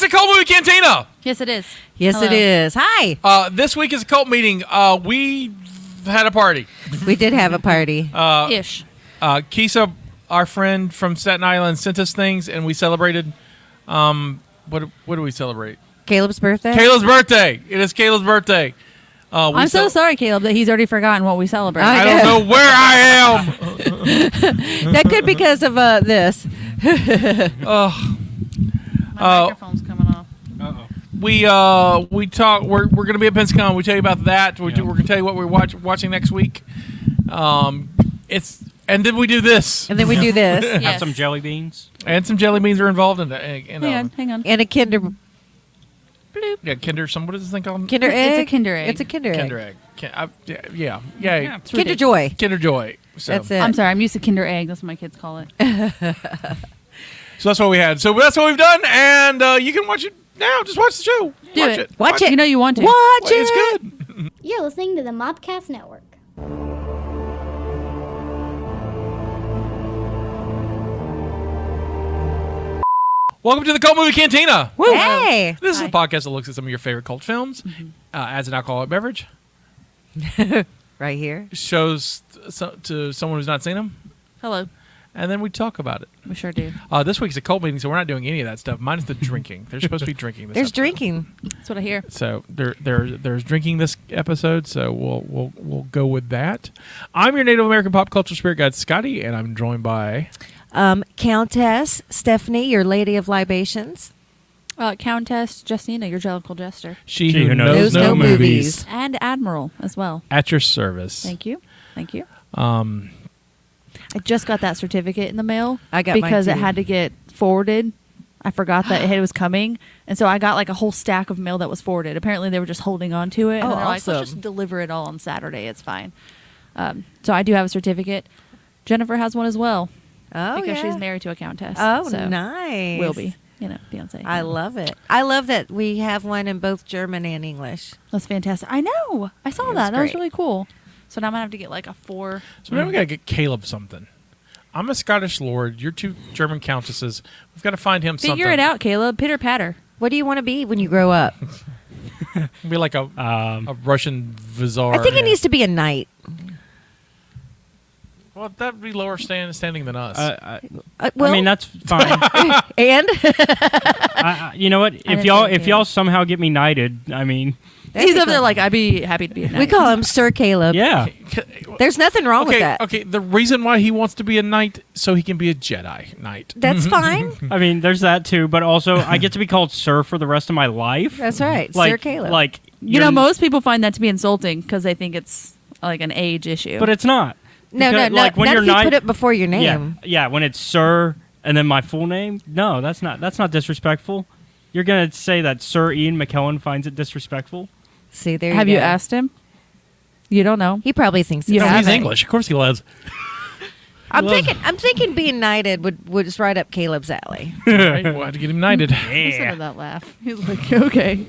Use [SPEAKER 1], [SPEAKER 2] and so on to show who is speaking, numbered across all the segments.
[SPEAKER 1] the Cantina.
[SPEAKER 2] Yes, it is.
[SPEAKER 3] Yes, it
[SPEAKER 2] Hello.
[SPEAKER 3] is. Hi.
[SPEAKER 1] Uh, this week is a cult meeting. Uh, we had a party.
[SPEAKER 3] We did have a party.
[SPEAKER 2] Ish.
[SPEAKER 1] Uh, Kisa, our friend from Staten Island, sent us things, and we celebrated. Um, what what do we celebrate?
[SPEAKER 3] Caleb's birthday.
[SPEAKER 1] Caleb's birthday. It is Caleb's birthday. Uh, we
[SPEAKER 2] I'm so
[SPEAKER 1] cel-
[SPEAKER 2] sorry, Caleb, that he's already forgotten what we celebrate.
[SPEAKER 3] I
[SPEAKER 1] I don't know where I am.
[SPEAKER 3] That could be because of uh, this.
[SPEAKER 1] Ugh.
[SPEAKER 2] My
[SPEAKER 1] Oh.
[SPEAKER 2] microphone's coming off.
[SPEAKER 1] we uh we talk. We're, we're gonna be at PensaCon. We tell you about that. We do, we're gonna tell you what we're watch, watching next week. Um, it's and then we do this,
[SPEAKER 3] And then we do this.
[SPEAKER 4] Have
[SPEAKER 2] Yes.
[SPEAKER 4] some jelly beans.
[SPEAKER 1] and some jelly beans are involved in that. And, and,
[SPEAKER 2] Hang on,
[SPEAKER 1] um,
[SPEAKER 2] hang on.
[SPEAKER 3] And a Kinder
[SPEAKER 1] yeah, Kinder. Some what is this thing called?
[SPEAKER 3] Kinder
[SPEAKER 2] It's a
[SPEAKER 3] egg.
[SPEAKER 2] Kinder egg.
[SPEAKER 3] It's a Kinder egg.
[SPEAKER 1] Kinder egg. Kin- I, yeah, yeah, yeah,
[SPEAKER 4] Yeah.
[SPEAKER 2] It's
[SPEAKER 3] Kinder
[SPEAKER 2] ridiculous.
[SPEAKER 3] Joy.
[SPEAKER 1] Kinder Joy. So.
[SPEAKER 3] That's it.
[SPEAKER 2] I'm sorry, I'm used to Kinder Egg. That's what my kids call it.
[SPEAKER 1] So that's what we had. So that's what we've done, and uh, you can watch it now. Just watch the show.
[SPEAKER 2] Do
[SPEAKER 1] watch
[SPEAKER 2] it.
[SPEAKER 3] Watch it.
[SPEAKER 2] You know you want to.
[SPEAKER 3] Watch it.
[SPEAKER 1] It's good.
[SPEAKER 5] You're listening to the Mobcast Network.
[SPEAKER 1] Welcome to the Cult Movie Cantina.
[SPEAKER 3] Woo. Hey.
[SPEAKER 1] This
[SPEAKER 2] Hi.
[SPEAKER 1] is a podcast that looks at some of your favorite cult films
[SPEAKER 3] Mm-hmm.
[SPEAKER 1] uh, as an alcoholic beverage.
[SPEAKER 3] Right here.
[SPEAKER 1] Shows so, to someone who's not seen them,
[SPEAKER 2] Hello.
[SPEAKER 1] and then we talk about it.
[SPEAKER 2] We sure do.
[SPEAKER 1] Uh, this week's a cult meeting, so we're not doing any of that stuff. Minus the drinking. They're supposed to be drinking. This
[SPEAKER 3] There's
[SPEAKER 1] episode.
[SPEAKER 3] drinking.
[SPEAKER 2] That's what I hear.
[SPEAKER 1] So there, there, there's drinking this episode. So we'll we'll we'll go with that. I'm your Native American pop culture spirit guide, Scotty, and I'm joined by
[SPEAKER 3] Um, Countess Stephanie, your lady of libations.
[SPEAKER 2] Uh, Countess Justina, your jellical jester,
[SPEAKER 1] she,
[SPEAKER 4] She who knows
[SPEAKER 3] no no movies. movies.
[SPEAKER 2] and Admiral as well.
[SPEAKER 1] at your service.
[SPEAKER 2] Thank you. Thank you. Um, I just got that certificate in the mail.
[SPEAKER 3] I got mine
[SPEAKER 2] because it
[SPEAKER 3] too.
[SPEAKER 2] had to get forwarded. I forgot that it was coming, and so I got like a whole stack of mail that was forwarded. Apparently, they were just holding on to it. and
[SPEAKER 3] Oh,
[SPEAKER 2] they're like,
[SPEAKER 3] awesome.
[SPEAKER 2] Let's just deliver it all on Saturday. It's fine. Um, so I do have a certificate. Jennifer has one as well.
[SPEAKER 3] Oh,
[SPEAKER 2] because
[SPEAKER 3] yeah.
[SPEAKER 2] she's married to a countess.
[SPEAKER 3] Oh,
[SPEAKER 2] so
[SPEAKER 3] nice.
[SPEAKER 2] Will be, you know, fiance.
[SPEAKER 3] I love it. I love that we have one in both German and English.
[SPEAKER 2] That's fantastic. I know. I saw
[SPEAKER 3] It was
[SPEAKER 2] that. That was
[SPEAKER 3] great.
[SPEAKER 2] really cool. So now I'm gonna have to get like a four.
[SPEAKER 1] So now we gotta get Caleb something. I'm a Scottish lord. You're two German countesses. We've got to find him something.
[SPEAKER 2] Figure it out, Caleb. Pitter patter.
[SPEAKER 3] What do you want to be when you grow up?
[SPEAKER 1] Be like a
[SPEAKER 4] Um,
[SPEAKER 1] a Russian czar.
[SPEAKER 3] I think it needs to be a knight.
[SPEAKER 1] Well, that'd be lower stand, standing than us.
[SPEAKER 4] uh, I,
[SPEAKER 3] Uh, well,
[SPEAKER 4] I mean that's fine. I,
[SPEAKER 3] and
[SPEAKER 4] I, you know what?
[SPEAKER 2] didn't
[SPEAKER 4] If y'all
[SPEAKER 2] think
[SPEAKER 4] if
[SPEAKER 2] it.
[SPEAKER 4] y'all somehow get me knighted, I mean,
[SPEAKER 2] He's over there like I'd be happy to be. A
[SPEAKER 3] we
[SPEAKER 2] knight.
[SPEAKER 3] call him Sir Caleb.
[SPEAKER 4] yeah.
[SPEAKER 3] There's nothing wrong with
[SPEAKER 1] okay,
[SPEAKER 3] that.
[SPEAKER 1] okay. The reason why he wants to be a knight so he can be a Jedi knight.
[SPEAKER 3] That's fine.
[SPEAKER 4] I mean, there's that too. But also, I get to be called sir for the rest of my life.
[SPEAKER 3] That's right.
[SPEAKER 4] like,
[SPEAKER 3] Sir Caleb.
[SPEAKER 4] Like
[SPEAKER 2] You know,
[SPEAKER 4] you're-
[SPEAKER 2] most people find that to be insulting because they think it's like an age issue.
[SPEAKER 4] but it's not.
[SPEAKER 3] no, no,
[SPEAKER 4] Because,
[SPEAKER 3] no.
[SPEAKER 4] Like when
[SPEAKER 3] not
[SPEAKER 4] you're
[SPEAKER 3] if you
[SPEAKER 4] knight,
[SPEAKER 3] put it before your name.
[SPEAKER 4] yeah, yeah. When it's sir and then my full name, no, that's not that's not disrespectful. You're gonna say that Sir Ian McKellen finds it disrespectful.
[SPEAKER 3] See, there
[SPEAKER 2] have
[SPEAKER 3] you,
[SPEAKER 2] you
[SPEAKER 3] go.
[SPEAKER 2] asked him? You don't know.
[SPEAKER 3] He probably thinks
[SPEAKER 2] You
[SPEAKER 3] it's
[SPEAKER 1] No, he's
[SPEAKER 2] haven't.
[SPEAKER 1] English. Of course he loves.
[SPEAKER 3] I'm
[SPEAKER 4] Love-
[SPEAKER 3] thinking. I'm thinking being knighted would would just right up Caleb's alley.
[SPEAKER 1] Right? We'll have to get him knighted.
[SPEAKER 2] Listen to that laugh. He's like, okay,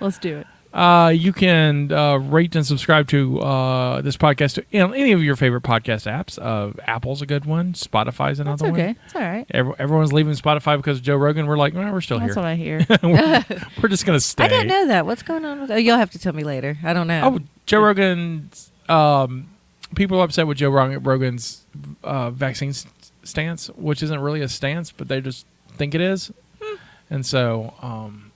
[SPEAKER 2] let's do it.
[SPEAKER 1] Uh, you can uh, rate and subscribe to uh, this podcast to you know, any of your favorite podcast apps. Uh, Apple's a good one. Spotify's
[SPEAKER 2] It's
[SPEAKER 1] another
[SPEAKER 2] okay.
[SPEAKER 1] one.
[SPEAKER 2] It's all right.
[SPEAKER 1] Every, everyone's leaving Spotify because of Joe Rogan. We're like, well, we're still
[SPEAKER 2] That's
[SPEAKER 1] here.
[SPEAKER 2] what I hear.
[SPEAKER 1] We're just gonna stay.
[SPEAKER 3] I don't know that. What's going on with? Oh, you'll have to tell me later. I don't know.
[SPEAKER 1] Oh, Joe Rogan's um, people are upset with Joe Rog- Rogan's uh, vaccine s- stance, which isn't really a stance, but they just think it is,
[SPEAKER 3] Hmm.
[SPEAKER 1] and so um,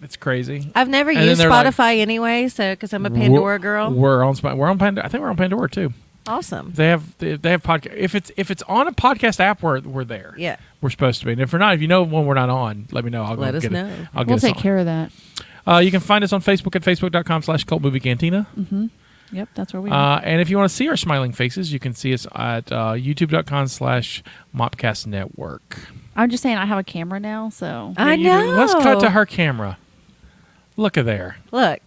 [SPEAKER 1] it's crazy.
[SPEAKER 3] I've never
[SPEAKER 1] And then
[SPEAKER 3] used
[SPEAKER 1] they're like-
[SPEAKER 3] Spotify anyway, so because I'm a Pandora
[SPEAKER 1] We're-
[SPEAKER 3] girl.
[SPEAKER 1] We're on Sp- we're on Pandora. I think we're on Pandora too.
[SPEAKER 3] awesome.
[SPEAKER 1] They have they, they have podcast. If it's if it's on a podcast app, we're we're there.
[SPEAKER 3] Yeah.
[SPEAKER 1] we're supposed to be. And if we're not, if you know when we're not on, let me know. I'll
[SPEAKER 3] Let
[SPEAKER 1] go
[SPEAKER 3] us
[SPEAKER 1] get it.
[SPEAKER 3] know.
[SPEAKER 1] I'll get
[SPEAKER 2] we'll
[SPEAKER 1] us
[SPEAKER 2] take
[SPEAKER 1] on.
[SPEAKER 2] care of that.
[SPEAKER 1] Uh, you can find us on Facebook at facebook.com slash cult movie cantina.
[SPEAKER 3] Mm-hmm.
[SPEAKER 2] Yep, that's where we are.
[SPEAKER 1] Uh, and if you want to see our smiling faces, you can see us at uh, youtube.com slash mopcast network.
[SPEAKER 2] I'm just saying, I have a camera now, so
[SPEAKER 3] I know.
[SPEAKER 1] Let's cut
[SPEAKER 3] Oh.
[SPEAKER 1] to her camera. Look at there.
[SPEAKER 3] Look,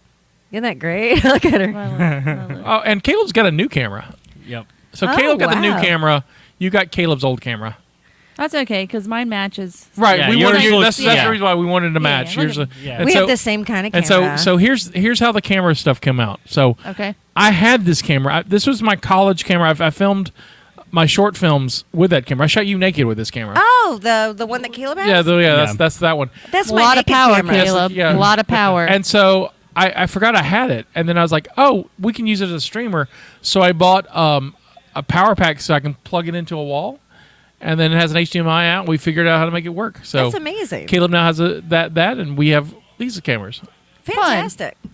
[SPEAKER 3] isn't that great? Look at her.
[SPEAKER 1] Oh, and Caleb's got a new camera.
[SPEAKER 4] Yep.
[SPEAKER 1] So
[SPEAKER 3] Oh,
[SPEAKER 1] Caleb got the new
[SPEAKER 3] wow.
[SPEAKER 1] camera. You got Caleb's old camera.
[SPEAKER 2] that's okay because mine matches.
[SPEAKER 1] Right.
[SPEAKER 4] Yeah,
[SPEAKER 1] we
[SPEAKER 4] yours
[SPEAKER 1] wanted,
[SPEAKER 4] looks-
[SPEAKER 1] that's, that's
[SPEAKER 4] yeah.
[SPEAKER 1] the reason why we wanted to
[SPEAKER 2] Yeah,
[SPEAKER 1] match.
[SPEAKER 2] look
[SPEAKER 1] Here's
[SPEAKER 2] at-
[SPEAKER 1] a-
[SPEAKER 4] Yeah.
[SPEAKER 1] and
[SPEAKER 3] we
[SPEAKER 1] so,
[SPEAKER 3] have the same kind of
[SPEAKER 1] And
[SPEAKER 3] camera.
[SPEAKER 1] so, so here's here's how the camera stuff came out. So
[SPEAKER 2] Okay.
[SPEAKER 1] I had this camera. I, this was my college camera. I've, I filmed my short films with that camera. I shot you naked with this camera.
[SPEAKER 3] Oh, the the one that Caleb has.
[SPEAKER 1] yeah, the, yeah,
[SPEAKER 4] Yeah.
[SPEAKER 1] That's that's that one.
[SPEAKER 3] that's
[SPEAKER 2] a
[SPEAKER 3] my
[SPEAKER 2] lot of
[SPEAKER 3] naked
[SPEAKER 2] power,
[SPEAKER 3] camera.
[SPEAKER 2] Caleb.
[SPEAKER 1] Yeah.
[SPEAKER 2] A lot of power.
[SPEAKER 1] And so I, I forgot I had it, and then I was like, oh, we can use it as a streamer. So I bought um, a power pack so I can plug it into a wall, and then it has an HDMI out. We figured out how to make it work. So
[SPEAKER 3] That's amazing.
[SPEAKER 1] Caleb now has a, that that, and we have Lisa cameras.
[SPEAKER 3] Fantastic.
[SPEAKER 1] Uh,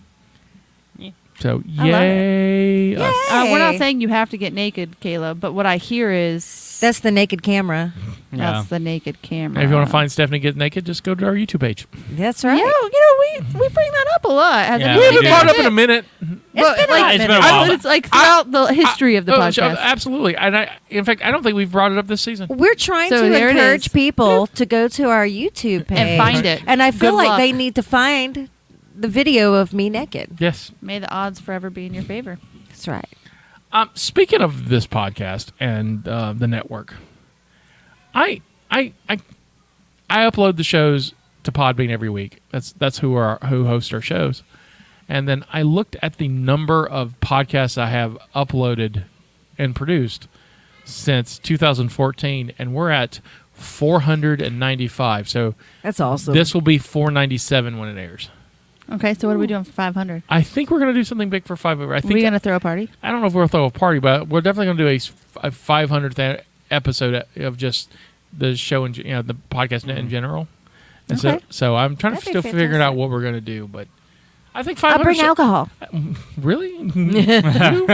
[SPEAKER 1] So
[SPEAKER 2] I love
[SPEAKER 1] yay! us.
[SPEAKER 2] uh, we're not
[SPEAKER 3] Hey.
[SPEAKER 2] saying you have to get naked, Caleb, but what I hear is
[SPEAKER 3] That's the naked camera.
[SPEAKER 4] Yeah.
[SPEAKER 2] that's the naked camera.
[SPEAKER 1] And if you want to find Stephanie get naked, just go to our YouTube page.
[SPEAKER 3] That's
[SPEAKER 2] yeah,
[SPEAKER 3] right.
[SPEAKER 2] you know, we we bring that up a lot. Hasn't it?
[SPEAKER 4] Yeah, we
[SPEAKER 1] We haven't
[SPEAKER 4] do.
[SPEAKER 1] brought up in a minute.
[SPEAKER 3] It's been a
[SPEAKER 2] like,
[SPEAKER 3] hot
[SPEAKER 4] It's been a
[SPEAKER 3] minute.
[SPEAKER 4] while.
[SPEAKER 2] I- it's like throughout the history of the
[SPEAKER 1] Oh, so-
[SPEAKER 2] podcast. Oh.
[SPEAKER 1] absolutely. And I, in fact, I don't think we've brought it up this season.
[SPEAKER 3] We're trying
[SPEAKER 2] So
[SPEAKER 3] to
[SPEAKER 2] there it
[SPEAKER 3] encourage
[SPEAKER 2] is.
[SPEAKER 3] people to go to our YouTube page
[SPEAKER 2] and find it.
[SPEAKER 3] And I feel
[SPEAKER 2] Good
[SPEAKER 3] like
[SPEAKER 2] luck.
[SPEAKER 3] they need to find the video of me naked.
[SPEAKER 1] Yes.
[SPEAKER 2] May the odds forever be in your favor.
[SPEAKER 3] That's right.
[SPEAKER 1] Um, speaking of this podcast and uh, the network, I I I I upload the shows to Podbean every week. That's that's who are who hosts our shows. And then I looked at the number of podcasts I have uploaded and produced since 2014, and we're at 495. So
[SPEAKER 3] That's awesome.
[SPEAKER 1] this will be 497 when it airs.
[SPEAKER 2] Okay, so what are we doing for 500?
[SPEAKER 1] I think we're gonna do something big for five over. I
[SPEAKER 2] Are
[SPEAKER 1] think
[SPEAKER 2] we going to throw a party?
[SPEAKER 1] I don't know if we'll throw a party, but we're definitely going to do a s- a 500th a- episode e, of just the show and you know the podcast in general. And so,
[SPEAKER 2] Okay.
[SPEAKER 1] so I'm trying to
[SPEAKER 3] Mm-hmm. That'd
[SPEAKER 1] still
[SPEAKER 3] be
[SPEAKER 1] figure out
[SPEAKER 3] fantastic.
[SPEAKER 1] what we're going to do, but I think
[SPEAKER 3] I'll
[SPEAKER 1] 500.
[SPEAKER 3] bring
[SPEAKER 1] so-
[SPEAKER 3] alcohol.
[SPEAKER 1] Really? You?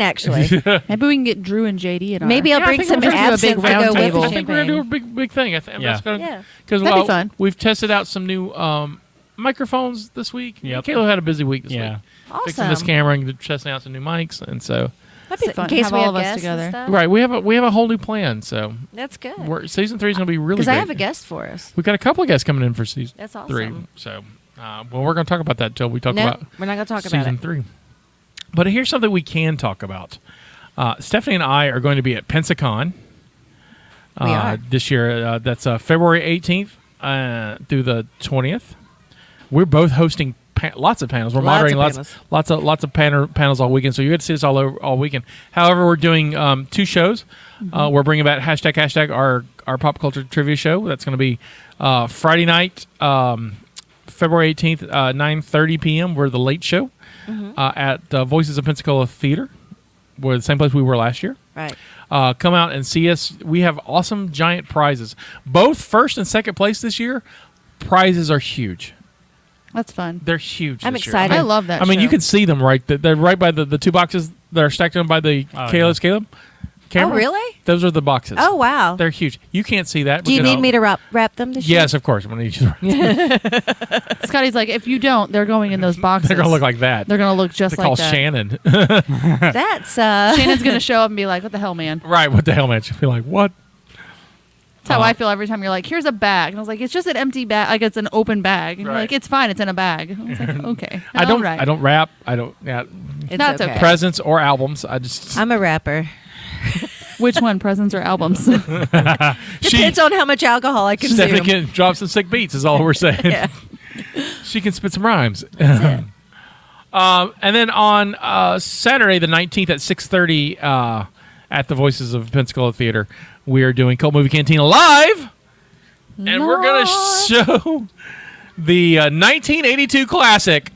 [SPEAKER 3] actually.
[SPEAKER 2] Maybe we can get Drew and JD and
[SPEAKER 3] Maybe I'll
[SPEAKER 1] Yeah, I
[SPEAKER 3] bring
[SPEAKER 1] think
[SPEAKER 3] some
[SPEAKER 1] we'll just do a
[SPEAKER 2] big
[SPEAKER 3] absinthe to
[SPEAKER 2] round
[SPEAKER 3] go with
[SPEAKER 2] table.
[SPEAKER 3] the
[SPEAKER 1] I think we're going to do a
[SPEAKER 3] champagne.
[SPEAKER 1] big big thing. I think
[SPEAKER 4] Yeah.
[SPEAKER 1] that's going
[SPEAKER 3] Yeah.
[SPEAKER 1] because
[SPEAKER 2] That'd be
[SPEAKER 1] well,
[SPEAKER 2] fun.
[SPEAKER 1] we've tested out some new um, microphones this week.
[SPEAKER 4] Yep.
[SPEAKER 1] Caleb had a busy week this
[SPEAKER 4] Yeah.
[SPEAKER 1] week. Fixing this
[SPEAKER 3] Awesome.
[SPEAKER 1] camera and testing out some new mics, and so
[SPEAKER 2] That'd be
[SPEAKER 3] So
[SPEAKER 2] fun.
[SPEAKER 3] In case
[SPEAKER 2] have
[SPEAKER 3] we
[SPEAKER 2] all
[SPEAKER 3] have
[SPEAKER 2] of us
[SPEAKER 3] guests and
[SPEAKER 2] together.
[SPEAKER 3] stuff.
[SPEAKER 1] right, we have a we have a whole new plan. So
[SPEAKER 3] That's good.
[SPEAKER 1] we're, season three is going to be really.
[SPEAKER 3] Because I
[SPEAKER 1] big.
[SPEAKER 3] have a guest for us.
[SPEAKER 1] We've got a couple of guests coming in for season
[SPEAKER 3] That's awesome.
[SPEAKER 1] three. So, uh, well, we're going to talk about that until we talk
[SPEAKER 3] no,
[SPEAKER 1] about
[SPEAKER 3] we're not going to talk
[SPEAKER 1] season
[SPEAKER 3] about it.
[SPEAKER 1] three. But here's something we can talk about. Uh, Stephanie and I are going to be at Pensacon uh,
[SPEAKER 3] We are.
[SPEAKER 1] this year. Uh, that's uh, February 18th uh, through the 20th. We're both hosting pa- lots of panels. We're
[SPEAKER 3] Lots
[SPEAKER 1] moderating lots,
[SPEAKER 3] of panels.
[SPEAKER 1] lots of lots of panel- panels all weekend. So you get to see us all over all weekend. However, we're doing um, two shows.
[SPEAKER 3] Mm-hmm.
[SPEAKER 1] Uh, we're bringing back hashtag hashtag our our pop culture trivia show. That's going to be uh, Friday night. Um, February 18th, uh, 9.30 p.m., we're the late show
[SPEAKER 3] Mm-hmm.
[SPEAKER 1] uh, at uh, Voices of Pensacola Theater. We're the same place we were last year.
[SPEAKER 3] Right.
[SPEAKER 1] Uh, come out and see us. We have awesome giant prizes. Both first and second place this year, prizes are huge.
[SPEAKER 2] That's fun.
[SPEAKER 1] They're huge.
[SPEAKER 3] I'm
[SPEAKER 1] this year.
[SPEAKER 3] excited.
[SPEAKER 2] I love that
[SPEAKER 1] I mean, you
[SPEAKER 2] show.
[SPEAKER 1] can see them right. th- They're right by the, the two boxes that are stacked on by the
[SPEAKER 4] Oh,
[SPEAKER 1] Caleb's Caleb camera.
[SPEAKER 3] Oh, really?
[SPEAKER 1] Those are the boxes.
[SPEAKER 3] Oh, wow.
[SPEAKER 1] They're huge. You can't see that.
[SPEAKER 3] do you
[SPEAKER 1] because-
[SPEAKER 3] need me to wrap, wrap them this year?
[SPEAKER 1] Yes, of course. I'm going to need you. to-
[SPEAKER 2] Scotty's like, if you don't, they're going in those boxes.
[SPEAKER 1] They're going to look like that.
[SPEAKER 2] They're gonna look just
[SPEAKER 1] They
[SPEAKER 2] like
[SPEAKER 1] call
[SPEAKER 2] that.
[SPEAKER 1] Shannon.
[SPEAKER 3] That's uh,
[SPEAKER 2] Shannon's gonna show up and be like, "What the hell, man?"
[SPEAKER 1] Right, what the hell, man? She'll be like, what?
[SPEAKER 2] That's how
[SPEAKER 1] Uh-huh.
[SPEAKER 2] I feel every time you're like, "Here's a bag," and I was like, "It's just an empty bag. Like it's an open bag." And you're
[SPEAKER 1] Right.
[SPEAKER 2] like, "It's fine. It's in a bag." I was like, "Okay."
[SPEAKER 1] I don't.
[SPEAKER 2] Alright.
[SPEAKER 1] I don't rap. I don't. Yeah,
[SPEAKER 3] it's
[SPEAKER 2] That's okay.
[SPEAKER 1] presents or albums. I just.
[SPEAKER 3] I'm a rapper.
[SPEAKER 2] Which one, presents or albums?
[SPEAKER 1] she.
[SPEAKER 3] Depends on how much alcohol I consume.
[SPEAKER 1] Stephanie can drop some sick beats. Is all we're saying. she can spit some rhymes. um, and then on uh, Saturday the nineteenth at six thirty uh, at the Voices of Pensacola Theater, we are doing Cult Movie Canteen live, and we're gonna show the uh, nineteen eighty two classic,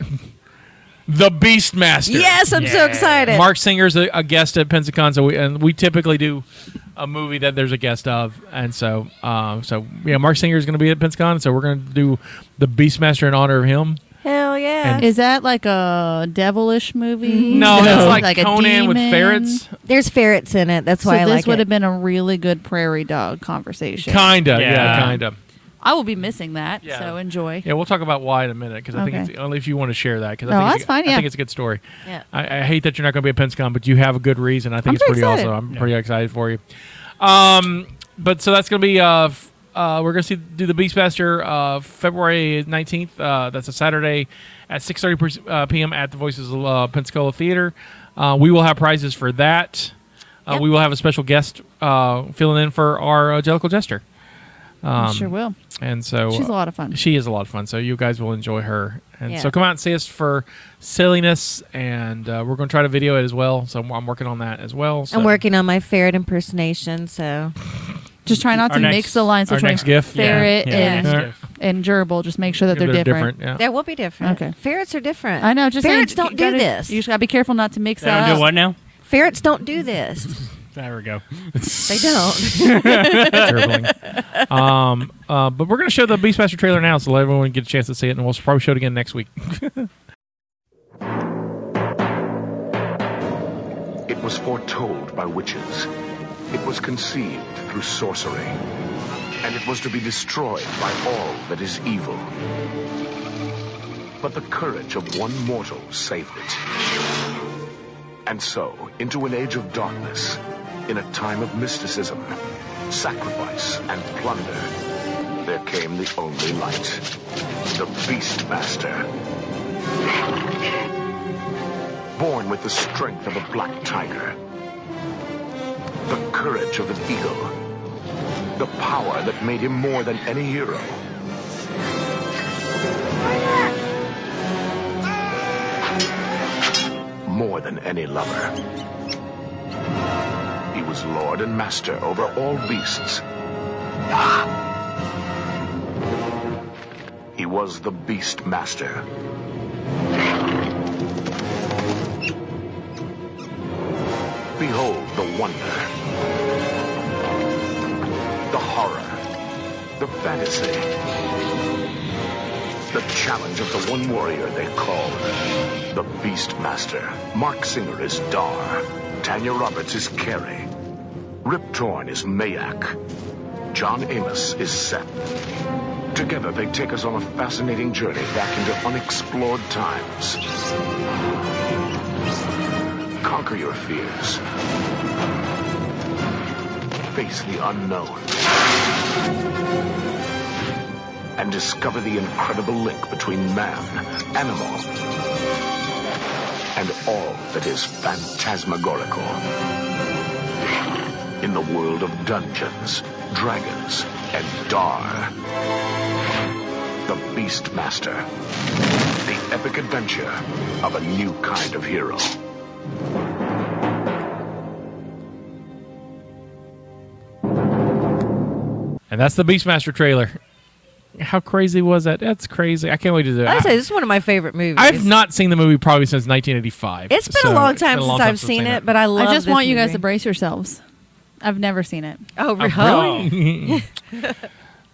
[SPEAKER 1] The Beastmaster.
[SPEAKER 3] Yes, I'm so
[SPEAKER 4] Yeah.
[SPEAKER 3] excited.
[SPEAKER 1] Mark Singer's a, a guest at Pensacon, so we and we typically do a movie that there's a guest of, and so um, so yeah, Mark Singer's going to be at Pensacon, so we're going to do the Beastmaster in honor of him.
[SPEAKER 3] Hell yeah.
[SPEAKER 1] And-
[SPEAKER 2] Is that like a devilish movie?
[SPEAKER 1] No,
[SPEAKER 2] Is
[SPEAKER 1] that's
[SPEAKER 2] it
[SPEAKER 1] like,
[SPEAKER 2] a
[SPEAKER 1] Conan with
[SPEAKER 2] demon?
[SPEAKER 1] ferrets,
[SPEAKER 3] There's ferrets in it. That's
[SPEAKER 2] So
[SPEAKER 3] why I
[SPEAKER 2] this
[SPEAKER 3] like
[SPEAKER 2] would have
[SPEAKER 3] it.
[SPEAKER 2] been a really good prairie dog conversation.
[SPEAKER 1] kinda, yeah,
[SPEAKER 4] Yeah.
[SPEAKER 1] kinda.
[SPEAKER 2] I will be missing that,
[SPEAKER 1] Yeah.
[SPEAKER 2] so enjoy.
[SPEAKER 1] Yeah, we'll talk about why in a minute because I think
[SPEAKER 2] Okay.
[SPEAKER 1] it's, only if you want to share that because
[SPEAKER 2] No,
[SPEAKER 1] I think
[SPEAKER 2] that's
[SPEAKER 1] it's,
[SPEAKER 2] fine,
[SPEAKER 1] I
[SPEAKER 2] yeah.
[SPEAKER 1] think it's a good story.
[SPEAKER 3] Yeah.
[SPEAKER 1] I, I hate that you're not going to be at Pensacon, but you have a good reason. I think
[SPEAKER 2] I'm
[SPEAKER 1] it's
[SPEAKER 2] pretty
[SPEAKER 1] pretty
[SPEAKER 2] excited.
[SPEAKER 1] awesome. I'm
[SPEAKER 4] Yeah.
[SPEAKER 1] pretty excited for you. Um, but so that's going to be uh, f- uh, we're going to see do the Beastmaster uh, February 19th. Uh, that's a Saturday at 6:30 per- uh, p.m. at the Voices of uh, Pensacola Theater. Uh, we will have prizes for that. Uh,
[SPEAKER 3] Yep.
[SPEAKER 1] We will have a special guest uh, filling in for our uh, Jellicle Jester. Um,
[SPEAKER 2] sure will.
[SPEAKER 1] And so uh,
[SPEAKER 2] She's a lot of fun.
[SPEAKER 1] She is a lot of fun. So you guys will enjoy her. And
[SPEAKER 3] Yeah.
[SPEAKER 1] so come out and see us for silliness, and uh, we're going to try to video it as well. So I'm, I'm working on that as well. So
[SPEAKER 3] I'm working on my ferret impersonation, so
[SPEAKER 2] Just try not
[SPEAKER 4] Our
[SPEAKER 2] to
[SPEAKER 4] next-
[SPEAKER 2] mix the lines
[SPEAKER 1] our
[SPEAKER 2] between
[SPEAKER 1] next GIF.
[SPEAKER 2] ferret
[SPEAKER 4] Yeah,
[SPEAKER 2] And,
[SPEAKER 1] Yeah.
[SPEAKER 2] and gerbil. Just make sure that they're, different.
[SPEAKER 1] Yeah.
[SPEAKER 3] that will be different.
[SPEAKER 2] Okay.
[SPEAKER 3] Ferrets are different.
[SPEAKER 2] I know. Just saying,
[SPEAKER 3] ferrets
[SPEAKER 2] you
[SPEAKER 3] don't do
[SPEAKER 2] gotta-
[SPEAKER 3] this.
[SPEAKER 2] You just gotta be careful not to mix
[SPEAKER 4] They
[SPEAKER 2] that
[SPEAKER 4] don't
[SPEAKER 2] up.
[SPEAKER 4] do what now?
[SPEAKER 3] Ferrets don't do this.
[SPEAKER 4] There we go.
[SPEAKER 3] They don't.
[SPEAKER 1] Dribbling. um, uh, but we're going to show the Beastmaster trailer now, so let everyone get a chance to see it, and we'll probably show it again next week.
[SPEAKER 6] It was foretold by witches. It was conceived through sorcery. And it was to be destroyed by all that is evil. But the courage of one mortal saved it. And so, into an age of darkness, in a time of mysticism, sacrifice, and plunder, there came the only light the Beastmaster. Born with the strength of a black tiger, the courage of an eagle, the power that made him more than any hero. More than any lover. He was lord and master over all beasts. Ah! He was the beast master. Behold the wonder, the horror, the fantasy, the challenge of the one warrior they call the Beastmaster. Mark Singer is Dar, Tanya Roberts is Carrie, Rip Torn is Mayak, John Amos is Seth. Together, they take us on a fascinating journey back into unexplored times. Conquer your fears. Face the unknown. And discover the incredible link between man, animal, and all that is phantasmagorical. In the world of dungeons, dragons, and Dar. The Beastmaster. The epic adventure of a new kind of hero.
[SPEAKER 1] And that's the Beastmaster trailer. How crazy was that? That's crazy. I can't wait to do it.
[SPEAKER 3] I say this is one of my favorite movies.
[SPEAKER 1] I've not seen the movie probably since 1985.
[SPEAKER 3] It's been
[SPEAKER 1] so
[SPEAKER 3] a long
[SPEAKER 1] it's been
[SPEAKER 3] time
[SPEAKER 1] a long
[SPEAKER 3] since I've seen it, but I love.
[SPEAKER 2] I just
[SPEAKER 3] this
[SPEAKER 2] want you guys
[SPEAKER 3] movie.
[SPEAKER 2] to brace yourselves. I've never seen it.
[SPEAKER 3] Oh, really?
[SPEAKER 1] really?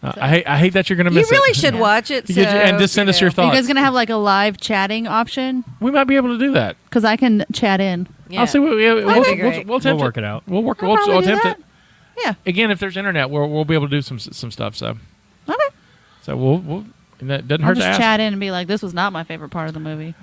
[SPEAKER 1] Uh, I, hate, I hate that you're going to
[SPEAKER 3] You
[SPEAKER 1] miss
[SPEAKER 3] really
[SPEAKER 1] it.
[SPEAKER 3] should watch it.
[SPEAKER 1] You could-
[SPEAKER 3] so,
[SPEAKER 1] and just send
[SPEAKER 3] you
[SPEAKER 1] us your
[SPEAKER 3] know.
[SPEAKER 1] thoughts.
[SPEAKER 2] Are you guys gonna have like a live chatting option?
[SPEAKER 1] We might be able to do that.
[SPEAKER 2] Because I can chat in.
[SPEAKER 3] Yeah.
[SPEAKER 1] I'll see what we, we'll, we'll,
[SPEAKER 3] be
[SPEAKER 1] we'll,
[SPEAKER 3] great.
[SPEAKER 1] we'll attempt
[SPEAKER 4] We'll work it out.
[SPEAKER 1] We'll work.
[SPEAKER 2] I'll
[SPEAKER 1] We'll,
[SPEAKER 2] probably
[SPEAKER 1] we'll
[SPEAKER 2] do
[SPEAKER 1] attempt
[SPEAKER 2] that.
[SPEAKER 1] it.
[SPEAKER 2] Yeah.
[SPEAKER 1] Again, if there's internet, we'll, we'll be able to do some some stuff. So
[SPEAKER 2] Okay.
[SPEAKER 1] so we'll, we'll and that doesn't
[SPEAKER 2] I'll
[SPEAKER 1] hurt to
[SPEAKER 2] just
[SPEAKER 1] ask.
[SPEAKER 2] chat in and be like, "This was not my favorite part of the movie."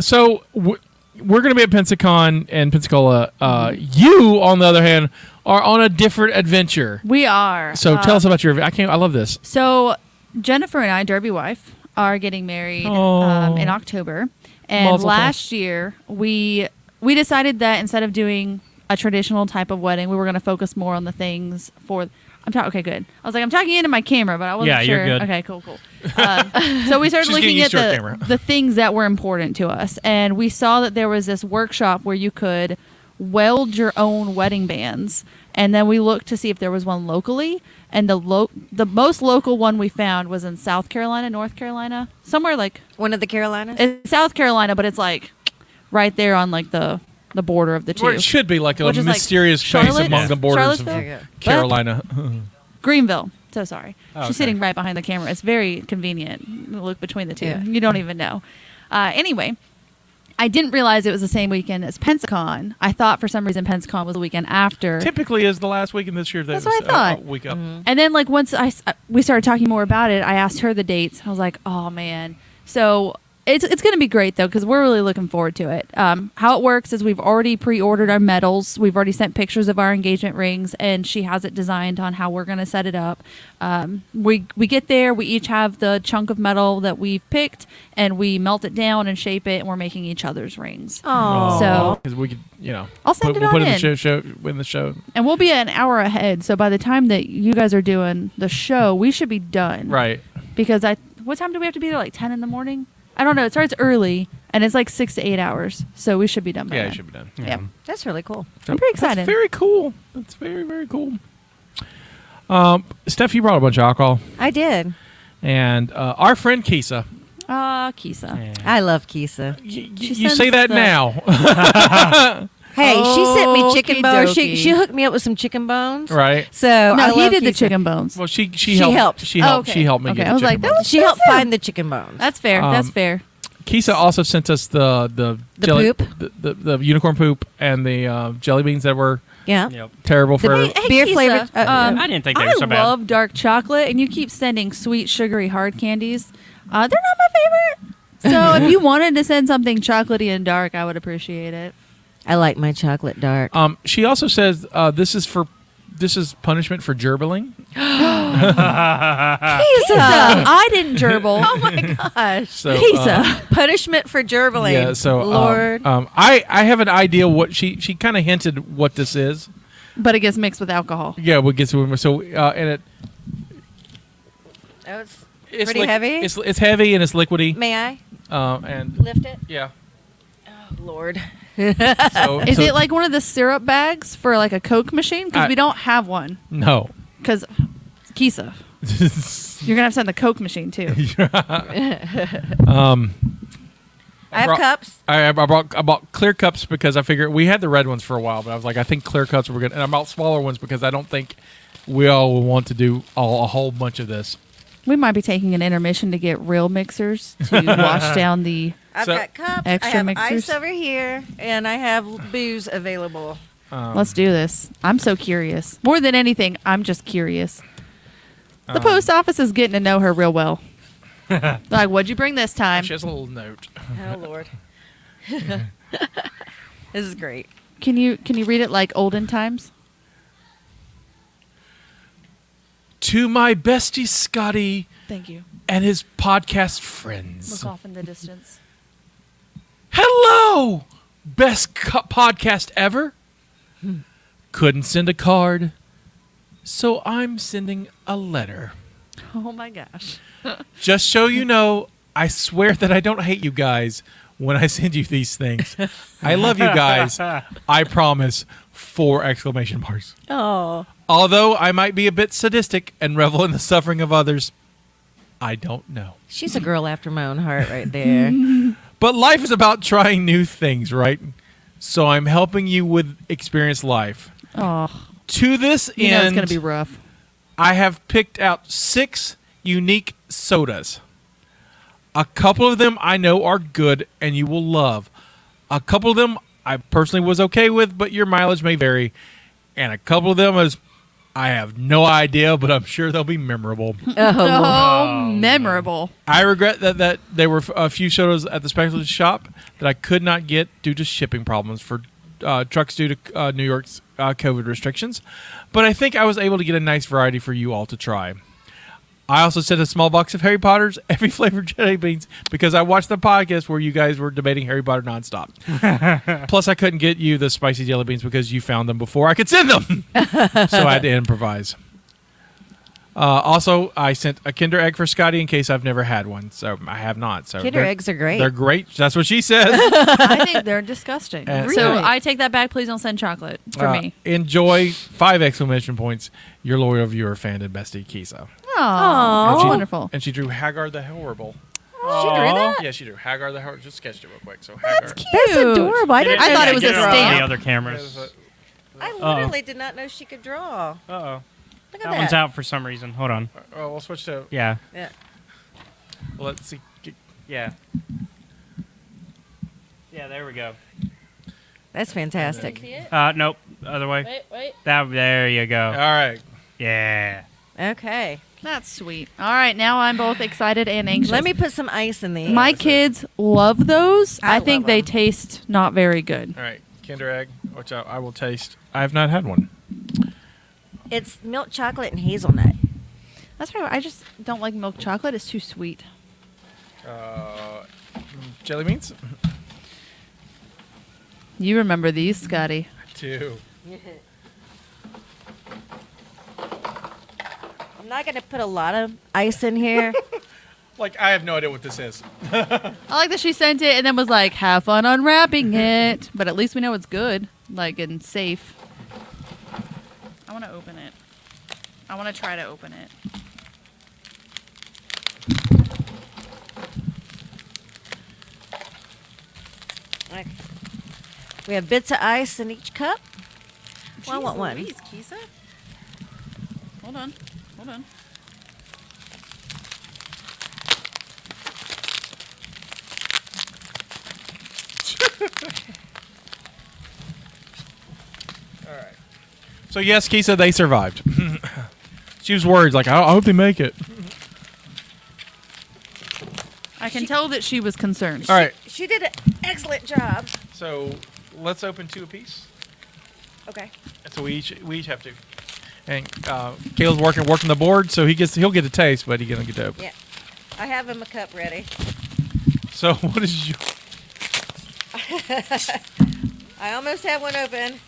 [SPEAKER 1] So w- we're going to be at Pensacon and Pensacola. Uh, you, on the other hand, are on a different adventure.
[SPEAKER 2] We are.
[SPEAKER 1] So
[SPEAKER 2] Uh,
[SPEAKER 1] tell us about your. I can't. I love this.
[SPEAKER 2] So Jennifer and I, Derby wife, are getting married
[SPEAKER 1] Oh.
[SPEAKER 2] um, in October, and
[SPEAKER 1] Mazel tov.
[SPEAKER 2] last year we we decided that instead of doing a traditional type of wedding, we were going to focus more on the things for. I'm talking. Okay, good. I was like, I'm talking into my camera, but I wasn't
[SPEAKER 4] Yeah,
[SPEAKER 2] sure.
[SPEAKER 4] you're good.
[SPEAKER 2] Okay, cool, cool. Um, so we started
[SPEAKER 1] She's
[SPEAKER 2] looking
[SPEAKER 1] getting
[SPEAKER 2] at
[SPEAKER 1] used to her camera.
[SPEAKER 2] the, the things that were important to us, and we saw that there was this workshop where you could weld your own wedding bands, and then we looked to see if there was one locally. And the lo- the most local one we found was in South Carolina, North Carolina, somewhere like
[SPEAKER 3] One of the Carolinas.
[SPEAKER 2] it's South Carolina, but it's like right there on like the the border of the two.
[SPEAKER 1] Where it should be like a
[SPEAKER 2] Which is like
[SPEAKER 1] mysterious place
[SPEAKER 2] Charlotte-
[SPEAKER 1] among the borders
[SPEAKER 2] Charlottesville?
[SPEAKER 1] of
[SPEAKER 3] Yeah.
[SPEAKER 1] Carolina.
[SPEAKER 2] Greenville. So sorry.
[SPEAKER 4] okay.
[SPEAKER 2] She's sitting right behind the camera. It's very convenient. Look between the two.
[SPEAKER 3] Yeah.
[SPEAKER 2] You don't even know. Uh, anyway, I didn't realize it was the same weekend as Pensacon. I thought for some reason Pensacon was the weekend after.
[SPEAKER 1] Typically, is the last week in this year. That
[SPEAKER 2] That's
[SPEAKER 1] was
[SPEAKER 2] what I thought.
[SPEAKER 1] A, a week up.
[SPEAKER 2] And then uh, like once I s- we started talking more about it, I asked her the dates. I was like, "Oh man." So it's it's going to be great though because we're really looking forward to it. Um, how it works is we've already pre-ordered our medals. We've already sent pictures of our engagement rings, and she has it designed on how we're going to set it up. Um, we we get there, we each have the chunk of metal that we've picked, and we melt it down and shape it, and we're making each other's rings.
[SPEAKER 3] Oh,
[SPEAKER 2] So
[SPEAKER 1] because we could, you know,
[SPEAKER 2] I'll send
[SPEAKER 1] put, we'll
[SPEAKER 2] it on
[SPEAKER 1] put in the
[SPEAKER 2] in.
[SPEAKER 1] show, show in the show.
[SPEAKER 2] and we'll be an hour ahead. So by the time that you guys are doing the show, we should be done.
[SPEAKER 1] Right.
[SPEAKER 2] Because I what time do we have to be there? Like ten in the morning? I don't know. It starts early, and it's like six to eight hours. So we should be done by
[SPEAKER 1] Yeah,
[SPEAKER 2] then.
[SPEAKER 1] it should be done.
[SPEAKER 2] Yeah.
[SPEAKER 3] that's really cool.
[SPEAKER 2] I'm pretty excited.
[SPEAKER 1] That's very cool. That's very very cool. Um, Steph, you brought a bunch of alcohol,
[SPEAKER 3] I did.
[SPEAKER 1] and uh, our friend Kisa.
[SPEAKER 2] Ah, Kisa.
[SPEAKER 3] I love Kisa.
[SPEAKER 1] Y- y-
[SPEAKER 2] She
[SPEAKER 1] you
[SPEAKER 2] sends
[SPEAKER 1] say that
[SPEAKER 2] the-
[SPEAKER 1] now,
[SPEAKER 3] Hey, she sent me chicken bones. She,
[SPEAKER 2] Okey-dokey.
[SPEAKER 3] she hooked me up with some chicken bones.
[SPEAKER 1] right?
[SPEAKER 3] So
[SPEAKER 2] No,
[SPEAKER 3] I
[SPEAKER 2] Oh, he
[SPEAKER 3] love
[SPEAKER 2] did the
[SPEAKER 3] Kisa.
[SPEAKER 2] chicken bones.
[SPEAKER 1] Well, she she,
[SPEAKER 3] She
[SPEAKER 1] helped,
[SPEAKER 3] helped.
[SPEAKER 1] She helped.
[SPEAKER 2] Oh, okay.
[SPEAKER 1] She helped me
[SPEAKER 2] Okay,
[SPEAKER 1] get.
[SPEAKER 2] I was
[SPEAKER 1] the
[SPEAKER 2] like,
[SPEAKER 1] chicken
[SPEAKER 2] that
[SPEAKER 1] bones.
[SPEAKER 2] was-
[SPEAKER 3] She helped
[SPEAKER 2] That's him.
[SPEAKER 3] find the chicken bones.
[SPEAKER 2] That's fair.
[SPEAKER 1] Um,
[SPEAKER 2] that's fair.
[SPEAKER 1] Kisa also sent us the the
[SPEAKER 3] The poop?
[SPEAKER 1] the, the, the unicorn poop, and the uh, jelly beans that were
[SPEAKER 3] yeah.
[SPEAKER 4] Yep.
[SPEAKER 1] terrible for.
[SPEAKER 3] Hey, hey, Beer Kisa, flavored- uh,
[SPEAKER 2] um,
[SPEAKER 4] I didn't think they
[SPEAKER 2] I
[SPEAKER 4] were so bad.
[SPEAKER 2] love dark chocolate, and you keep sending sweet, sugary, hard candies. Uh, they're not my favorite. So if you wanted to send something chocolatey and dark, I would appreciate it.
[SPEAKER 3] I like my chocolate dark.
[SPEAKER 1] Um, she also says uh, this is for this is punishment for gerbiling.
[SPEAKER 2] Kisa, I didn't gerbil. oh my gosh,
[SPEAKER 1] So,
[SPEAKER 2] Kisa.
[SPEAKER 1] uh,
[SPEAKER 3] Punishment for gerbiling.
[SPEAKER 1] Yeah, so um,
[SPEAKER 3] Lord.
[SPEAKER 1] Um, I I have an idea what she she kind of hinted what this is.
[SPEAKER 2] but it gets mixed with alcohol.
[SPEAKER 1] Yeah, we get to so uh, and it
[SPEAKER 3] That was-
[SPEAKER 1] it's liq-
[SPEAKER 3] Pretty heavy?
[SPEAKER 1] It's it's heavy and it's liquidy.
[SPEAKER 3] may I
[SPEAKER 1] Um, and
[SPEAKER 3] lift it? Oh,
[SPEAKER 1] yeah,
[SPEAKER 3] Lord.
[SPEAKER 1] so,
[SPEAKER 2] Is
[SPEAKER 1] so-
[SPEAKER 2] it like one of the syrup bags for like a Coke machine? Because
[SPEAKER 1] I-
[SPEAKER 2] we don't have one.
[SPEAKER 1] no?
[SPEAKER 2] Because Kisa, you're gonna have to send the Coke machine too.
[SPEAKER 1] Um,
[SPEAKER 3] I have
[SPEAKER 1] Bro-
[SPEAKER 3] cups.
[SPEAKER 1] I, I bought I bought clear cups because I figured we had the red ones for a while, but I was like, I think clear cups were good, and I bought smaller ones because I don't think we all will want to do all, a whole bunch of this.
[SPEAKER 2] We might be taking an intermission to get real mixers to wash down the.
[SPEAKER 3] I've
[SPEAKER 1] So-
[SPEAKER 3] got cups.
[SPEAKER 2] Extra
[SPEAKER 3] I have
[SPEAKER 2] mixers?
[SPEAKER 3] ice over here, and I have booze available.
[SPEAKER 1] Um.
[SPEAKER 2] Let's do this. I'm so curious. More than anything, I'm just curious. The
[SPEAKER 1] Um.
[SPEAKER 2] post office is getting to know her real well. like, what'd you bring this time?
[SPEAKER 1] She has a little note.
[SPEAKER 3] Oh Lord. this is great.
[SPEAKER 2] Can you can you read it like olden times?
[SPEAKER 1] To my bestie Scotty
[SPEAKER 2] Thank you.
[SPEAKER 1] and his podcast friends.
[SPEAKER 2] Look off in the distance.
[SPEAKER 1] Hello, best co- podcast ever. Couldn't send a card, so I'm sending a letter.
[SPEAKER 2] Oh my gosh.
[SPEAKER 1] Just so you know, I swear that I don't hate you guys when I send you these things. I love you guys. I promise. Four exclamation marks.
[SPEAKER 3] Oh.
[SPEAKER 1] Although I might be a bit sadistic and revel in the suffering of others, I don't know.
[SPEAKER 3] She's a girl after my own heart right there.
[SPEAKER 1] But life is about trying new things, right? So I'm helping you with experience life.
[SPEAKER 2] Oh,
[SPEAKER 1] To this
[SPEAKER 2] you know it's
[SPEAKER 1] end,
[SPEAKER 2] gonna be rough.
[SPEAKER 1] I have picked out six unique sodas. A couple of them I know are good and you will love. A couple of them I personally was okay with, but your mileage may vary. And a couple of them is I have no idea, but I'm sure they'll be memorable.
[SPEAKER 2] Oh, memorable.
[SPEAKER 1] I regret that, that there were a few sodas at the specialty shop that I could not get due to shipping problems for uh, trucks due to uh, New York's uh, COVID restrictions. But I think I was able to get a nice variety for you all to try. I also sent a small box of Harry Potter's every flavored jelly beans because I watched the podcast where you guys were debating Harry Potter nonstop. Plus, I couldn't get you the spicy jelly beans because you found them before I could send them, so I had to improvise. Uh, also, I sent a Kinder Egg for Scotty in case I've never had one, so I have not. So
[SPEAKER 3] Kinder
[SPEAKER 1] they're-
[SPEAKER 3] eggs are great.
[SPEAKER 1] They're great. That's what she says.
[SPEAKER 2] I think they're disgusting.
[SPEAKER 1] And-
[SPEAKER 2] So
[SPEAKER 3] Uh, Really?
[SPEAKER 2] I take that back. Please don't send chocolate for
[SPEAKER 1] Uh,
[SPEAKER 2] me.
[SPEAKER 1] Enjoy five exclamation points. Your loyal viewer, fan, and bestie, Kisa.
[SPEAKER 2] Oh,
[SPEAKER 1] And
[SPEAKER 2] that's
[SPEAKER 1] she-
[SPEAKER 2] wonderful.
[SPEAKER 1] And she drew Hagar the Horrible. Yeah, she drew Hagar the Horrible. Just sketched it real quick. So Hagar.
[SPEAKER 3] That's
[SPEAKER 2] Cute.
[SPEAKER 3] adorable. I, didn't
[SPEAKER 2] I thought it was
[SPEAKER 4] Get
[SPEAKER 2] a
[SPEAKER 4] on
[SPEAKER 2] stamp.
[SPEAKER 4] The other cameras.
[SPEAKER 3] I literally did not know she could draw.
[SPEAKER 4] Uh oh.
[SPEAKER 3] Look at
[SPEAKER 4] That one's out for some reason. Hold on.
[SPEAKER 1] Oh, we'll switch to.
[SPEAKER 4] Yeah.
[SPEAKER 3] Yeah.
[SPEAKER 1] Let's see.
[SPEAKER 4] Yeah. Yeah, there we go.
[SPEAKER 3] That's fantastic.
[SPEAKER 4] Uh, nope. Other way.
[SPEAKER 2] Wait, wait.
[SPEAKER 4] That there you
[SPEAKER 1] All
[SPEAKER 4] go.
[SPEAKER 1] right.
[SPEAKER 4] Yeah.
[SPEAKER 3] Okay.
[SPEAKER 2] That's sweet. All right, now I'm both excited and anxious.
[SPEAKER 3] Let me put some ice in the.
[SPEAKER 2] My kids love those.
[SPEAKER 3] I
[SPEAKER 2] I, think
[SPEAKER 3] love
[SPEAKER 2] they
[SPEAKER 3] 'em.
[SPEAKER 2] taste not very good.
[SPEAKER 1] All right, Kinder Egg, which I, I will taste. I have not had one.
[SPEAKER 3] It's milk chocolate and hazelnut.
[SPEAKER 2] That's right. I just don't like milk chocolate. It's too sweet.
[SPEAKER 1] Uh, jelly beans.
[SPEAKER 2] You remember these, Scotty?
[SPEAKER 1] Two.
[SPEAKER 3] I'm not gonna put a lot of ice in here.
[SPEAKER 1] Like I have no idea what this is.
[SPEAKER 2] I like that she sent it and then was like, "Have fun unwrapping it," but at least we know it's good, like and safe. I want to open it. I want to try to open it.
[SPEAKER 3] Okay. we have bits of ice in each cup. Well, I want one.
[SPEAKER 2] Louise, Kisa? Hold on. Hold on.
[SPEAKER 1] So yes, Kisa, they survived. she was worried. Like I, I hope they make it.
[SPEAKER 2] I can tell that she was concerned.
[SPEAKER 1] All right.
[SPEAKER 3] She did an excellent job.
[SPEAKER 1] So let's open two apiece.
[SPEAKER 3] Okay.
[SPEAKER 1] So we each we each have two. And uh, Kale's working working the board, so he gets he'll get a taste, but he gonna get to open.
[SPEAKER 3] Yeah. I have him a cup ready.
[SPEAKER 1] So what is your
[SPEAKER 3] I almost have one open.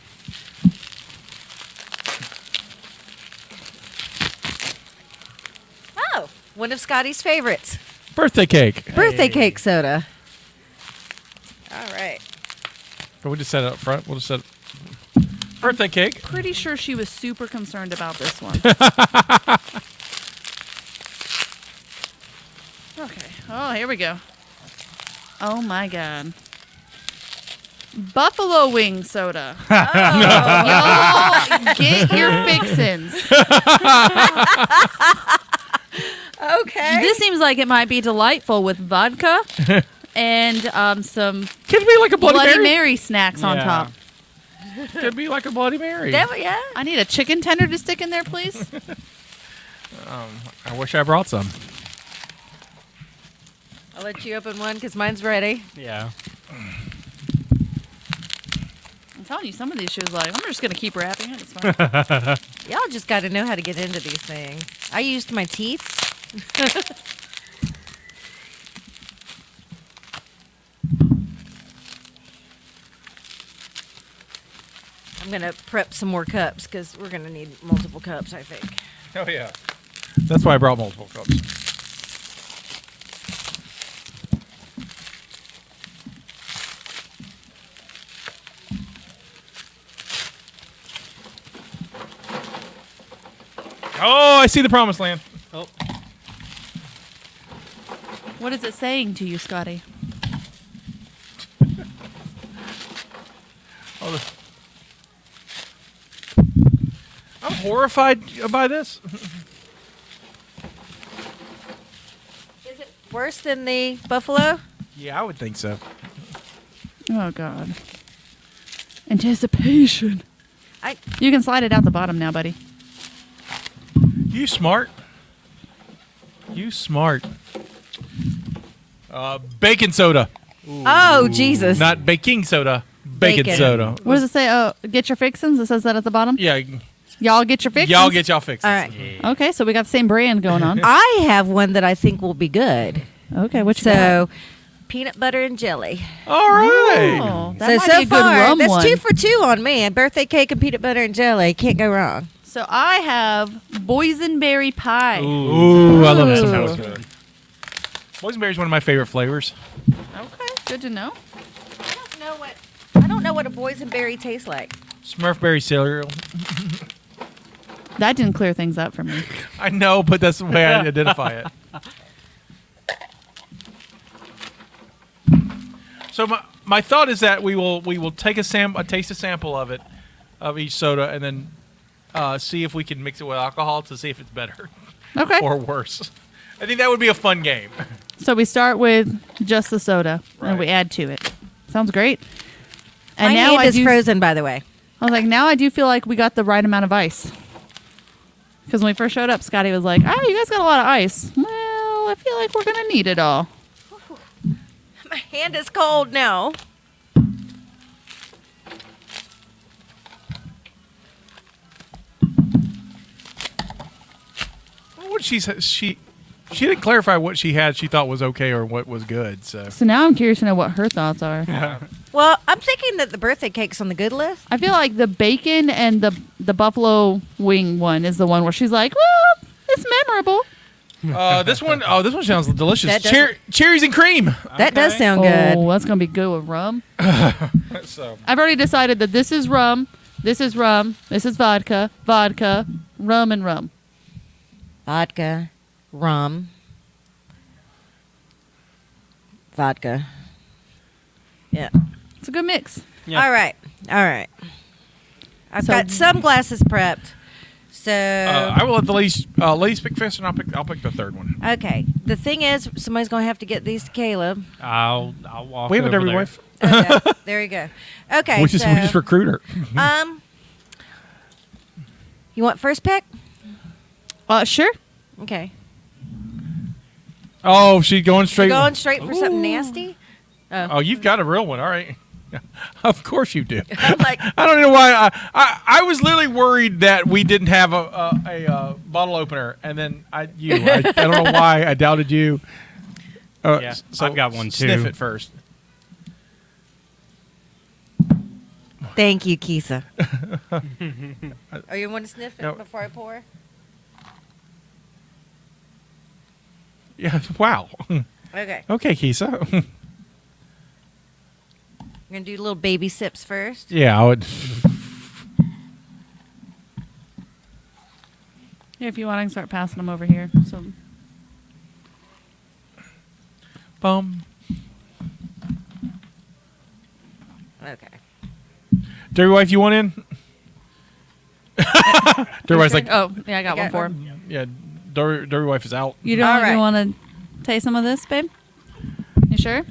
[SPEAKER 3] Oh, one of Scotty's favorites.
[SPEAKER 1] birthday cake?
[SPEAKER 3] Birthday cake soda. All right.
[SPEAKER 1] Can we just set it up front? We'll just set it. birthday cake.
[SPEAKER 2] Pretty sure she was super concerned about this one. okay. Oh, here we go. Oh my god. Buffalo wing soda. Oh, Y'all get your fixins.
[SPEAKER 3] Okay.
[SPEAKER 2] This seems like it might be delightful with vodka and um, some
[SPEAKER 1] Could be like a Bloody,
[SPEAKER 2] Bloody, Mary?
[SPEAKER 1] Mary.
[SPEAKER 2] snacks on
[SPEAKER 1] Yeah.
[SPEAKER 2] top.
[SPEAKER 1] Could be like a Bloody Mary.
[SPEAKER 3] That one- yeah.
[SPEAKER 2] I need a chicken tender to stick in there, please.
[SPEAKER 1] I wish I brought some.
[SPEAKER 3] I'll let you open one because mine's ready.
[SPEAKER 4] Yeah.
[SPEAKER 2] I'm telling you, some of these she was like, I'm just gonna keep wrapping it. It's fine.
[SPEAKER 3] Y'all just got to know how to get into these things. I used my teeth. I'm gonna prep some more cups because we're gonna need multiple cups. I think.
[SPEAKER 1] Oh yeah. That's why I brought multiple cups. Oh, I see the promised land.
[SPEAKER 4] Oh.
[SPEAKER 2] What is it saying to you, Scotty?
[SPEAKER 1] Oh, the- I'm horrified by this.
[SPEAKER 3] Is it worse than the buffalo?
[SPEAKER 1] Yeah, I would think so.
[SPEAKER 2] Oh God. Anticipation.
[SPEAKER 3] I
[SPEAKER 2] You can slide it out the bottom now, buddy.
[SPEAKER 1] You smart. You smart. Uh, baking soda.
[SPEAKER 3] oh Jesus!
[SPEAKER 1] Not baking soda. Baking
[SPEAKER 3] Bacon.
[SPEAKER 1] soda.
[SPEAKER 2] What does it say? Oh, get your fixins. It says that at the bottom.
[SPEAKER 1] Yeah,
[SPEAKER 2] Y'all get your fixins.
[SPEAKER 1] y'all get y'all fixed.
[SPEAKER 3] All right.
[SPEAKER 2] Okay, so we got the same brand going on.
[SPEAKER 3] I have one that I think will be good.
[SPEAKER 2] okay, which
[SPEAKER 3] So, peanut butter and jelly.
[SPEAKER 1] All
[SPEAKER 2] brand?
[SPEAKER 1] right.
[SPEAKER 2] Oh, that
[SPEAKER 3] so
[SPEAKER 2] might
[SPEAKER 3] so
[SPEAKER 2] be a good
[SPEAKER 3] far,
[SPEAKER 2] rum
[SPEAKER 3] that's
[SPEAKER 2] one.
[SPEAKER 3] two for two on me. And birthday cake and peanut butter and jelly can't go wrong.
[SPEAKER 2] so I have boysenberry pie.
[SPEAKER 1] Ooh, I love that.
[SPEAKER 2] Ooh.
[SPEAKER 1] Sounds good. Boysenberry is one of my favorite flavors.
[SPEAKER 2] Okay, good to know.
[SPEAKER 3] I don't know what I don't know what a boysenberry tastes like.
[SPEAKER 1] Smurfberry cereal.
[SPEAKER 2] That didn't clear things up for me.
[SPEAKER 1] I know, but that's the way I identify it. So my my thought is that we will we will take a sam a taste a sample of it of each soda and then uh, see if we can mix it with alcohol to see if it's better
[SPEAKER 2] Okay,
[SPEAKER 1] or worse. I think that would be a fun game.
[SPEAKER 2] so we start with just the soda and we
[SPEAKER 1] Right.
[SPEAKER 2] add to it. Sounds great.
[SPEAKER 3] And
[SPEAKER 2] And
[SPEAKER 3] My
[SPEAKER 2] now
[SPEAKER 3] hand
[SPEAKER 2] I
[SPEAKER 3] is
[SPEAKER 2] do.
[SPEAKER 3] frozen, by the way.
[SPEAKER 2] I was like, now I do feel like we got the right amount of ice. Because when we first showed up, Scotty was like, "Oh, you guys got a lot of ice. Well, I feel like we're gonna need it all."
[SPEAKER 3] My hand is cold now.
[SPEAKER 1] What she sa- she she didn't clarify what she had. She thought was okay or what was good. So
[SPEAKER 2] So now I'm curious to know what her thoughts are.
[SPEAKER 3] Well, I'm thinking that the birthday cake's on the good list.
[SPEAKER 2] I feel like the bacon and the the buffalo wing one is the one where she's like, "Well, it's memorable."
[SPEAKER 1] uh, this one oh this one sounds delicious.
[SPEAKER 3] That doesn't-
[SPEAKER 1] Cher- cherries and cream.
[SPEAKER 3] That does
[SPEAKER 4] Okay.
[SPEAKER 3] sound good.
[SPEAKER 2] Oh, that's gonna be good with rum.
[SPEAKER 1] So
[SPEAKER 2] I've already decided that this is rum, this is rum, this is vodka, vodka, rum and rum.
[SPEAKER 3] Vodka, rum, vodka. Yeah.
[SPEAKER 2] It's a good mix.
[SPEAKER 4] Yeah.
[SPEAKER 3] All right. All right. I've
[SPEAKER 2] So-
[SPEAKER 3] got some glasses prepped. So
[SPEAKER 1] uh, I will let the ladies uh, ladies pick first, and I'll pick I'll pick the third one.
[SPEAKER 3] okay. The thing is, somebody's gonna have to get these to Caleb.
[SPEAKER 4] I'll I'll walk.
[SPEAKER 1] we have it
[SPEAKER 4] over
[SPEAKER 1] every
[SPEAKER 4] there.
[SPEAKER 1] wife.
[SPEAKER 3] Okay, there you go. Okay.
[SPEAKER 1] we just
[SPEAKER 3] so,
[SPEAKER 1] we just recruit her.
[SPEAKER 3] um. You want first pick?
[SPEAKER 2] Uh, sure.
[SPEAKER 3] Okay.
[SPEAKER 1] Oh, she's going straight.
[SPEAKER 3] You're going straight for something nasty.
[SPEAKER 1] Oh, you've got a real one. All right. Of course you do.
[SPEAKER 3] I'm like,
[SPEAKER 1] I don't know why. I, I I was literally worried that we didn't have a a, a, uh bottle opener, and then I you. I, I don't know why I doubted you. Uh,
[SPEAKER 4] Yeah,
[SPEAKER 1] s-
[SPEAKER 4] I've got one,
[SPEAKER 1] Sniff
[SPEAKER 4] too.
[SPEAKER 1] it first.
[SPEAKER 3] thank you, Kisa. oh, you want to sniff it
[SPEAKER 1] No.
[SPEAKER 3] before I pour?
[SPEAKER 1] Yeah. Wow.
[SPEAKER 3] Okay.
[SPEAKER 1] Okay, Kisa.
[SPEAKER 3] We're gonna do little baby sips first.
[SPEAKER 1] yeah, I would.
[SPEAKER 2] If you want, I can start passing them over here. So
[SPEAKER 1] Bum.
[SPEAKER 3] Okay.
[SPEAKER 1] Derby wife, you want in? Derby wife's like,
[SPEAKER 2] oh yeah, I got one
[SPEAKER 3] I got
[SPEAKER 2] for
[SPEAKER 3] one.
[SPEAKER 2] him.
[SPEAKER 1] yeah. Derby, Derby wife is out.
[SPEAKER 2] You don't
[SPEAKER 3] All
[SPEAKER 2] even
[SPEAKER 3] right.
[SPEAKER 2] want to taste some of this, babe? You sure?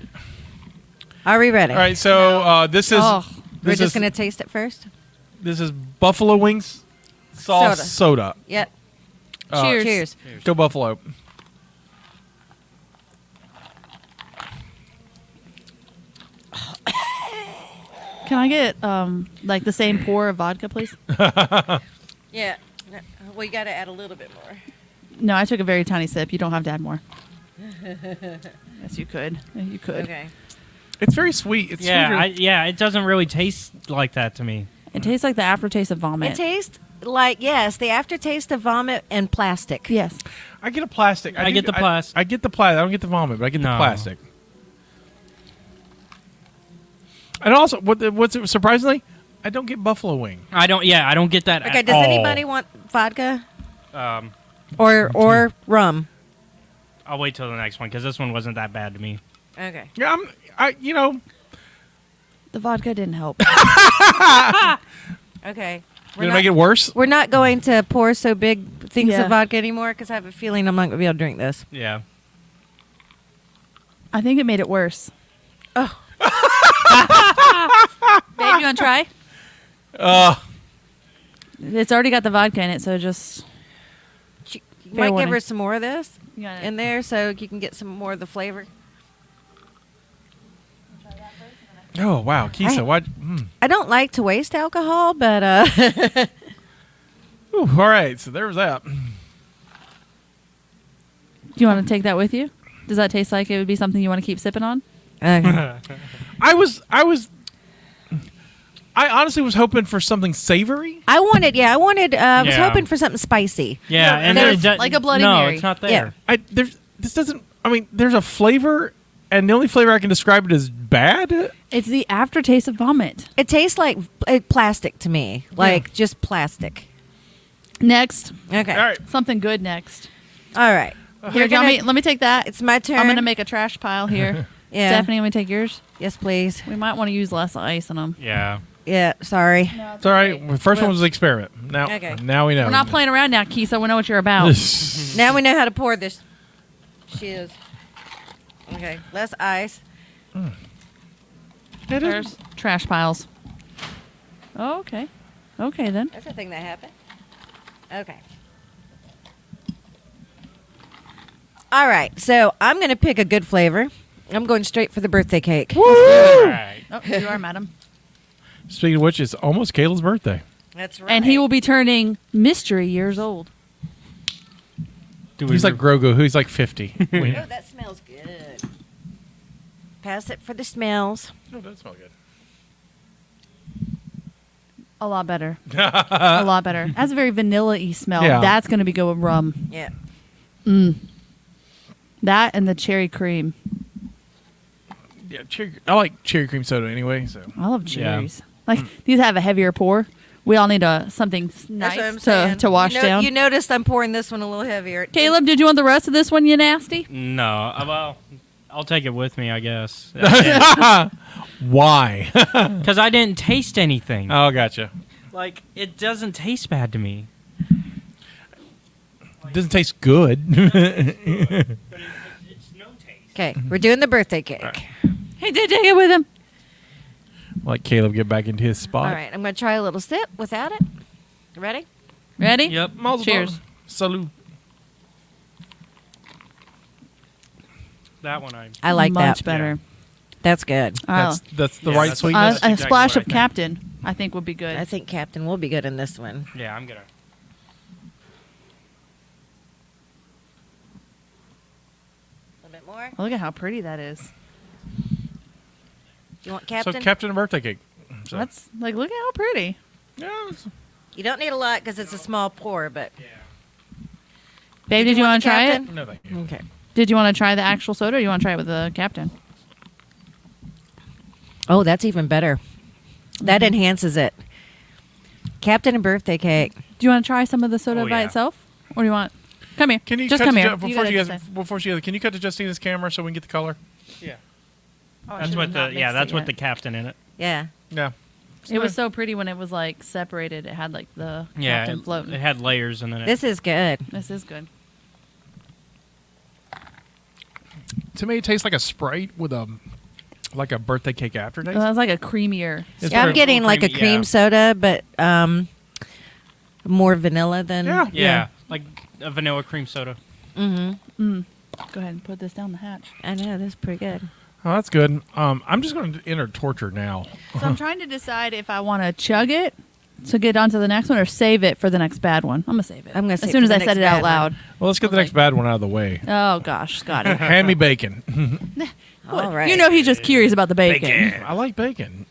[SPEAKER 3] Are we ready?
[SPEAKER 1] All right, so uh, this is
[SPEAKER 2] Oh,
[SPEAKER 1] this
[SPEAKER 3] We're
[SPEAKER 1] is
[SPEAKER 3] just gonna taste it first.
[SPEAKER 1] this is buffalo wings sauce soda.
[SPEAKER 3] Yep.
[SPEAKER 1] Uh,
[SPEAKER 2] Cheers.
[SPEAKER 3] Cheers.
[SPEAKER 1] Go buffalo.
[SPEAKER 2] Can I get um like the same pour of vodka, please?
[SPEAKER 3] Yeah. No, Well, you gotta add a little bit more.
[SPEAKER 2] No, I took a very tiny sip. You don't have to add more. yes, you could. You could.
[SPEAKER 3] Okay.
[SPEAKER 1] It's very sweet. It's
[SPEAKER 4] Yeah,
[SPEAKER 1] sweeter.
[SPEAKER 4] I, yeah. It doesn't really taste like that to me.
[SPEAKER 2] It tastes like the aftertaste of vomit.
[SPEAKER 3] It tastes like yes, the aftertaste of vomit and plastic.
[SPEAKER 2] yes.
[SPEAKER 1] I get a plastic.
[SPEAKER 4] I
[SPEAKER 1] do-
[SPEAKER 4] get the plastic.
[SPEAKER 1] I, get the plastic. I don't get the vomit, but I get the
[SPEAKER 4] No.
[SPEAKER 1] plastic. And also, what the, what's it, surprisingly, I don't get buffalo wing.
[SPEAKER 4] I don't. Yeah, I don't get that.
[SPEAKER 3] Okay.
[SPEAKER 4] at
[SPEAKER 3] Does
[SPEAKER 4] all.
[SPEAKER 3] anybody want vodka
[SPEAKER 4] Um,
[SPEAKER 3] or or rum?
[SPEAKER 4] I'll wait till the next one because this one wasn't that bad to me.
[SPEAKER 3] Okay.
[SPEAKER 1] Yeah, I'm. I you know
[SPEAKER 2] The vodka didn't help.
[SPEAKER 3] Okay. We're
[SPEAKER 1] gonna
[SPEAKER 3] not,
[SPEAKER 1] make it worse.
[SPEAKER 3] we're not going to pour so big things
[SPEAKER 2] Yeah.
[SPEAKER 3] of vodka anymore because I have a feeling I'm not gonna be able to drink this.
[SPEAKER 4] Yeah.
[SPEAKER 2] I think it made it worse.
[SPEAKER 3] Oh.
[SPEAKER 2] Babe, you want to try? Uh. It's already got the vodka in it, so just.
[SPEAKER 3] She, you
[SPEAKER 2] Fair
[SPEAKER 3] might
[SPEAKER 2] warning.
[SPEAKER 3] give her some more of this
[SPEAKER 2] You got
[SPEAKER 3] in there so you can get some more of the flavor.
[SPEAKER 1] Oh wow, Kisa,
[SPEAKER 3] I-
[SPEAKER 1] why? Mm.
[SPEAKER 3] I don't like to waste alcohol, but uh,
[SPEAKER 1] Ooh, all right, so there was that.
[SPEAKER 2] Do you want to take that with you? Does that taste like it would be something you want to keep sipping on?
[SPEAKER 3] okay.
[SPEAKER 1] I was. I was. I honestly was hoping for something savory.
[SPEAKER 3] I wanted, yeah, I wanted. Uh, I was
[SPEAKER 4] Yeah.
[SPEAKER 3] hoping for something spicy.
[SPEAKER 4] Yeah, and
[SPEAKER 2] there's
[SPEAKER 4] it does-
[SPEAKER 2] like a Bloody
[SPEAKER 4] no,
[SPEAKER 2] Mary.
[SPEAKER 4] it's not there.
[SPEAKER 3] Yeah.
[SPEAKER 1] I there's this doesn't. I mean, there's a flavor, and the only flavor I can describe it as bad.
[SPEAKER 2] It's the aftertaste of vomit.
[SPEAKER 3] It tastes like uh, plastic to me, like just plastic.
[SPEAKER 2] Next.
[SPEAKER 3] Okay,
[SPEAKER 1] All right.
[SPEAKER 2] Something good next.
[SPEAKER 3] all right.
[SPEAKER 2] Uh, Here,
[SPEAKER 3] We're
[SPEAKER 2] John,
[SPEAKER 3] gonna-
[SPEAKER 2] let me take that.
[SPEAKER 3] It's my turn.
[SPEAKER 2] I'm going to make a trash pile here.
[SPEAKER 3] Yeah.
[SPEAKER 2] Stephanie, let me take yours.
[SPEAKER 3] Yes, please.
[SPEAKER 2] We might want to use less ice in them.
[SPEAKER 4] Yeah.
[SPEAKER 3] Yeah, sorry.
[SPEAKER 1] It's all right. The first one was the experiment. Now,
[SPEAKER 3] Okay.
[SPEAKER 1] now we know.
[SPEAKER 2] We're not playing around now, Kisa. We know what you're about.
[SPEAKER 3] Now we know how to pour this. Cheers. Okay, less ice.
[SPEAKER 1] It is-
[SPEAKER 2] There's trash piles. Oh, okay. Okay, then.
[SPEAKER 3] That's the thing that happened. Okay. All right, so I'm going to pick a good flavor. I'm going straight for the birthday cake.
[SPEAKER 2] Oh, you are, madam.
[SPEAKER 1] Speaking of which, it's almost Caleb's birthday.
[SPEAKER 3] That's right.
[SPEAKER 2] And he will be turning mystery years old.
[SPEAKER 4] Do
[SPEAKER 1] He's like
[SPEAKER 4] re-
[SPEAKER 1] Grogu, who's like 50. We-
[SPEAKER 3] Oh, that smells good. Pass it for the smells.
[SPEAKER 1] No, that smells good.
[SPEAKER 2] A lot better. a lot better. That's a very vanilla y smell.
[SPEAKER 1] Yeah.
[SPEAKER 2] That's going to be good with rum.
[SPEAKER 3] Yeah.
[SPEAKER 2] That and the cherry cream.
[SPEAKER 1] Yeah, cherry, I like cherry cream soda anyway. So
[SPEAKER 2] I love
[SPEAKER 4] Yeah.
[SPEAKER 2] cherries. Like, these have a heavier pour. We all need a, something s-
[SPEAKER 3] That's what I'm
[SPEAKER 2] nice to,
[SPEAKER 3] saying.
[SPEAKER 2] to wash
[SPEAKER 3] you know-
[SPEAKER 2] down.
[SPEAKER 3] You noticed I'm pouring this one a little heavier.
[SPEAKER 2] Caleb, did you want the rest of this one, you nasty?
[SPEAKER 4] no. uh, Well, I'll take it with me, I guess,
[SPEAKER 1] why?
[SPEAKER 4] because I didn't taste anything.
[SPEAKER 1] oh, gotcha.
[SPEAKER 4] like it doesn't taste bad to me.
[SPEAKER 1] Doesn't taste good.
[SPEAKER 4] It's no taste.
[SPEAKER 3] Okay, we're doing the birthday cake.
[SPEAKER 2] He did take it with him.
[SPEAKER 1] like Caleb get back into his spot.
[SPEAKER 3] All right, I'm going to try a little sip without it. Ready?
[SPEAKER 2] Ready?
[SPEAKER 4] Yep.
[SPEAKER 1] Mazel tov.
[SPEAKER 2] Cheers.
[SPEAKER 1] Salute.
[SPEAKER 4] That one I.
[SPEAKER 3] I like
[SPEAKER 2] Much
[SPEAKER 3] that.
[SPEAKER 2] better.
[SPEAKER 3] That's good.
[SPEAKER 1] That's
[SPEAKER 2] Oh.
[SPEAKER 1] that's the
[SPEAKER 4] Yeah,
[SPEAKER 1] right
[SPEAKER 2] Uh,
[SPEAKER 4] that's-
[SPEAKER 1] sweetness.
[SPEAKER 4] that's-
[SPEAKER 2] a
[SPEAKER 4] exactly
[SPEAKER 2] splash
[SPEAKER 4] what I
[SPEAKER 2] of
[SPEAKER 4] think.
[SPEAKER 2] captain, I think, would be good.
[SPEAKER 3] I think Captain will be good in this one.
[SPEAKER 4] Yeah, I'm gonna.
[SPEAKER 3] A little bit more.
[SPEAKER 2] Look at how pretty that is.
[SPEAKER 3] You want Captain?
[SPEAKER 1] So Captain and birthday cake. So,
[SPEAKER 2] That's like, look at how pretty.
[SPEAKER 1] yeah, it's-
[SPEAKER 3] you don't need a lot because it's a small pour, but
[SPEAKER 2] Babe, did, you want to try
[SPEAKER 3] Captain?
[SPEAKER 2] it?
[SPEAKER 1] no, thank you.
[SPEAKER 3] okay.
[SPEAKER 2] Did you want to try the actual soda or you want to try it with the captain?
[SPEAKER 3] Oh, that's even better. That enhances it. Captain and birthday cake.
[SPEAKER 2] Do you want to try some of the soda
[SPEAKER 4] Oh,
[SPEAKER 2] by
[SPEAKER 4] yeah.
[SPEAKER 2] itself? Or do you want? Come here.
[SPEAKER 1] Can you
[SPEAKER 2] just
[SPEAKER 1] cut
[SPEAKER 2] come
[SPEAKER 1] to
[SPEAKER 2] here.
[SPEAKER 1] Ju- before
[SPEAKER 2] guys
[SPEAKER 1] she
[SPEAKER 2] can
[SPEAKER 1] gets
[SPEAKER 2] say-
[SPEAKER 1] before she gets? Can you cut to Justina's camera so we can get the color?
[SPEAKER 4] Yeah.
[SPEAKER 2] Oh, I
[SPEAKER 4] That's
[SPEAKER 2] should've
[SPEAKER 4] what the
[SPEAKER 2] not
[SPEAKER 4] yeah.
[SPEAKER 2] mixed
[SPEAKER 4] That's
[SPEAKER 2] it
[SPEAKER 4] what
[SPEAKER 2] yet.
[SPEAKER 4] the captain in it.
[SPEAKER 3] Yeah.
[SPEAKER 1] Yeah.
[SPEAKER 2] It was so pretty when it was like separated. It had like the
[SPEAKER 4] Yeah,
[SPEAKER 2] captain
[SPEAKER 4] it-
[SPEAKER 2] floating.
[SPEAKER 4] it had layers and then it.
[SPEAKER 3] This is good.
[SPEAKER 2] this is good.
[SPEAKER 1] To me, it tastes like a Sprite with a like a birthday cake aftertaste.
[SPEAKER 2] Well, that's like a creamier.
[SPEAKER 1] It's
[SPEAKER 3] Yeah, I'm
[SPEAKER 1] very-
[SPEAKER 3] getting like a
[SPEAKER 4] creamy,
[SPEAKER 3] cream
[SPEAKER 4] yeah.
[SPEAKER 3] soda, but um, more vanilla than.
[SPEAKER 1] Yeah.
[SPEAKER 4] yeah, like a vanilla cream soda.
[SPEAKER 2] Go ahead and put this down the hatch.
[SPEAKER 3] I know that's pretty good.
[SPEAKER 1] Oh, that's good. Um, I'm just going to enter torture now.
[SPEAKER 2] So I'm trying to decide if I want to chug it to get on to the next one or save it for the next bad one. I'm gonna save it.
[SPEAKER 3] I'm gonna
[SPEAKER 2] as
[SPEAKER 3] save
[SPEAKER 2] soon as
[SPEAKER 3] it for
[SPEAKER 2] I
[SPEAKER 3] the
[SPEAKER 2] said
[SPEAKER 3] next
[SPEAKER 2] it out
[SPEAKER 3] bad
[SPEAKER 2] loud.
[SPEAKER 1] Well, let's get the next bad one out of the way.
[SPEAKER 2] Oh gosh, Scotty.
[SPEAKER 1] Hand me bacon.
[SPEAKER 3] All right.
[SPEAKER 2] You know he's just curious about the bacon.
[SPEAKER 1] I like bacon.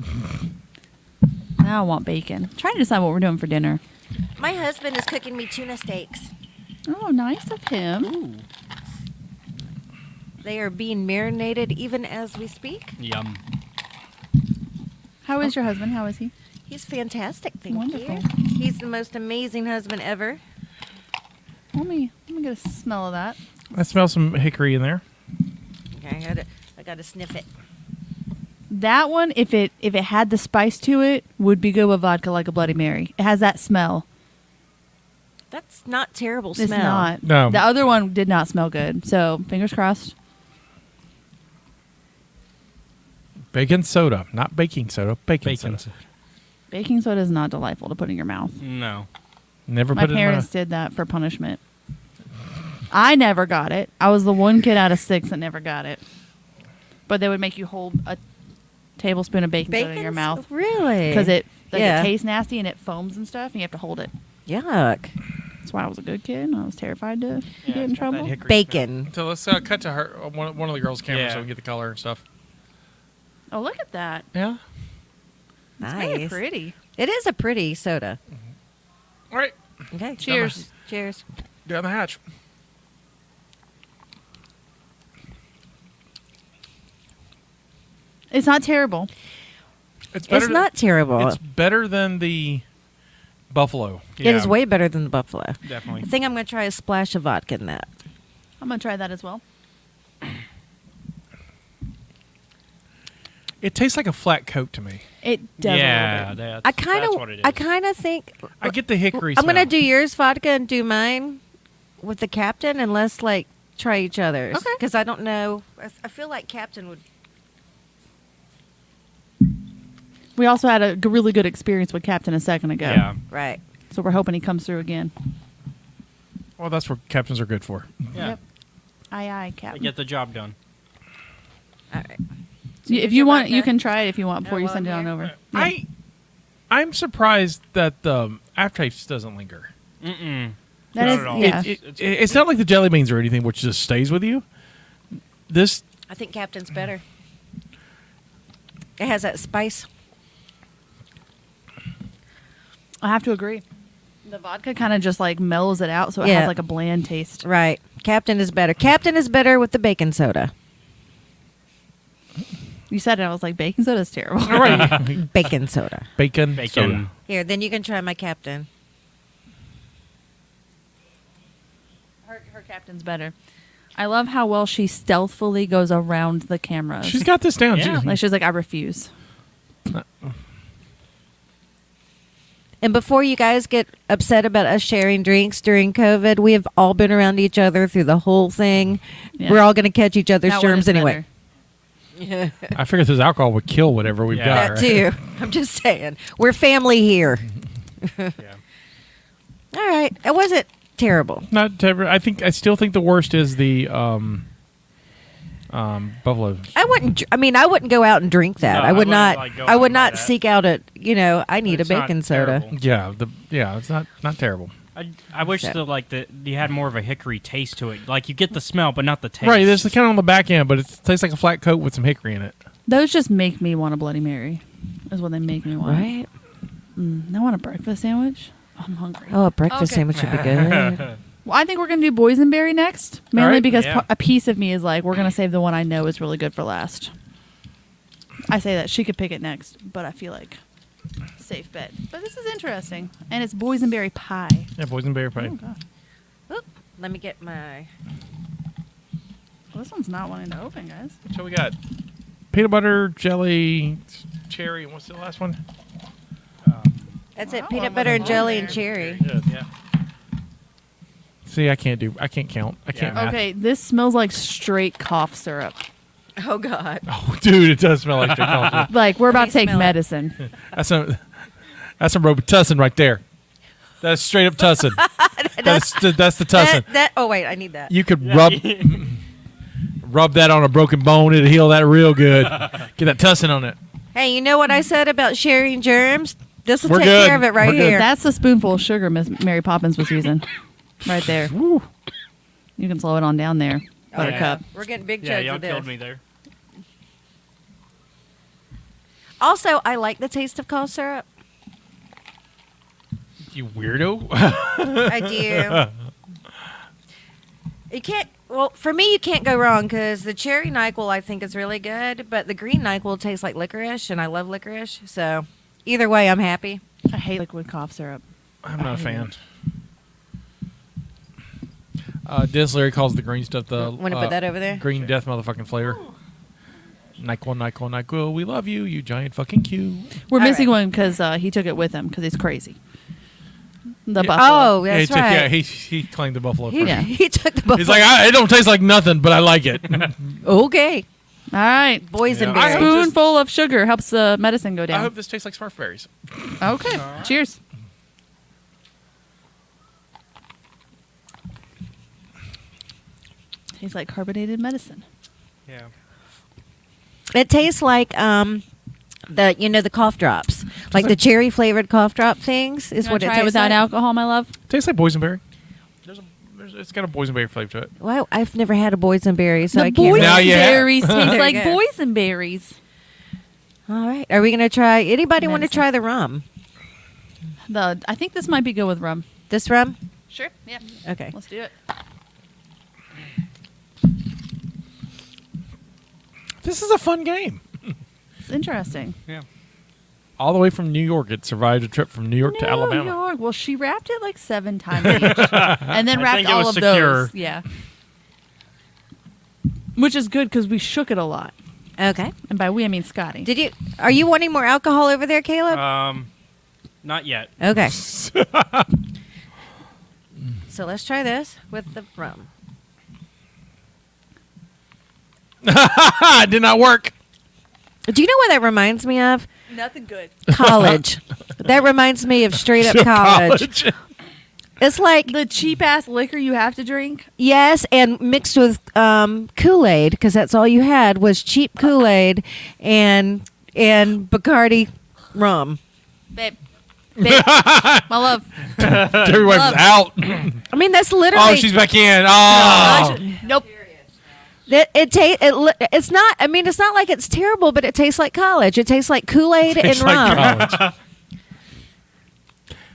[SPEAKER 2] Now I want bacon. I'm trying to decide what we're doing for dinner.
[SPEAKER 3] my husband is cooking me tuna steaks.
[SPEAKER 2] Oh, nice of him.
[SPEAKER 3] They are being marinated even as we speak.
[SPEAKER 4] Yum.
[SPEAKER 2] How is your husband? How is he?
[SPEAKER 3] He's fantastic. Thank
[SPEAKER 2] Wonderful.
[SPEAKER 3] you. He's the most amazing husband ever.
[SPEAKER 2] Let me let me get a smell of that.
[SPEAKER 1] I smell some hickory in there.
[SPEAKER 3] Okay, I gotta, I gotta sniff it.
[SPEAKER 2] That one, if it if it had the spice to it, would be good with vodka like a Bloody Mary. It has that smell.
[SPEAKER 3] That's not terrible
[SPEAKER 2] It's
[SPEAKER 3] smell.
[SPEAKER 2] not.
[SPEAKER 1] No.
[SPEAKER 2] The other one did not smell good. So fingers crossed.
[SPEAKER 1] Bacon soda, not baking soda. Bacon, soda.
[SPEAKER 2] Baking soda is not delightful to put in your mouth.
[SPEAKER 4] No.
[SPEAKER 1] Never
[SPEAKER 2] My
[SPEAKER 1] put it in my.
[SPEAKER 2] parents did that for punishment. I never got it. I was the one kid out of six that never got it. But they would make you hold a tablespoon of baking soda in your
[SPEAKER 3] Bacon's-
[SPEAKER 2] mouth
[SPEAKER 3] Really?
[SPEAKER 2] because it like
[SPEAKER 3] Yeah.
[SPEAKER 2] it tastes nasty and it foams and stuff, and you have to hold it.
[SPEAKER 3] Yuck.
[SPEAKER 2] That's why I was a good kid. and I was terrified to
[SPEAKER 4] Yeah,
[SPEAKER 2] get in
[SPEAKER 4] it's got that
[SPEAKER 2] trouble.
[SPEAKER 4] hickory
[SPEAKER 3] Bacon.
[SPEAKER 1] So let's uh, cut to her uh, one, one of the girls' camera
[SPEAKER 4] Yeah.
[SPEAKER 1] so we can get the color and stuff.
[SPEAKER 2] Oh, look at that!
[SPEAKER 1] Yeah.
[SPEAKER 2] Kinda
[SPEAKER 3] Nice.
[SPEAKER 2] pretty.
[SPEAKER 3] It is a pretty soda.
[SPEAKER 1] All right.
[SPEAKER 3] Okay.
[SPEAKER 2] Cheers.
[SPEAKER 3] Cheers.
[SPEAKER 1] Down the hatch.
[SPEAKER 2] It's not terrible.
[SPEAKER 1] It's better.
[SPEAKER 3] It's not terrible.
[SPEAKER 1] Than, it's better than the buffalo.
[SPEAKER 4] smell.
[SPEAKER 3] It is
[SPEAKER 4] Yeah,
[SPEAKER 3] way better than the buffalo. I
[SPEAKER 4] Definitely.
[SPEAKER 3] think I'm going to try a splash of vodka in that.
[SPEAKER 2] I'm gonna try that as well.
[SPEAKER 1] It tastes like a flat coat to me.
[SPEAKER 2] It does.
[SPEAKER 4] yeah,
[SPEAKER 2] A little bit.
[SPEAKER 4] that's,
[SPEAKER 3] I kind
[SPEAKER 4] that's what it
[SPEAKER 3] of,
[SPEAKER 4] is.
[SPEAKER 3] I kind of think
[SPEAKER 1] I get the hickory.
[SPEAKER 3] I'm going to
[SPEAKER 1] smell.
[SPEAKER 3] do yours vodka and do mine with the captain, and let's like try each other's.
[SPEAKER 2] Okay.
[SPEAKER 3] Because I don't know. I, I feel like captain would.
[SPEAKER 2] We also had a g- really good experience with Captain a second ago.
[SPEAKER 4] Yeah.
[SPEAKER 3] Right.
[SPEAKER 2] So we're hoping he comes through again.
[SPEAKER 1] Well, that's what captains are good for.
[SPEAKER 4] Yeah.
[SPEAKER 2] Yep. aye, aye,
[SPEAKER 4] I
[SPEAKER 2] Captain.
[SPEAKER 4] get the job done.
[SPEAKER 3] All right.
[SPEAKER 2] Y- if
[SPEAKER 3] you
[SPEAKER 2] you
[SPEAKER 3] go
[SPEAKER 2] want,
[SPEAKER 3] back
[SPEAKER 2] you
[SPEAKER 3] there.
[SPEAKER 2] can try it if you want before
[SPEAKER 3] Yeah,
[SPEAKER 2] you
[SPEAKER 3] while
[SPEAKER 2] send it
[SPEAKER 3] I'm
[SPEAKER 2] on
[SPEAKER 3] here.
[SPEAKER 2] over. Yeah.
[SPEAKER 1] I I'm surprised that the aftertaste doesn't linger.
[SPEAKER 4] Mm-mm.
[SPEAKER 2] That
[SPEAKER 4] Not
[SPEAKER 2] is-
[SPEAKER 4] at all.
[SPEAKER 2] yeah.
[SPEAKER 1] It, it, it's not like the jelly beans or anything, which just stays with you. This
[SPEAKER 3] I think Captain's better. It has that spice.
[SPEAKER 2] I have to agree. The vodka kind of just like mellows it out, so it
[SPEAKER 3] Yeah.
[SPEAKER 2] has like a bland taste.
[SPEAKER 3] Right. Captain is better. Captain is better with the baking soda.
[SPEAKER 2] You said it, I was like, baking soda's terrible.
[SPEAKER 3] Baking soda.
[SPEAKER 1] bacon,
[SPEAKER 4] Bacon.
[SPEAKER 1] soda.
[SPEAKER 3] Here, then you can try my Captain.
[SPEAKER 2] her, her captain's better. I love how well she stealthily goes around the cameras.
[SPEAKER 1] She's got this down.
[SPEAKER 4] Yeah.
[SPEAKER 2] like she's like, I refuse.
[SPEAKER 3] And before you guys get upset about us sharing drinks during COVID, we have all been around each other through the whole thing.
[SPEAKER 2] Yeah.
[SPEAKER 3] We're all going to catch each other's
[SPEAKER 2] That one
[SPEAKER 3] germs
[SPEAKER 2] is
[SPEAKER 3] anyway.
[SPEAKER 2] better.
[SPEAKER 1] I figured this alcohol would kill whatever we've
[SPEAKER 4] Yeah.
[SPEAKER 1] got.
[SPEAKER 3] That
[SPEAKER 1] right?
[SPEAKER 3] too. I'm just saying. We're family here.
[SPEAKER 4] Mm-hmm. Yeah.
[SPEAKER 3] All right. It wasn't terrible.
[SPEAKER 1] Not terrible. I think I still think the worst is the um, um, buffalo.
[SPEAKER 3] I wouldn't. dr- I mean, I wouldn't go out and drink that.
[SPEAKER 4] No,
[SPEAKER 3] I
[SPEAKER 4] I
[SPEAKER 3] would
[SPEAKER 4] wouldn't,
[SPEAKER 3] not.
[SPEAKER 4] like, go
[SPEAKER 3] I
[SPEAKER 4] out
[SPEAKER 3] would
[SPEAKER 4] and buy
[SPEAKER 3] not
[SPEAKER 4] that.
[SPEAKER 3] seek out a. You know, I need
[SPEAKER 4] It's
[SPEAKER 3] a
[SPEAKER 4] not
[SPEAKER 3] baking soda.
[SPEAKER 4] terrible.
[SPEAKER 1] Yeah, the yeah, it's not not terrible.
[SPEAKER 4] I, I wish
[SPEAKER 3] So-
[SPEAKER 4] the like the you had more of a hickory taste to it. Like you get the smell, but not the taste.
[SPEAKER 1] Right, this is kind of on the back end, but it tastes like a flat coat with some hickory in it.
[SPEAKER 2] Those just make me want a Bloody Mary, is what they make me want.
[SPEAKER 3] Right.
[SPEAKER 2] Mm, I want a breakfast sandwich. I'm hungry.
[SPEAKER 3] Oh, a breakfast
[SPEAKER 2] Okay.
[SPEAKER 3] sandwich would be good.
[SPEAKER 2] Well, I think we're going to do boysenberry next, mainly
[SPEAKER 1] right.
[SPEAKER 2] because
[SPEAKER 4] Yeah.
[SPEAKER 2] pa- a piece of me is like, we're going to save the one I know is really good for last. I say that she could pick it next, but I feel like safe bet. But this is interesting, and it's boysenberry pie.
[SPEAKER 1] Yeah, boysenberry pie.
[SPEAKER 3] Oop, let me get my.
[SPEAKER 2] Well, this one's not wanting to open, guys.
[SPEAKER 1] So we got peanut butter, jelly, cherry. and What's the last one?
[SPEAKER 3] That's
[SPEAKER 2] Wow,
[SPEAKER 3] it. Peanut
[SPEAKER 2] one
[SPEAKER 3] butter
[SPEAKER 2] was
[SPEAKER 3] and
[SPEAKER 2] on
[SPEAKER 3] jelly
[SPEAKER 2] there.
[SPEAKER 3] and cherry.
[SPEAKER 4] Yeah.
[SPEAKER 1] See, I can't do. I can't count. I can't.
[SPEAKER 4] Yeah.
[SPEAKER 1] Math.
[SPEAKER 2] Okay, this smells like straight cough syrup.
[SPEAKER 3] Oh God.
[SPEAKER 1] Oh, dude, it does smell like your coffee.
[SPEAKER 2] Like we're about to
[SPEAKER 3] me
[SPEAKER 2] take
[SPEAKER 3] smell it.
[SPEAKER 2] medicine.
[SPEAKER 1] That's some. That's some Robitussin right there. That's straight up tussin. that's the, that's the tussin.
[SPEAKER 3] That, that. Oh wait, I need that.
[SPEAKER 1] You could rub rub that on a broken bone. It'd heal that real good. Get that tussin on it.
[SPEAKER 3] Hey, you know what
[SPEAKER 4] Mm-hmm.
[SPEAKER 3] I said about sharing germs? This will
[SPEAKER 1] We're
[SPEAKER 3] take
[SPEAKER 1] good.
[SPEAKER 3] care of it right
[SPEAKER 1] We're good.
[SPEAKER 3] here.
[SPEAKER 2] That's the spoonful of sugar Miss Mary Poppins was using, right there.
[SPEAKER 1] Woo.
[SPEAKER 2] You can slow it on down there,
[SPEAKER 3] Oh, yeah.
[SPEAKER 2] Buttercup.
[SPEAKER 3] We're getting big
[SPEAKER 4] Yeah,
[SPEAKER 3] jugs
[SPEAKER 4] y'all
[SPEAKER 3] of this.
[SPEAKER 4] killed me there.
[SPEAKER 3] Also, I like the taste of cough syrup.
[SPEAKER 1] You weirdo.
[SPEAKER 3] I do. You can't. Well, for me, you can't go wrong because the cherry Nyquil I think is really good, but the green Nyquil tastes like licorice, and I love licorice. So, either way, I'm happy.
[SPEAKER 2] I hate liquid cough syrup.
[SPEAKER 1] I'm not a fan. Uh, Dennis Leary calls the green stuff the
[SPEAKER 3] Want to
[SPEAKER 1] uh,
[SPEAKER 3] put that over there?
[SPEAKER 1] green death motherfucking flavor. Nyquil, Nyquil, Nyquil, we love you, you giant fucking Q.
[SPEAKER 2] We're
[SPEAKER 3] All
[SPEAKER 2] missing
[SPEAKER 3] right.
[SPEAKER 2] one because uh, he took it with him because he's crazy. The
[SPEAKER 1] Yeah.
[SPEAKER 2] buffalo.
[SPEAKER 3] Oh, that's
[SPEAKER 1] yeah, he took- yeah,
[SPEAKER 3] right.
[SPEAKER 1] he, he claimed the buffalo.
[SPEAKER 3] he,
[SPEAKER 1] first.
[SPEAKER 2] Yeah.
[SPEAKER 3] he took the buffalo.
[SPEAKER 1] He's like, I, it don't taste like nothing, but I like it.
[SPEAKER 3] okay,
[SPEAKER 2] All right.
[SPEAKER 1] I hope
[SPEAKER 3] boysenberry.
[SPEAKER 1] this-
[SPEAKER 2] Spoonful of sugar helps the medicine go
[SPEAKER 1] I
[SPEAKER 2] down.
[SPEAKER 1] hope this tastes like Smurfberries.
[SPEAKER 2] Okay. Cheers. Tastes like carbonated medicine.
[SPEAKER 4] Yeah.
[SPEAKER 3] It tastes like um, the you know the cough drops, like the cherry flavored cough drop things is
[SPEAKER 2] You wanna
[SPEAKER 3] what it
[SPEAKER 2] try
[SPEAKER 3] tastes
[SPEAKER 2] it without
[SPEAKER 3] like.
[SPEAKER 2] alcohol, my love.
[SPEAKER 1] Tastes like boysenberry. There's a, there's, it's got a boysenberry flavor to it.
[SPEAKER 3] Well, I've never had a boysenberry, so I
[SPEAKER 2] the
[SPEAKER 3] can't. really-
[SPEAKER 1] Now you have.
[SPEAKER 2] boysenberries taste
[SPEAKER 3] you
[SPEAKER 2] like
[SPEAKER 3] go.
[SPEAKER 2] boysenberries.
[SPEAKER 3] All right, are we gonna try? Anybody want to
[SPEAKER 2] Medicine.
[SPEAKER 3] try the rum?
[SPEAKER 2] The I think this might be good with rum.
[SPEAKER 3] This rum?
[SPEAKER 2] Sure. Yeah.
[SPEAKER 3] Okay.
[SPEAKER 2] Let's do it.
[SPEAKER 1] This is a fun game.
[SPEAKER 2] It's interesting.
[SPEAKER 4] Yeah.
[SPEAKER 1] All the way from New York, it survived a trip from New York to
[SPEAKER 2] New
[SPEAKER 1] Alabama.
[SPEAKER 2] York. Well, she wrapped it like seven times each, and then
[SPEAKER 4] I
[SPEAKER 2] wrapped
[SPEAKER 4] think it
[SPEAKER 2] all
[SPEAKER 4] was
[SPEAKER 2] of
[SPEAKER 4] secure.
[SPEAKER 2] those. Yeah. Which is good because we shook it a lot,
[SPEAKER 3] Okay.
[SPEAKER 2] and by we I mean Scotty.
[SPEAKER 3] Did you? Are you wanting more alcohol over there, Caleb?
[SPEAKER 4] Um, not yet.
[SPEAKER 2] Uh,
[SPEAKER 3] okay. so let's try this with the rum.
[SPEAKER 1] Ah, it did not work.
[SPEAKER 3] Do you know what that reminds me of?
[SPEAKER 2] Nothing good.
[SPEAKER 3] College. that reminds me of straight up college. It's like
[SPEAKER 2] The cheap ass liquor you have to drink.
[SPEAKER 3] yes, and mixed with um, Kool Aid because that's all you had was cheap Kool Aid and and Bacardi rum.
[SPEAKER 2] Babe. Babe. My love.
[SPEAKER 4] Oh.
[SPEAKER 1] Everybody's
[SPEAKER 2] Love.
[SPEAKER 1] out.
[SPEAKER 3] I mean, that's literally.
[SPEAKER 1] Oh, she's back in. Oh,
[SPEAKER 2] Nope.
[SPEAKER 3] That it ta- it li- it's not I mean it's not like it's terrible but it tastes like college. It tastes like Kool-Aid and
[SPEAKER 1] Tastes like
[SPEAKER 3] rum.
[SPEAKER 1] college.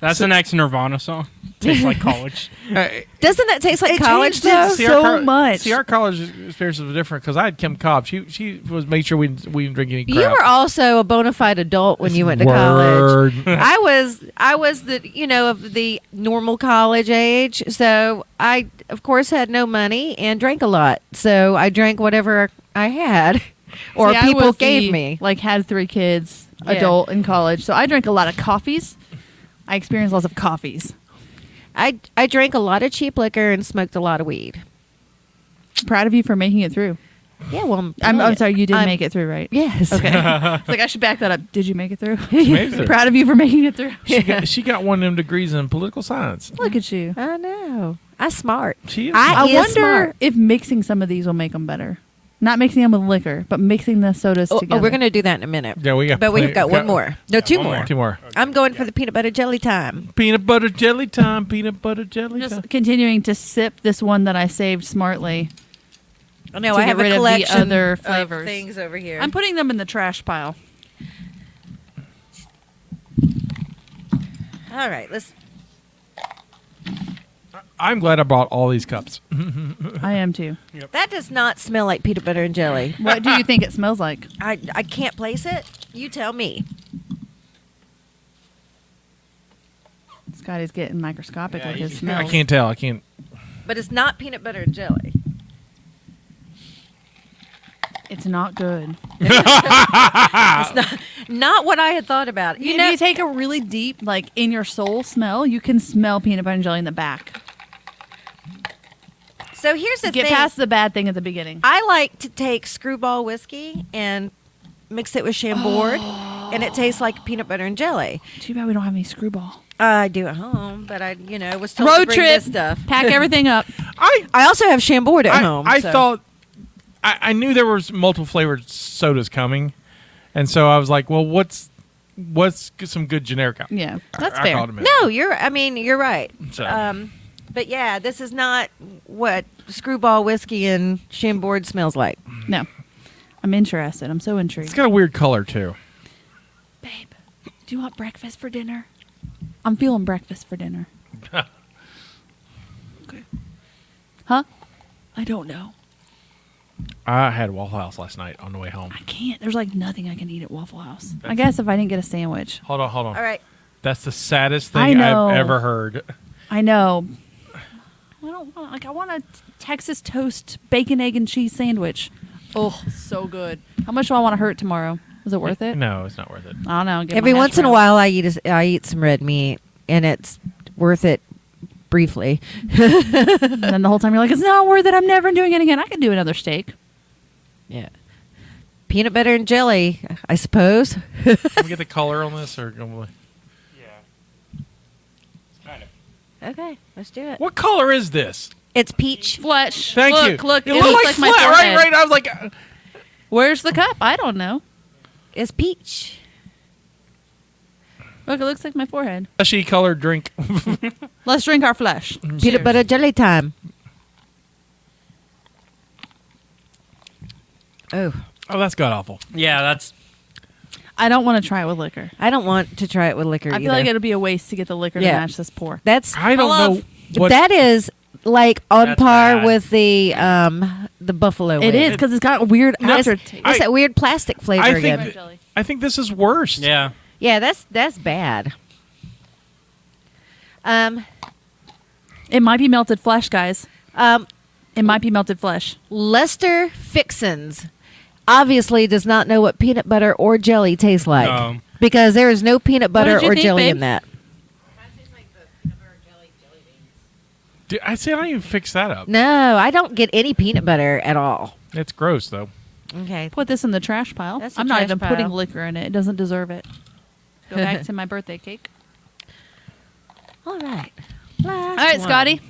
[SPEAKER 4] That's the next Nirvana song. Tastes like college.
[SPEAKER 1] Hey,
[SPEAKER 3] Doesn't that taste like college
[SPEAKER 2] changed it
[SPEAKER 3] though?
[SPEAKER 2] so much.
[SPEAKER 1] See, our college experiences were different because I had Kim Cobb. She she was made sure we didn't, we didn't drink any crap.
[SPEAKER 3] You were also a bona fide adult when you went to college. I was I was the you know of the normal college age. So I of course had no money and drank a lot. So I drank whatever I had or
[SPEAKER 2] See, I
[SPEAKER 3] people
[SPEAKER 2] was
[SPEAKER 3] gave
[SPEAKER 2] the,
[SPEAKER 3] me.
[SPEAKER 2] Like had three kids,
[SPEAKER 3] Yeah.
[SPEAKER 2] adult in college. So I drank a lot of coffees. I experienced lots of coffees.
[SPEAKER 3] I I drank a lot of cheap liquor and smoked a lot of weed.
[SPEAKER 2] Proud of you for making it through.
[SPEAKER 3] Yeah, well,
[SPEAKER 2] I'm, Oh, I'm sorry, you did
[SPEAKER 3] I'm-
[SPEAKER 2] make it through, right?
[SPEAKER 3] Yes.
[SPEAKER 2] Okay. it's like I should back that up. Did you make it through?
[SPEAKER 1] made it through.
[SPEAKER 2] Proud of you for making it through.
[SPEAKER 1] She got, she got one of them degrees in political science.
[SPEAKER 2] Look at you.
[SPEAKER 3] I know. I smart.
[SPEAKER 1] She is
[SPEAKER 3] I,
[SPEAKER 2] I
[SPEAKER 3] is
[SPEAKER 2] wonder
[SPEAKER 3] smart.
[SPEAKER 2] if mixing some of these will make them better. Not mixing them with liquor, but mixing the sodas
[SPEAKER 3] Oh,
[SPEAKER 2] together.
[SPEAKER 3] we're gonna do that in a minute.
[SPEAKER 1] Yeah, we got
[SPEAKER 3] But
[SPEAKER 1] plenty-
[SPEAKER 3] we've got
[SPEAKER 1] got-
[SPEAKER 3] one more. No, two more.
[SPEAKER 1] Two more.
[SPEAKER 3] I'm going for the peanut butter jelly time.
[SPEAKER 1] Peanut butter jelly time. Peanut butter jelly time.
[SPEAKER 2] just continuing to sip this one that I saved smartly.
[SPEAKER 3] Oh, No,
[SPEAKER 2] To get
[SPEAKER 3] I have a
[SPEAKER 2] rid of the
[SPEAKER 3] collection
[SPEAKER 2] other
[SPEAKER 3] of
[SPEAKER 2] flavors.
[SPEAKER 3] things over here.
[SPEAKER 2] I'm putting them in the trash pile.
[SPEAKER 3] All right, let's.
[SPEAKER 1] I'm glad I bought all these cups.
[SPEAKER 2] I am too.
[SPEAKER 3] That does not smell like peanut butter and jelly.
[SPEAKER 2] What do you think it smells like?
[SPEAKER 3] I I can't place it. You tell me.
[SPEAKER 2] Scotty's getting microscopic with his
[SPEAKER 1] I
[SPEAKER 2] smells.
[SPEAKER 1] can't tell. I can't.
[SPEAKER 3] But it's not peanut butter and jelly.
[SPEAKER 2] It's not good.
[SPEAKER 3] Not what I had thought about. You
[SPEAKER 2] if
[SPEAKER 3] know,
[SPEAKER 2] you take a really deep, like in your soul smell, you can smell peanut butter and jelly in the back.
[SPEAKER 3] so here's the
[SPEAKER 2] Get
[SPEAKER 3] thing.
[SPEAKER 2] past the bad thing at the beginning.
[SPEAKER 3] I like to take screwball whiskey and mix it with Chambord, and it tastes like peanut butter and jelly.
[SPEAKER 2] Too bad we don't have any screwball.
[SPEAKER 3] I do at home, but I, you know, was told to
[SPEAKER 2] Road
[SPEAKER 3] bring
[SPEAKER 2] trip
[SPEAKER 3] this stuff.
[SPEAKER 2] Pack everything up.
[SPEAKER 1] I
[SPEAKER 3] I also have Chambord at
[SPEAKER 1] I,
[SPEAKER 3] home.
[SPEAKER 1] I
[SPEAKER 3] so-
[SPEAKER 1] thought I, I knew there was multiple flavored sodas coming, and so I was like, well, what's what's g- some good generic? al-
[SPEAKER 2] Yeah, that's
[SPEAKER 1] al-
[SPEAKER 2] fair. uh,
[SPEAKER 1] alcohol to mix?
[SPEAKER 3] No, you're. I mean, you're right.
[SPEAKER 1] So.
[SPEAKER 3] Um, but yeah, this is not what screwball whiskey and Chambord smells like.
[SPEAKER 2] No, I'm interested. I'm so
[SPEAKER 1] It's
[SPEAKER 2] intrigued.
[SPEAKER 1] got a weird color too.
[SPEAKER 2] Babe, do you want breakfast for dinner? I'm feeling breakfast for dinner. okay. Huh? I don't know.
[SPEAKER 1] I had Waffle House last night on the way home.
[SPEAKER 2] I can't. There's like nothing I can eat at Waffle House. I guess if I didn't get a sandwich.
[SPEAKER 1] Hold on, hold on.
[SPEAKER 3] All right.
[SPEAKER 1] That's the saddest
[SPEAKER 2] I
[SPEAKER 1] thing
[SPEAKER 2] know.
[SPEAKER 1] I've ever heard.
[SPEAKER 2] I know. I don't want like I want a Texas toast bacon egg and cheese sandwich. Oh, so good. How much do I want to hurt tomorrow? Is it worth it?
[SPEAKER 1] No, it's not worth it.
[SPEAKER 2] I don't know. get
[SPEAKER 3] Every
[SPEAKER 2] my hash
[SPEAKER 3] once in a
[SPEAKER 2] brown.
[SPEAKER 3] while, I eat. A, I eat some red meat, and it's worth it briefly.
[SPEAKER 2] and then the whole time you're like, it's not worth it. I'm never doing it again. I can do another steak.
[SPEAKER 3] Yeah. Peanut butter and jelly, I suppose.
[SPEAKER 1] Can we get the color on this or can we-
[SPEAKER 3] okay, let's do it.
[SPEAKER 1] what color is this?
[SPEAKER 3] It's peach.
[SPEAKER 2] Flesh.
[SPEAKER 1] Thank
[SPEAKER 2] look,
[SPEAKER 1] you.
[SPEAKER 2] Look,
[SPEAKER 1] it
[SPEAKER 2] it looks like, my
[SPEAKER 1] flat, right?
[SPEAKER 2] forehead.
[SPEAKER 1] Right. I was like, uh,
[SPEAKER 2] Where's the cup? I don't know.
[SPEAKER 3] It's peach.
[SPEAKER 2] Look, it looks like my forehead.
[SPEAKER 1] fleshy colored drink.
[SPEAKER 2] Let's drink our flesh.
[SPEAKER 3] Peanut butter jelly time. Oh,
[SPEAKER 1] oh, that's god awful.
[SPEAKER 4] Yeah, that's
[SPEAKER 2] I don't want to try it with liquor.
[SPEAKER 3] I don't want to try it with liquor.
[SPEAKER 2] I feel
[SPEAKER 3] either.
[SPEAKER 2] like it'll be a waste to get the liquor
[SPEAKER 3] Yeah.
[SPEAKER 2] to match this pour.
[SPEAKER 3] That's
[SPEAKER 1] I don't
[SPEAKER 2] love-
[SPEAKER 1] know what
[SPEAKER 3] that is like on
[SPEAKER 4] That's
[SPEAKER 3] par
[SPEAKER 4] bad.
[SPEAKER 3] with the um the buffalo.
[SPEAKER 2] It is because it's got a weird
[SPEAKER 1] No,
[SPEAKER 3] It's,
[SPEAKER 2] aftertaste.
[SPEAKER 3] it's
[SPEAKER 1] I-
[SPEAKER 3] that weird plastic flavor
[SPEAKER 1] I think.
[SPEAKER 3] again.
[SPEAKER 2] th-
[SPEAKER 1] th- I think this is worse.
[SPEAKER 4] yeah.
[SPEAKER 3] yeah, that's that's bad. Um,
[SPEAKER 2] It might be melted flesh, guys.
[SPEAKER 3] um,
[SPEAKER 2] It might be melted flesh.
[SPEAKER 3] Lester Fixins obviously does not know what peanut butter or jelly tastes like
[SPEAKER 4] No.
[SPEAKER 3] because there is no peanut butter
[SPEAKER 2] did you
[SPEAKER 3] or
[SPEAKER 2] think,
[SPEAKER 3] jelly
[SPEAKER 2] babe?
[SPEAKER 3] in that.
[SPEAKER 1] Dude, I see. I don't even fix that up.
[SPEAKER 3] No, I don't get any peanut butter at all.
[SPEAKER 1] It's gross though.
[SPEAKER 3] Okay.
[SPEAKER 2] Put this in the trash pile.
[SPEAKER 3] That's the
[SPEAKER 2] I'm not
[SPEAKER 3] trash
[SPEAKER 2] even
[SPEAKER 3] pile.
[SPEAKER 2] putting liquor in it. It doesn't deserve it. Go back to my birthday cake.
[SPEAKER 3] All right. All
[SPEAKER 2] All right, Scotty.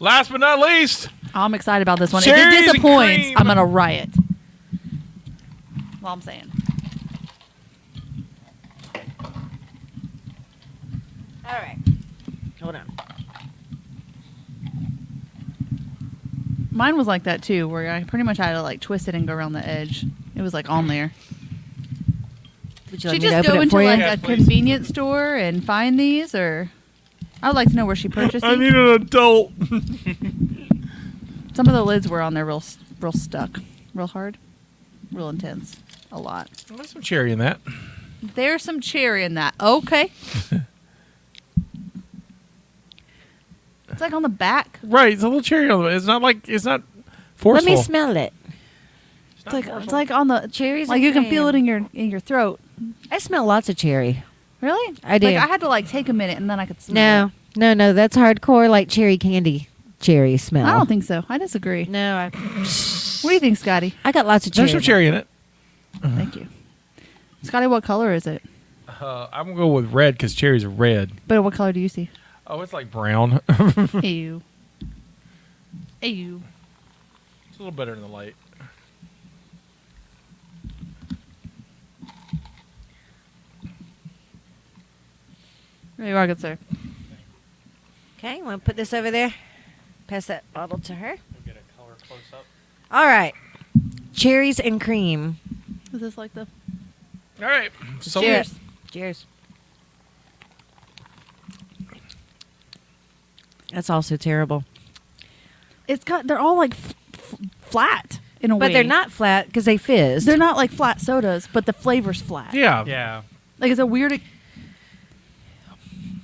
[SPEAKER 1] Last but not least,
[SPEAKER 2] I'm excited about this one.
[SPEAKER 1] Cherries
[SPEAKER 2] if
[SPEAKER 1] and
[SPEAKER 2] it disappoints,
[SPEAKER 1] cream.
[SPEAKER 2] I'm gonna riot. That's all I'm saying.
[SPEAKER 3] All right. Hold on.
[SPEAKER 2] Mine was like that too, where I pretty much had to like twist it and go around the edge. It was like on there.
[SPEAKER 3] Would
[SPEAKER 2] Should she just go into like
[SPEAKER 1] Yes,
[SPEAKER 2] a
[SPEAKER 1] please.
[SPEAKER 2] convenience store and find these, or I would like to know where she purchased
[SPEAKER 1] I
[SPEAKER 2] these.
[SPEAKER 1] need an adult.
[SPEAKER 2] Some of the lids were on there, real, s- real stuck, real hard, real intense, a lot.
[SPEAKER 1] There's some cherry in that.
[SPEAKER 2] There's some cherry in that. Okay. it's like on the back.
[SPEAKER 1] Right, it's a little cherry on the. It's not like it's not forceful.
[SPEAKER 3] Let me smell it.
[SPEAKER 2] It's like it's like on the
[SPEAKER 3] Cherries
[SPEAKER 2] Like
[SPEAKER 3] and
[SPEAKER 2] you can feel it
[SPEAKER 3] cream.
[SPEAKER 2] in your in your throat.
[SPEAKER 3] I smell lots of cherry.
[SPEAKER 2] Really?
[SPEAKER 3] I do.
[SPEAKER 2] Like I had to like take a minute and then I could smell.
[SPEAKER 3] No, no, no. That's hardcore, like cherry candy, cherry
[SPEAKER 2] it.
[SPEAKER 3] smell.
[SPEAKER 2] I don't think so. I disagree.
[SPEAKER 3] No, I,
[SPEAKER 2] What do you think, Scotty?
[SPEAKER 3] I got lots of cherry.
[SPEAKER 1] There's some cherry in it.
[SPEAKER 2] Thank you. Scotty, what color is it?
[SPEAKER 1] Uh, I'm gonna go with red because cherries are red.
[SPEAKER 2] But what color do you see?
[SPEAKER 1] Oh, it's like brown.
[SPEAKER 2] Ew. Ew.
[SPEAKER 1] It's a little better in the light.
[SPEAKER 2] There you are, good sir.
[SPEAKER 3] Okay, I'm gonna put this over there. Pass that bottle to her. All right, cherries and cream.
[SPEAKER 2] Is this like the
[SPEAKER 1] All right. So
[SPEAKER 2] Cheers.
[SPEAKER 3] Cheers. That's also terrible.
[SPEAKER 2] It's got. They're all like f- f- flat in a way.
[SPEAKER 3] But they're not flat because they fizz.
[SPEAKER 2] They're not like flat sodas, but the flavor's flat.
[SPEAKER 1] Yeah.
[SPEAKER 4] Yeah.
[SPEAKER 2] Like it's a weird. e-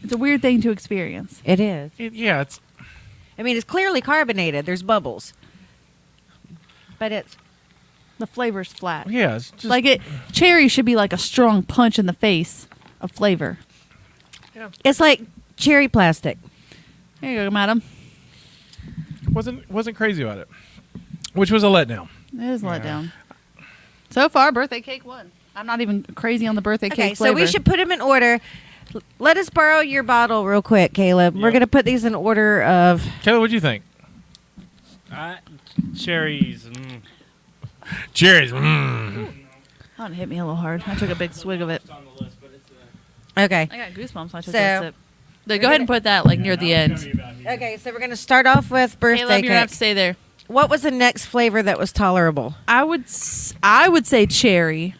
[SPEAKER 2] It's a weird thing to experience.
[SPEAKER 3] It is.
[SPEAKER 1] It- yeah. It's
[SPEAKER 3] I mean, it's clearly carbonated. There's bubbles. But it's
[SPEAKER 2] The flavor's flat.
[SPEAKER 1] yeah. It's just
[SPEAKER 2] like it, cherry should be like a strong punch in the face of flavor.
[SPEAKER 3] it's like cherry plastic.
[SPEAKER 2] There you go, madam.
[SPEAKER 1] wasn't wasn't crazy about it, which was a letdown.
[SPEAKER 2] It is a letdown. So far, birthday cake won. I'm not even crazy on the birthday
[SPEAKER 3] Okay,
[SPEAKER 2] cake
[SPEAKER 3] so we
[SPEAKER 2] flavor.
[SPEAKER 3] should put them in order. L- Let us borrow your bottle real quick, Caleb. We're
[SPEAKER 4] Yep.
[SPEAKER 3] gonna put these in order of.
[SPEAKER 1] Kelly, what do you think?
[SPEAKER 4] Uh, cherries. Mm.
[SPEAKER 1] Cherries. Mm.
[SPEAKER 2] Oh, it hit me a little hard. I took a big swig of it.
[SPEAKER 4] It's on the list, but it's, uh,
[SPEAKER 3] Okay.
[SPEAKER 2] I got goosebumps. When I took
[SPEAKER 3] So-
[SPEAKER 2] that sip. Then go ahead and put that like near the
[SPEAKER 4] I'll tell
[SPEAKER 2] end.
[SPEAKER 4] you about it.
[SPEAKER 3] Okay, so we're gonna start off with birthday
[SPEAKER 2] Caleb, you're gonna have to
[SPEAKER 3] cake.
[SPEAKER 2] stay there.
[SPEAKER 3] What was the next flavor that was tolerable?
[SPEAKER 2] I would, s- I would say cherry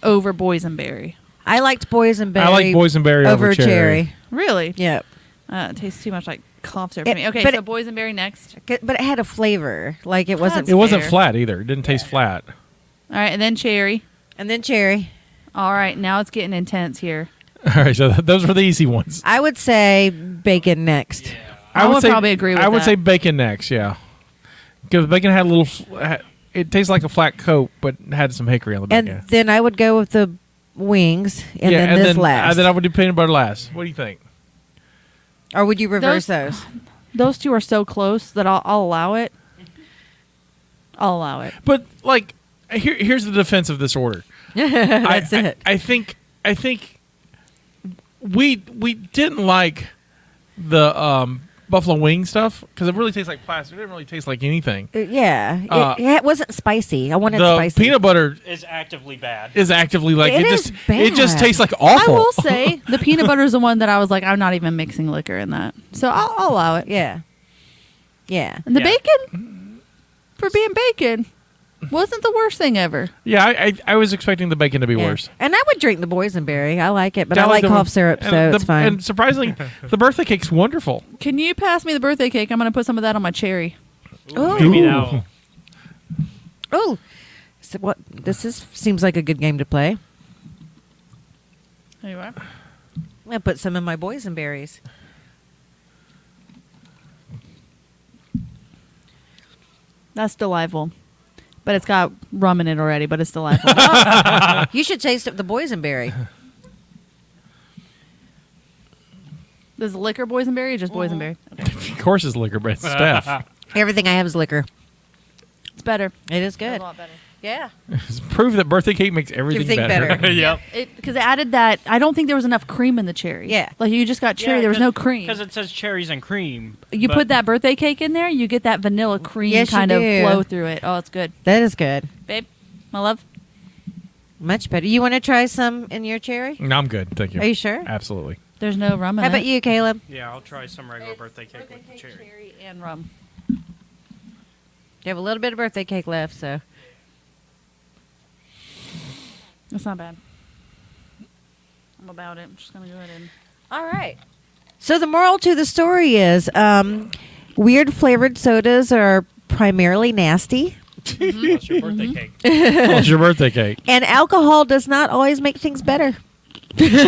[SPEAKER 2] over boysenberry.
[SPEAKER 3] I liked boysenberry.
[SPEAKER 1] I like boysenberry over,
[SPEAKER 3] over cherry.
[SPEAKER 2] Really?
[SPEAKER 3] Yep.
[SPEAKER 2] Uh, it tastes too much like cough syrup to
[SPEAKER 3] It-
[SPEAKER 2] me. Okay,
[SPEAKER 3] but
[SPEAKER 2] so
[SPEAKER 3] it-
[SPEAKER 2] boysenberry next.
[SPEAKER 3] C- But it had a flavor. Like it wasn't.
[SPEAKER 1] It wasn't
[SPEAKER 2] Fair.
[SPEAKER 1] flat either. It didn't taste flat.
[SPEAKER 2] All right, and then cherry.
[SPEAKER 3] And then cherry.
[SPEAKER 2] All right, now it's getting intense here.
[SPEAKER 1] All right. So th- those were the easy ones.
[SPEAKER 3] I would say bacon next.
[SPEAKER 2] I would probably agree with
[SPEAKER 1] I would
[SPEAKER 2] that.
[SPEAKER 1] say bacon next. Yeah. Because bacon had a little. fl- ha- It tastes like a flat coat, but had some hickory on the back
[SPEAKER 3] And
[SPEAKER 1] end.
[SPEAKER 3] then I would go with the wings, and
[SPEAKER 1] yeah,
[SPEAKER 3] then
[SPEAKER 1] and
[SPEAKER 3] this
[SPEAKER 1] then,
[SPEAKER 3] last.
[SPEAKER 1] And then I would do peanut butter last. What do you think?
[SPEAKER 3] or would you reverse
[SPEAKER 2] Those-
[SPEAKER 3] those?
[SPEAKER 2] Those two are so close that I'll, I'll allow it. I'll allow it.
[SPEAKER 1] But like, here, here's the defense of this order.
[SPEAKER 3] That's
[SPEAKER 1] I,
[SPEAKER 3] it.
[SPEAKER 1] I, I think I think we we didn't like the um, buffalo wing stuff because it really tastes like plastic. It didn't really taste like anything.
[SPEAKER 3] Uh, Yeah, it,
[SPEAKER 1] Uh,
[SPEAKER 3] yeah, it wasn't spicy. I wanted
[SPEAKER 1] the
[SPEAKER 3] spicy.
[SPEAKER 1] peanut butter
[SPEAKER 4] Is actively bad.
[SPEAKER 1] is actively like
[SPEAKER 3] It
[SPEAKER 1] it,
[SPEAKER 3] is
[SPEAKER 1] just it just
[SPEAKER 3] bad.
[SPEAKER 1] tastes like awful.
[SPEAKER 2] I will say the peanut butter is the one that I was like, I'm not even mixing liquor in that, so I'll, I'll allow it.
[SPEAKER 3] yeah, yeah.
[SPEAKER 2] And the
[SPEAKER 4] Yeah.
[SPEAKER 2] bacon, for being bacon, wasn't the worst thing ever.
[SPEAKER 1] yeah, I, I I was expecting the bacon to be
[SPEAKER 3] yeah.
[SPEAKER 1] worse.
[SPEAKER 3] And I would drink the boysenberry. I like it, but
[SPEAKER 1] Yeah,
[SPEAKER 3] I like
[SPEAKER 1] the-
[SPEAKER 3] cough syrup, so
[SPEAKER 1] and the-
[SPEAKER 3] it's fine.
[SPEAKER 1] And surprisingly, the birthday cake's wonderful.
[SPEAKER 2] Can you pass me the birthday cake? I'm gonna put some of that on my cherry.
[SPEAKER 3] Ooh.
[SPEAKER 4] Maybe
[SPEAKER 1] Ooh.
[SPEAKER 4] that one.
[SPEAKER 3] Oh, so what? This is seems like a good game to play.
[SPEAKER 2] There you are.
[SPEAKER 3] I'm gonna put some in my boysenberries.
[SPEAKER 2] That's delightful, but it's got rum in it already. But it's delightful.
[SPEAKER 3] you should taste up the boysenberry.
[SPEAKER 2] There's liquor boysenberry or just boysenberry? Okay.
[SPEAKER 1] Of course, it's liquor, but it's Steph.
[SPEAKER 3] Everything I have is liquor.
[SPEAKER 2] It's better.
[SPEAKER 3] It is
[SPEAKER 2] It's
[SPEAKER 3] good.
[SPEAKER 2] a lot better.
[SPEAKER 3] Yeah.
[SPEAKER 1] Just prove that birthday cake makes everything,
[SPEAKER 3] Everything better.
[SPEAKER 4] yep.
[SPEAKER 2] Because they added that. I don't think there was enough cream in the cherry.
[SPEAKER 3] Yeah.
[SPEAKER 2] Like you just got cherry. there was no cream.
[SPEAKER 4] Because it says cherries and cream.
[SPEAKER 2] You
[SPEAKER 4] but-
[SPEAKER 2] put that birthday cake in there, you get that vanilla cream
[SPEAKER 3] Yes, you
[SPEAKER 2] kind of
[SPEAKER 3] do.
[SPEAKER 2] flow through it. Oh, it's good.
[SPEAKER 3] That is good.
[SPEAKER 2] Babe, my love.
[SPEAKER 3] Much better. You want to try some in your cherry?
[SPEAKER 1] No, I'm good. Thank you.
[SPEAKER 3] Are you sure?
[SPEAKER 1] Absolutely.
[SPEAKER 2] There's no rum in
[SPEAKER 3] How
[SPEAKER 2] it.
[SPEAKER 3] about you, Caleb?
[SPEAKER 4] Yeah, I'll try some regular birthday cake with the cherry.
[SPEAKER 2] and rum.
[SPEAKER 3] You have a little bit of birthday cake left, so.
[SPEAKER 2] That's not bad. I'm about it. I'm just gonna go ahead and.
[SPEAKER 3] All right. So the moral to the story is um, weird flavored sodas are primarily nasty,
[SPEAKER 4] That's your birthday
[SPEAKER 2] Mm-hmm.
[SPEAKER 4] cake.
[SPEAKER 1] Oh, it's your birthday cake.
[SPEAKER 3] and alcohol does not always make things better.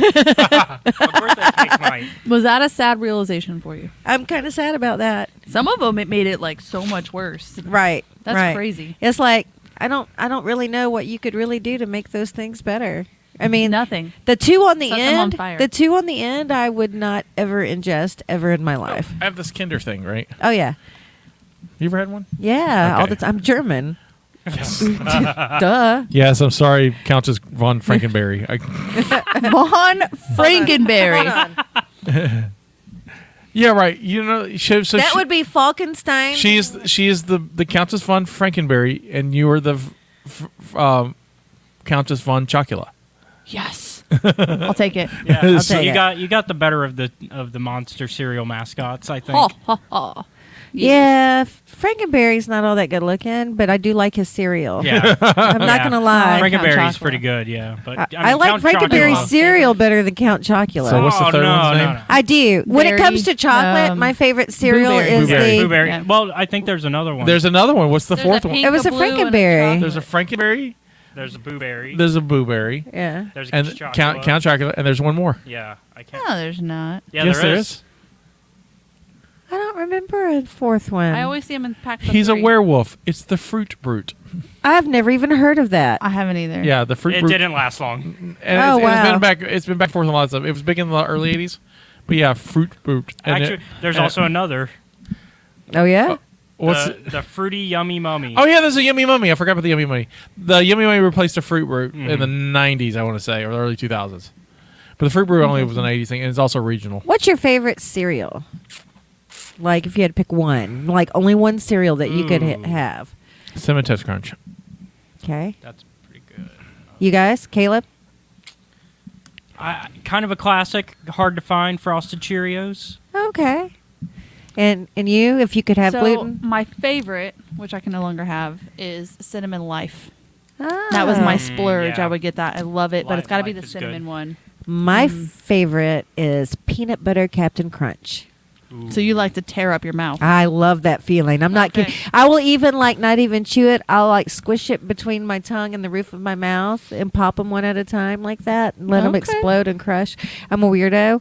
[SPEAKER 4] A birthday cake might.
[SPEAKER 2] Was that a sad realization for you?
[SPEAKER 3] I'm kind of sad about that.
[SPEAKER 2] Some of them it made it like so much worse.
[SPEAKER 3] Right.
[SPEAKER 2] That's
[SPEAKER 3] right.
[SPEAKER 2] crazy.
[SPEAKER 3] It's like I don't I don't really know what you could really do to make those things better. I mean,
[SPEAKER 2] Nothing.
[SPEAKER 3] the two on the
[SPEAKER 2] Set them on
[SPEAKER 3] end,
[SPEAKER 2] fire.
[SPEAKER 3] the two on the end, I would not ever ingest ever in my life.
[SPEAKER 1] I have this Kinder thing, right?
[SPEAKER 3] Oh yeah,
[SPEAKER 1] You ever had one?
[SPEAKER 3] yeah. All
[SPEAKER 1] Okay.
[SPEAKER 3] the time. I'm German.
[SPEAKER 1] Yes.
[SPEAKER 3] Duh.
[SPEAKER 1] yes, I'm sorry, Countess von Frankenberry. I,
[SPEAKER 2] Von
[SPEAKER 3] Hold
[SPEAKER 2] Frankenberry.
[SPEAKER 3] on.
[SPEAKER 1] yeah, right. You know, so, so
[SPEAKER 3] that
[SPEAKER 1] she,
[SPEAKER 3] would be Falkenstein.
[SPEAKER 1] she is she is the the Countess von Frankenberry, and you are the f- f- um, Countess von Chocula.
[SPEAKER 2] Yes. I'll take it.
[SPEAKER 4] Yeah.
[SPEAKER 1] I'll
[SPEAKER 4] so
[SPEAKER 3] take
[SPEAKER 4] you
[SPEAKER 3] it.
[SPEAKER 4] got you got the better of the of the monster cereal mascots, I think.
[SPEAKER 2] Ha ha ha.
[SPEAKER 3] Yeah, Frankenberry's not all that good looking, but I do like his cereal.
[SPEAKER 4] Yeah.
[SPEAKER 3] I'm not
[SPEAKER 4] Yeah.
[SPEAKER 3] gonna lie.
[SPEAKER 4] Frankenberry's
[SPEAKER 2] Count Chocula.
[SPEAKER 4] pretty good, yeah. But
[SPEAKER 3] I,
[SPEAKER 4] mean,
[SPEAKER 3] I like
[SPEAKER 4] Count Chocula-
[SPEAKER 3] Frankenberry's cereal better than Count Chocula.
[SPEAKER 1] So what's the
[SPEAKER 4] Oh,
[SPEAKER 1] third
[SPEAKER 4] no,
[SPEAKER 1] one's
[SPEAKER 4] no,
[SPEAKER 1] name?
[SPEAKER 4] no.
[SPEAKER 3] I do. When it
[SPEAKER 2] Berry,
[SPEAKER 3] comes to chocolate,
[SPEAKER 2] um,
[SPEAKER 3] my favorite cereal
[SPEAKER 2] blueberry.
[SPEAKER 3] is
[SPEAKER 1] Blueberry.
[SPEAKER 3] the
[SPEAKER 4] Blueberry.
[SPEAKER 2] Yeah.
[SPEAKER 4] Well, I think there's another one.
[SPEAKER 1] There's another one. What's the
[SPEAKER 2] There's
[SPEAKER 1] fourth
[SPEAKER 2] a
[SPEAKER 1] one?
[SPEAKER 2] pink,
[SPEAKER 3] It was a
[SPEAKER 2] blue, and
[SPEAKER 3] Frankenberry.
[SPEAKER 2] chocolate.
[SPEAKER 1] There's a Frankenberry.
[SPEAKER 4] there's a blueberry.
[SPEAKER 1] There's a blueberry.
[SPEAKER 3] yeah.
[SPEAKER 4] There's a
[SPEAKER 1] And
[SPEAKER 4] Count
[SPEAKER 1] Count
[SPEAKER 4] Chocula.
[SPEAKER 1] Count Chocula, and there's one more.
[SPEAKER 4] Yeah, I can't.
[SPEAKER 2] No, there's not.
[SPEAKER 4] Yeah,
[SPEAKER 1] yes,
[SPEAKER 4] there is.
[SPEAKER 3] I don't remember a fourth one.
[SPEAKER 2] I always see him in packs. of
[SPEAKER 1] He's a
[SPEAKER 2] three.
[SPEAKER 1] werewolf. It's the fruit brute.
[SPEAKER 3] I've never even heard of that.
[SPEAKER 2] I haven't either.
[SPEAKER 1] Yeah, the fruit
[SPEAKER 4] It
[SPEAKER 1] brute.
[SPEAKER 4] didn't last long.
[SPEAKER 1] And it's,
[SPEAKER 3] Oh,
[SPEAKER 1] it's
[SPEAKER 3] wow.
[SPEAKER 1] been back. It's been back and forth a lot of stuff. It was big in the early '80s, but yeah, fruit brute. And
[SPEAKER 4] Actually,
[SPEAKER 1] it-
[SPEAKER 4] there's
[SPEAKER 1] and
[SPEAKER 4] also
[SPEAKER 1] it-
[SPEAKER 4] another.
[SPEAKER 3] Oh yeah.
[SPEAKER 1] what's.
[SPEAKER 4] the, the fruity yummy mummy.
[SPEAKER 1] Oh yeah, there's a yummy mummy. I forgot about the yummy mummy. The yummy mummy replaced the fruit brute
[SPEAKER 4] Mm-hmm.
[SPEAKER 1] in the '90s, I want to say, or the early 2000s. But the fruit brute
[SPEAKER 2] Mm-hmm.
[SPEAKER 1] only was an '80s thing, and it's also regional.
[SPEAKER 3] What's your favorite cereal? Like if you had to pick one, like only one cereal that you could ha- have.
[SPEAKER 1] Cinnamon Toast Crunch.
[SPEAKER 3] Okay.
[SPEAKER 4] That's pretty good.
[SPEAKER 3] You guys, Caleb.
[SPEAKER 4] I, kind of a classic, hard to find frosted Cheerios.
[SPEAKER 3] Okay. And and you, if you could have
[SPEAKER 2] so
[SPEAKER 3] gluten.
[SPEAKER 2] my favorite, which I can no longer have, is cinnamon life. That was my
[SPEAKER 3] Ah.
[SPEAKER 2] splurge.
[SPEAKER 4] yeah.
[SPEAKER 2] I would get that. I love it, but
[SPEAKER 4] Life-
[SPEAKER 2] it's got to be
[SPEAKER 4] Life
[SPEAKER 2] the
[SPEAKER 4] is
[SPEAKER 2] cinnamon
[SPEAKER 4] good.
[SPEAKER 2] one.
[SPEAKER 3] My
[SPEAKER 2] Mm.
[SPEAKER 3] favorite is peanut butter Captain Crunch.
[SPEAKER 2] So you like to tear up your mouth.
[SPEAKER 3] I love that feeling. I'm not
[SPEAKER 2] Okay.
[SPEAKER 3] kidding. I will even like not even chew it. I'll like squish it between my tongue and the roof of my mouth and pop them one at a time like that and let them
[SPEAKER 2] Okay.
[SPEAKER 3] explode and crush. I'm a weirdo,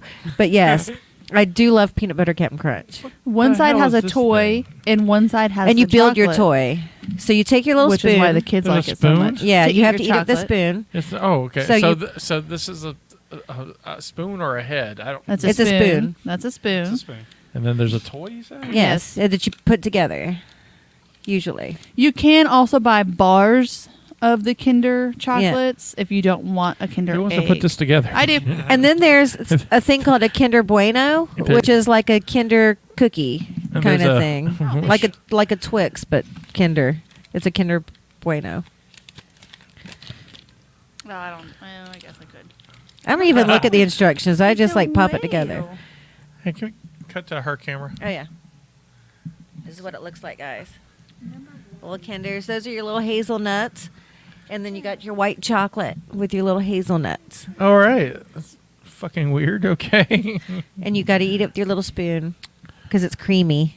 [SPEAKER 3] but yes, I do love peanut butter Captain Crunch.
[SPEAKER 2] One
[SPEAKER 1] the
[SPEAKER 2] side
[SPEAKER 1] hell
[SPEAKER 2] has
[SPEAKER 1] is
[SPEAKER 2] a
[SPEAKER 1] this
[SPEAKER 2] toy, and one side has
[SPEAKER 3] and you
[SPEAKER 2] the
[SPEAKER 3] build your
[SPEAKER 2] chocolate,
[SPEAKER 3] toy. So you take your little
[SPEAKER 2] which
[SPEAKER 3] spoon.
[SPEAKER 2] is why the kids
[SPEAKER 1] There's a
[SPEAKER 2] like it so
[SPEAKER 1] spoon?
[SPEAKER 2] much.
[SPEAKER 3] yeah, you
[SPEAKER 2] eat
[SPEAKER 3] have to
[SPEAKER 2] your
[SPEAKER 3] eat it with the
[SPEAKER 2] chocolate.
[SPEAKER 3] spoon.
[SPEAKER 1] It's, oh, okay.
[SPEAKER 3] So
[SPEAKER 1] So,
[SPEAKER 3] you-
[SPEAKER 1] th- so this is a, a, a spoon or a head. I don't.
[SPEAKER 2] That's a
[SPEAKER 3] It's a
[SPEAKER 2] spoon.
[SPEAKER 3] spoon.
[SPEAKER 2] That's a spoon.
[SPEAKER 4] It's a spoon.
[SPEAKER 1] and then there's a toy. You said?
[SPEAKER 2] Yes.
[SPEAKER 3] Yes, uh, that you put together. Usually,
[SPEAKER 2] You can also buy bars of the Kinder chocolates if you don't want a Kinder.
[SPEAKER 1] Who wants
[SPEAKER 2] egg.
[SPEAKER 1] to put this together?
[SPEAKER 2] I do.
[SPEAKER 3] and then there's a thing called a Kinder Bueno, which is like a Kinder cookie
[SPEAKER 1] And
[SPEAKER 3] kind
[SPEAKER 1] there's
[SPEAKER 3] of
[SPEAKER 1] a-
[SPEAKER 3] thing, like a like a Twix, but Kinder. It's a Kinder Bueno.
[SPEAKER 2] no, I don't. I guess I could.
[SPEAKER 3] I don't even look at the instructions. I just like pop it together.
[SPEAKER 1] Hey, can we cut to her camera?
[SPEAKER 3] Oh yeah, this is what it looks like, guys. Little Kinders. Those are your little hazelnuts, and then you got your white chocolate with your little hazelnuts,
[SPEAKER 1] All right. That's fucking weird. Okay.
[SPEAKER 3] and you got to eat it with your little spoon because it's creamy.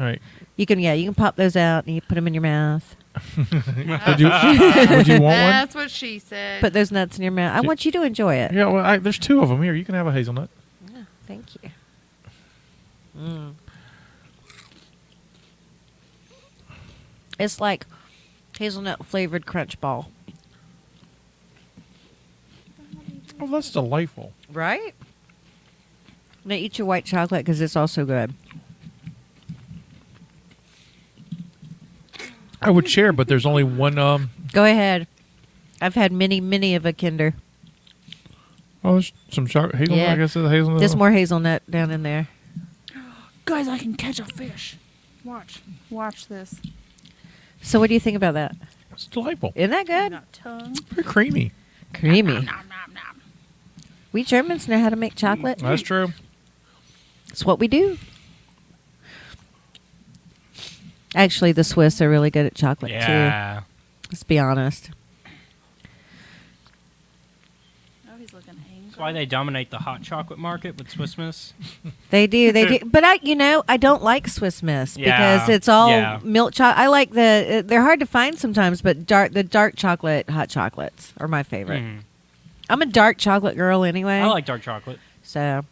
[SPEAKER 1] All right.
[SPEAKER 3] You can yeah, you can pop those out and you put them in your mouth.
[SPEAKER 1] Would you, would you want one?
[SPEAKER 2] That's what she said.
[SPEAKER 3] Put those nuts in your mouth. I want you to enjoy it.
[SPEAKER 1] Yeah, well, I, there's two of them here. You can have a hazelnut.
[SPEAKER 3] Thank you. Mm. It's like hazelnut flavored crunch ball.
[SPEAKER 1] Oh, that's delightful.
[SPEAKER 3] Right? Now eat your white chocolate because it's also good.
[SPEAKER 1] I would share, but there's only one. Um,
[SPEAKER 3] Go ahead. I've had many, many of a Kinder.
[SPEAKER 1] oh, there's some chocolate hazelnut.
[SPEAKER 3] Yeah.
[SPEAKER 1] I guess it's hazelnut.
[SPEAKER 3] There's more hazelnut down in there.
[SPEAKER 2] Guys, I can catch a fish. Watch. Watch this.
[SPEAKER 3] So, what do you think about that?
[SPEAKER 1] It's delightful.
[SPEAKER 3] Isn't that good?
[SPEAKER 2] Not tongue.
[SPEAKER 1] Very creamy.
[SPEAKER 3] Creamy.
[SPEAKER 2] Nom, nom, nom.
[SPEAKER 3] We Germans know how to make chocolate.
[SPEAKER 1] That's true.
[SPEAKER 3] It's what we do. Actually, the Swiss are really good at chocolate too.
[SPEAKER 4] yeah.
[SPEAKER 3] Let's be honest.
[SPEAKER 2] Oh, he's looking
[SPEAKER 4] That's why they dominate the hot chocolate market with Swiss Miss.
[SPEAKER 3] They do, they do. But I, you know, I don't like Swiss Miss because
[SPEAKER 4] Yeah,
[SPEAKER 3] it's all
[SPEAKER 4] yeah.
[SPEAKER 3] milk chocolate. I like the. They're hard to find sometimes, but dark the dark chocolate hot chocolates are my favorite.
[SPEAKER 4] Mm.
[SPEAKER 3] I'm a dark chocolate girl anyway.
[SPEAKER 4] I like dark chocolate.
[SPEAKER 3] so.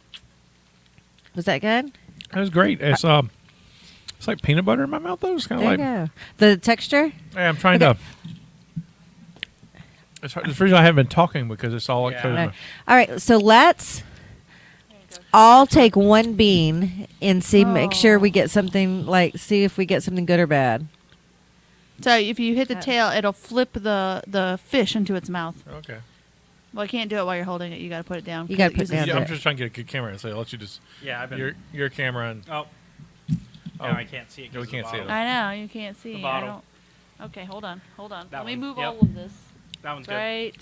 [SPEAKER 3] Was that good?
[SPEAKER 1] It was great. It's um, it's like peanut butter in my mouth though. It's kind
[SPEAKER 3] There
[SPEAKER 1] of like.
[SPEAKER 3] you go. The texture.
[SPEAKER 1] Yeah, I'm trying
[SPEAKER 3] Okay.
[SPEAKER 1] to. It's, hard, it's the reason I haven't been talking because it's all like. Yeah.
[SPEAKER 4] Yeah.
[SPEAKER 3] All right. All right, so let's all take one bean and see, make sure we get something like, see if we get something good or bad.
[SPEAKER 2] So if you hit the tail, it'll flip the the fish into its mouth.
[SPEAKER 1] Okay.
[SPEAKER 2] Well, I can't do it while you're holding it. You got to put it down.
[SPEAKER 3] You
[SPEAKER 2] 'cause
[SPEAKER 3] gotta
[SPEAKER 2] it
[SPEAKER 3] put it
[SPEAKER 2] uses-
[SPEAKER 3] down.
[SPEAKER 1] Yeah,
[SPEAKER 3] Yeah.
[SPEAKER 1] I'm just trying to get a good camera, so I'll let you just
[SPEAKER 4] Yeah, I've been.
[SPEAKER 1] your your camera and
[SPEAKER 4] oh, no,
[SPEAKER 1] Oh.
[SPEAKER 4] I can't see it. 'cause
[SPEAKER 1] No, we
[SPEAKER 4] of the
[SPEAKER 1] can't see it.
[SPEAKER 4] bottle.
[SPEAKER 2] I know you can't see.
[SPEAKER 4] The
[SPEAKER 2] I
[SPEAKER 4] bottle.
[SPEAKER 2] don't. Okay, hold on, hold on.
[SPEAKER 4] That
[SPEAKER 2] Let me
[SPEAKER 4] one.
[SPEAKER 2] move
[SPEAKER 4] Yep.
[SPEAKER 2] all of this.
[SPEAKER 4] That one's good.
[SPEAKER 2] Right.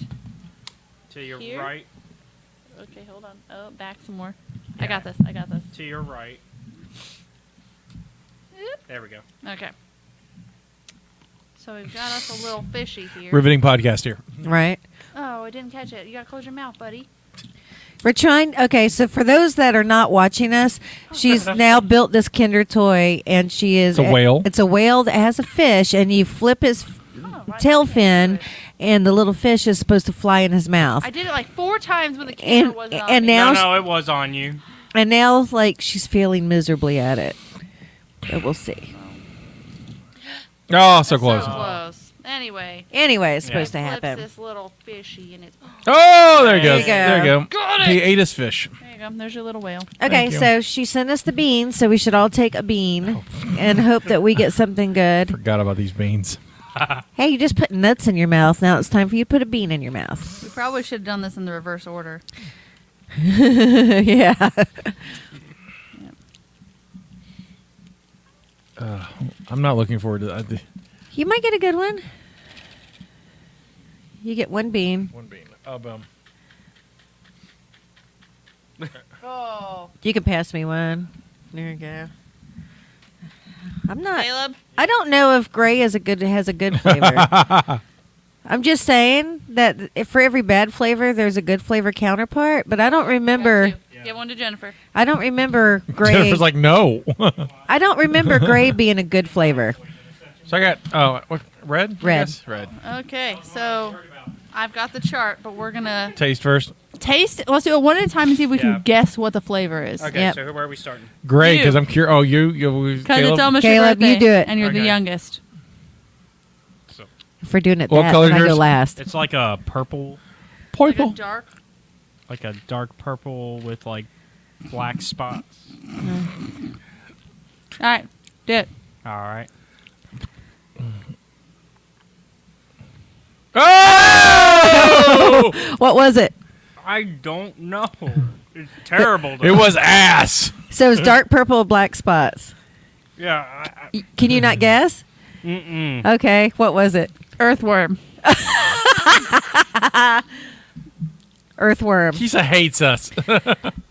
[SPEAKER 4] To your
[SPEAKER 2] Here?
[SPEAKER 4] right.
[SPEAKER 2] Okay, hold on. Oh, back some more.
[SPEAKER 4] Yeah.
[SPEAKER 2] I got this. I got this.
[SPEAKER 4] To your right. There we go.
[SPEAKER 2] Okay. So we've got us a little fishy here.
[SPEAKER 1] riveting podcast here.
[SPEAKER 3] Right?
[SPEAKER 2] Oh, I didn't catch it. You gotta close your mouth, buddy.
[SPEAKER 3] We're trying, okay, so for those that are not watching us, she's now built this Kinder toy and she is.
[SPEAKER 1] It's a whale.
[SPEAKER 3] It's a whale that has a fish and you flip his f-
[SPEAKER 2] Oh, I
[SPEAKER 3] tail
[SPEAKER 2] can't
[SPEAKER 3] fin
[SPEAKER 2] do it.
[SPEAKER 3] and the little fish is supposed to fly in his mouth.
[SPEAKER 2] I did it like four times when the camera
[SPEAKER 3] And,
[SPEAKER 2] wasn't on.
[SPEAKER 3] and
[SPEAKER 2] me.
[SPEAKER 3] now
[SPEAKER 4] No, no, it was on you.
[SPEAKER 3] And now, like, she's failing miserably at it. But we'll see.
[SPEAKER 1] Oh, so
[SPEAKER 2] That's
[SPEAKER 1] close.
[SPEAKER 2] So close. Anyway,
[SPEAKER 3] Anyway, it's
[SPEAKER 4] Yeah.
[SPEAKER 3] supposed to
[SPEAKER 2] flips
[SPEAKER 3] happen.
[SPEAKER 2] this little fishy, and it's
[SPEAKER 1] Oh, there he
[SPEAKER 4] There
[SPEAKER 1] goes.
[SPEAKER 4] you
[SPEAKER 3] go.
[SPEAKER 1] There you go.
[SPEAKER 2] Got it!
[SPEAKER 1] He ate his fish.
[SPEAKER 2] there you go. There's your little whale.
[SPEAKER 3] Okay,
[SPEAKER 1] Thank you.
[SPEAKER 3] so she sent us the bean, so we should all take a bean and hope that we get something good.
[SPEAKER 1] Forgot about these beans.
[SPEAKER 3] Hey, you just put nuts in your mouth. Now it's time for you to put a bean in your mouth.
[SPEAKER 2] We probably should have done this in the reverse order.
[SPEAKER 3] yeah.
[SPEAKER 1] I'm not looking forward to that.
[SPEAKER 3] You might get a good one. You get one bean.
[SPEAKER 1] One bean. Oh, boom.
[SPEAKER 2] Oh,
[SPEAKER 3] You can pass me one. There you go. I'm not.
[SPEAKER 2] Caleb.
[SPEAKER 3] I don't know if gray is a good has a good flavor. I'm just saying that if for every bad flavor, there's a good flavor counterpart. But I don't remember.
[SPEAKER 2] Give one to Jennifer.
[SPEAKER 3] I don't remember gray.
[SPEAKER 1] Jennifer's like, no.
[SPEAKER 3] I don't remember gray being a good flavor.
[SPEAKER 1] so I got oh what, red. I
[SPEAKER 3] Red.
[SPEAKER 1] guess? Red.
[SPEAKER 2] Okay, so I've got the chart, but we're gonna
[SPEAKER 1] Taste first.
[SPEAKER 2] taste. Let's do it one at a time and see if we
[SPEAKER 4] Yeah.
[SPEAKER 2] can guess what the flavor is.
[SPEAKER 4] Okay,
[SPEAKER 3] Yep.
[SPEAKER 4] so where are we starting?
[SPEAKER 1] Gray,
[SPEAKER 2] You.
[SPEAKER 1] because I'm curious. Oh, you, you,
[SPEAKER 2] Because
[SPEAKER 1] Caleb?
[SPEAKER 2] it's almost
[SPEAKER 3] Caleb,
[SPEAKER 2] your
[SPEAKER 3] you
[SPEAKER 2] birthday,
[SPEAKER 3] do it.
[SPEAKER 2] and you're the
[SPEAKER 4] Okay.
[SPEAKER 2] youngest.
[SPEAKER 3] If we're doing it
[SPEAKER 1] What
[SPEAKER 3] that,
[SPEAKER 1] color
[SPEAKER 3] then I
[SPEAKER 1] is
[SPEAKER 3] go
[SPEAKER 1] yours?
[SPEAKER 3] last.
[SPEAKER 4] It's like a purple,
[SPEAKER 2] Like a
[SPEAKER 1] purple.
[SPEAKER 2] dark.
[SPEAKER 4] like a dark purple with like black spots.
[SPEAKER 2] All right, do it.
[SPEAKER 4] All right.
[SPEAKER 1] Oh!
[SPEAKER 3] What was it?
[SPEAKER 4] I don't know. It's terrible.
[SPEAKER 1] it was ass.
[SPEAKER 3] So it's dark purple, with black spots.
[SPEAKER 4] Yeah. I,
[SPEAKER 3] Y- Can you not guess?
[SPEAKER 4] I,
[SPEAKER 1] Mm-hmm.
[SPEAKER 4] mm-mm.
[SPEAKER 3] Okay, what was it?
[SPEAKER 2] Earthworm.
[SPEAKER 3] Earthworm.
[SPEAKER 1] Kisa hates us.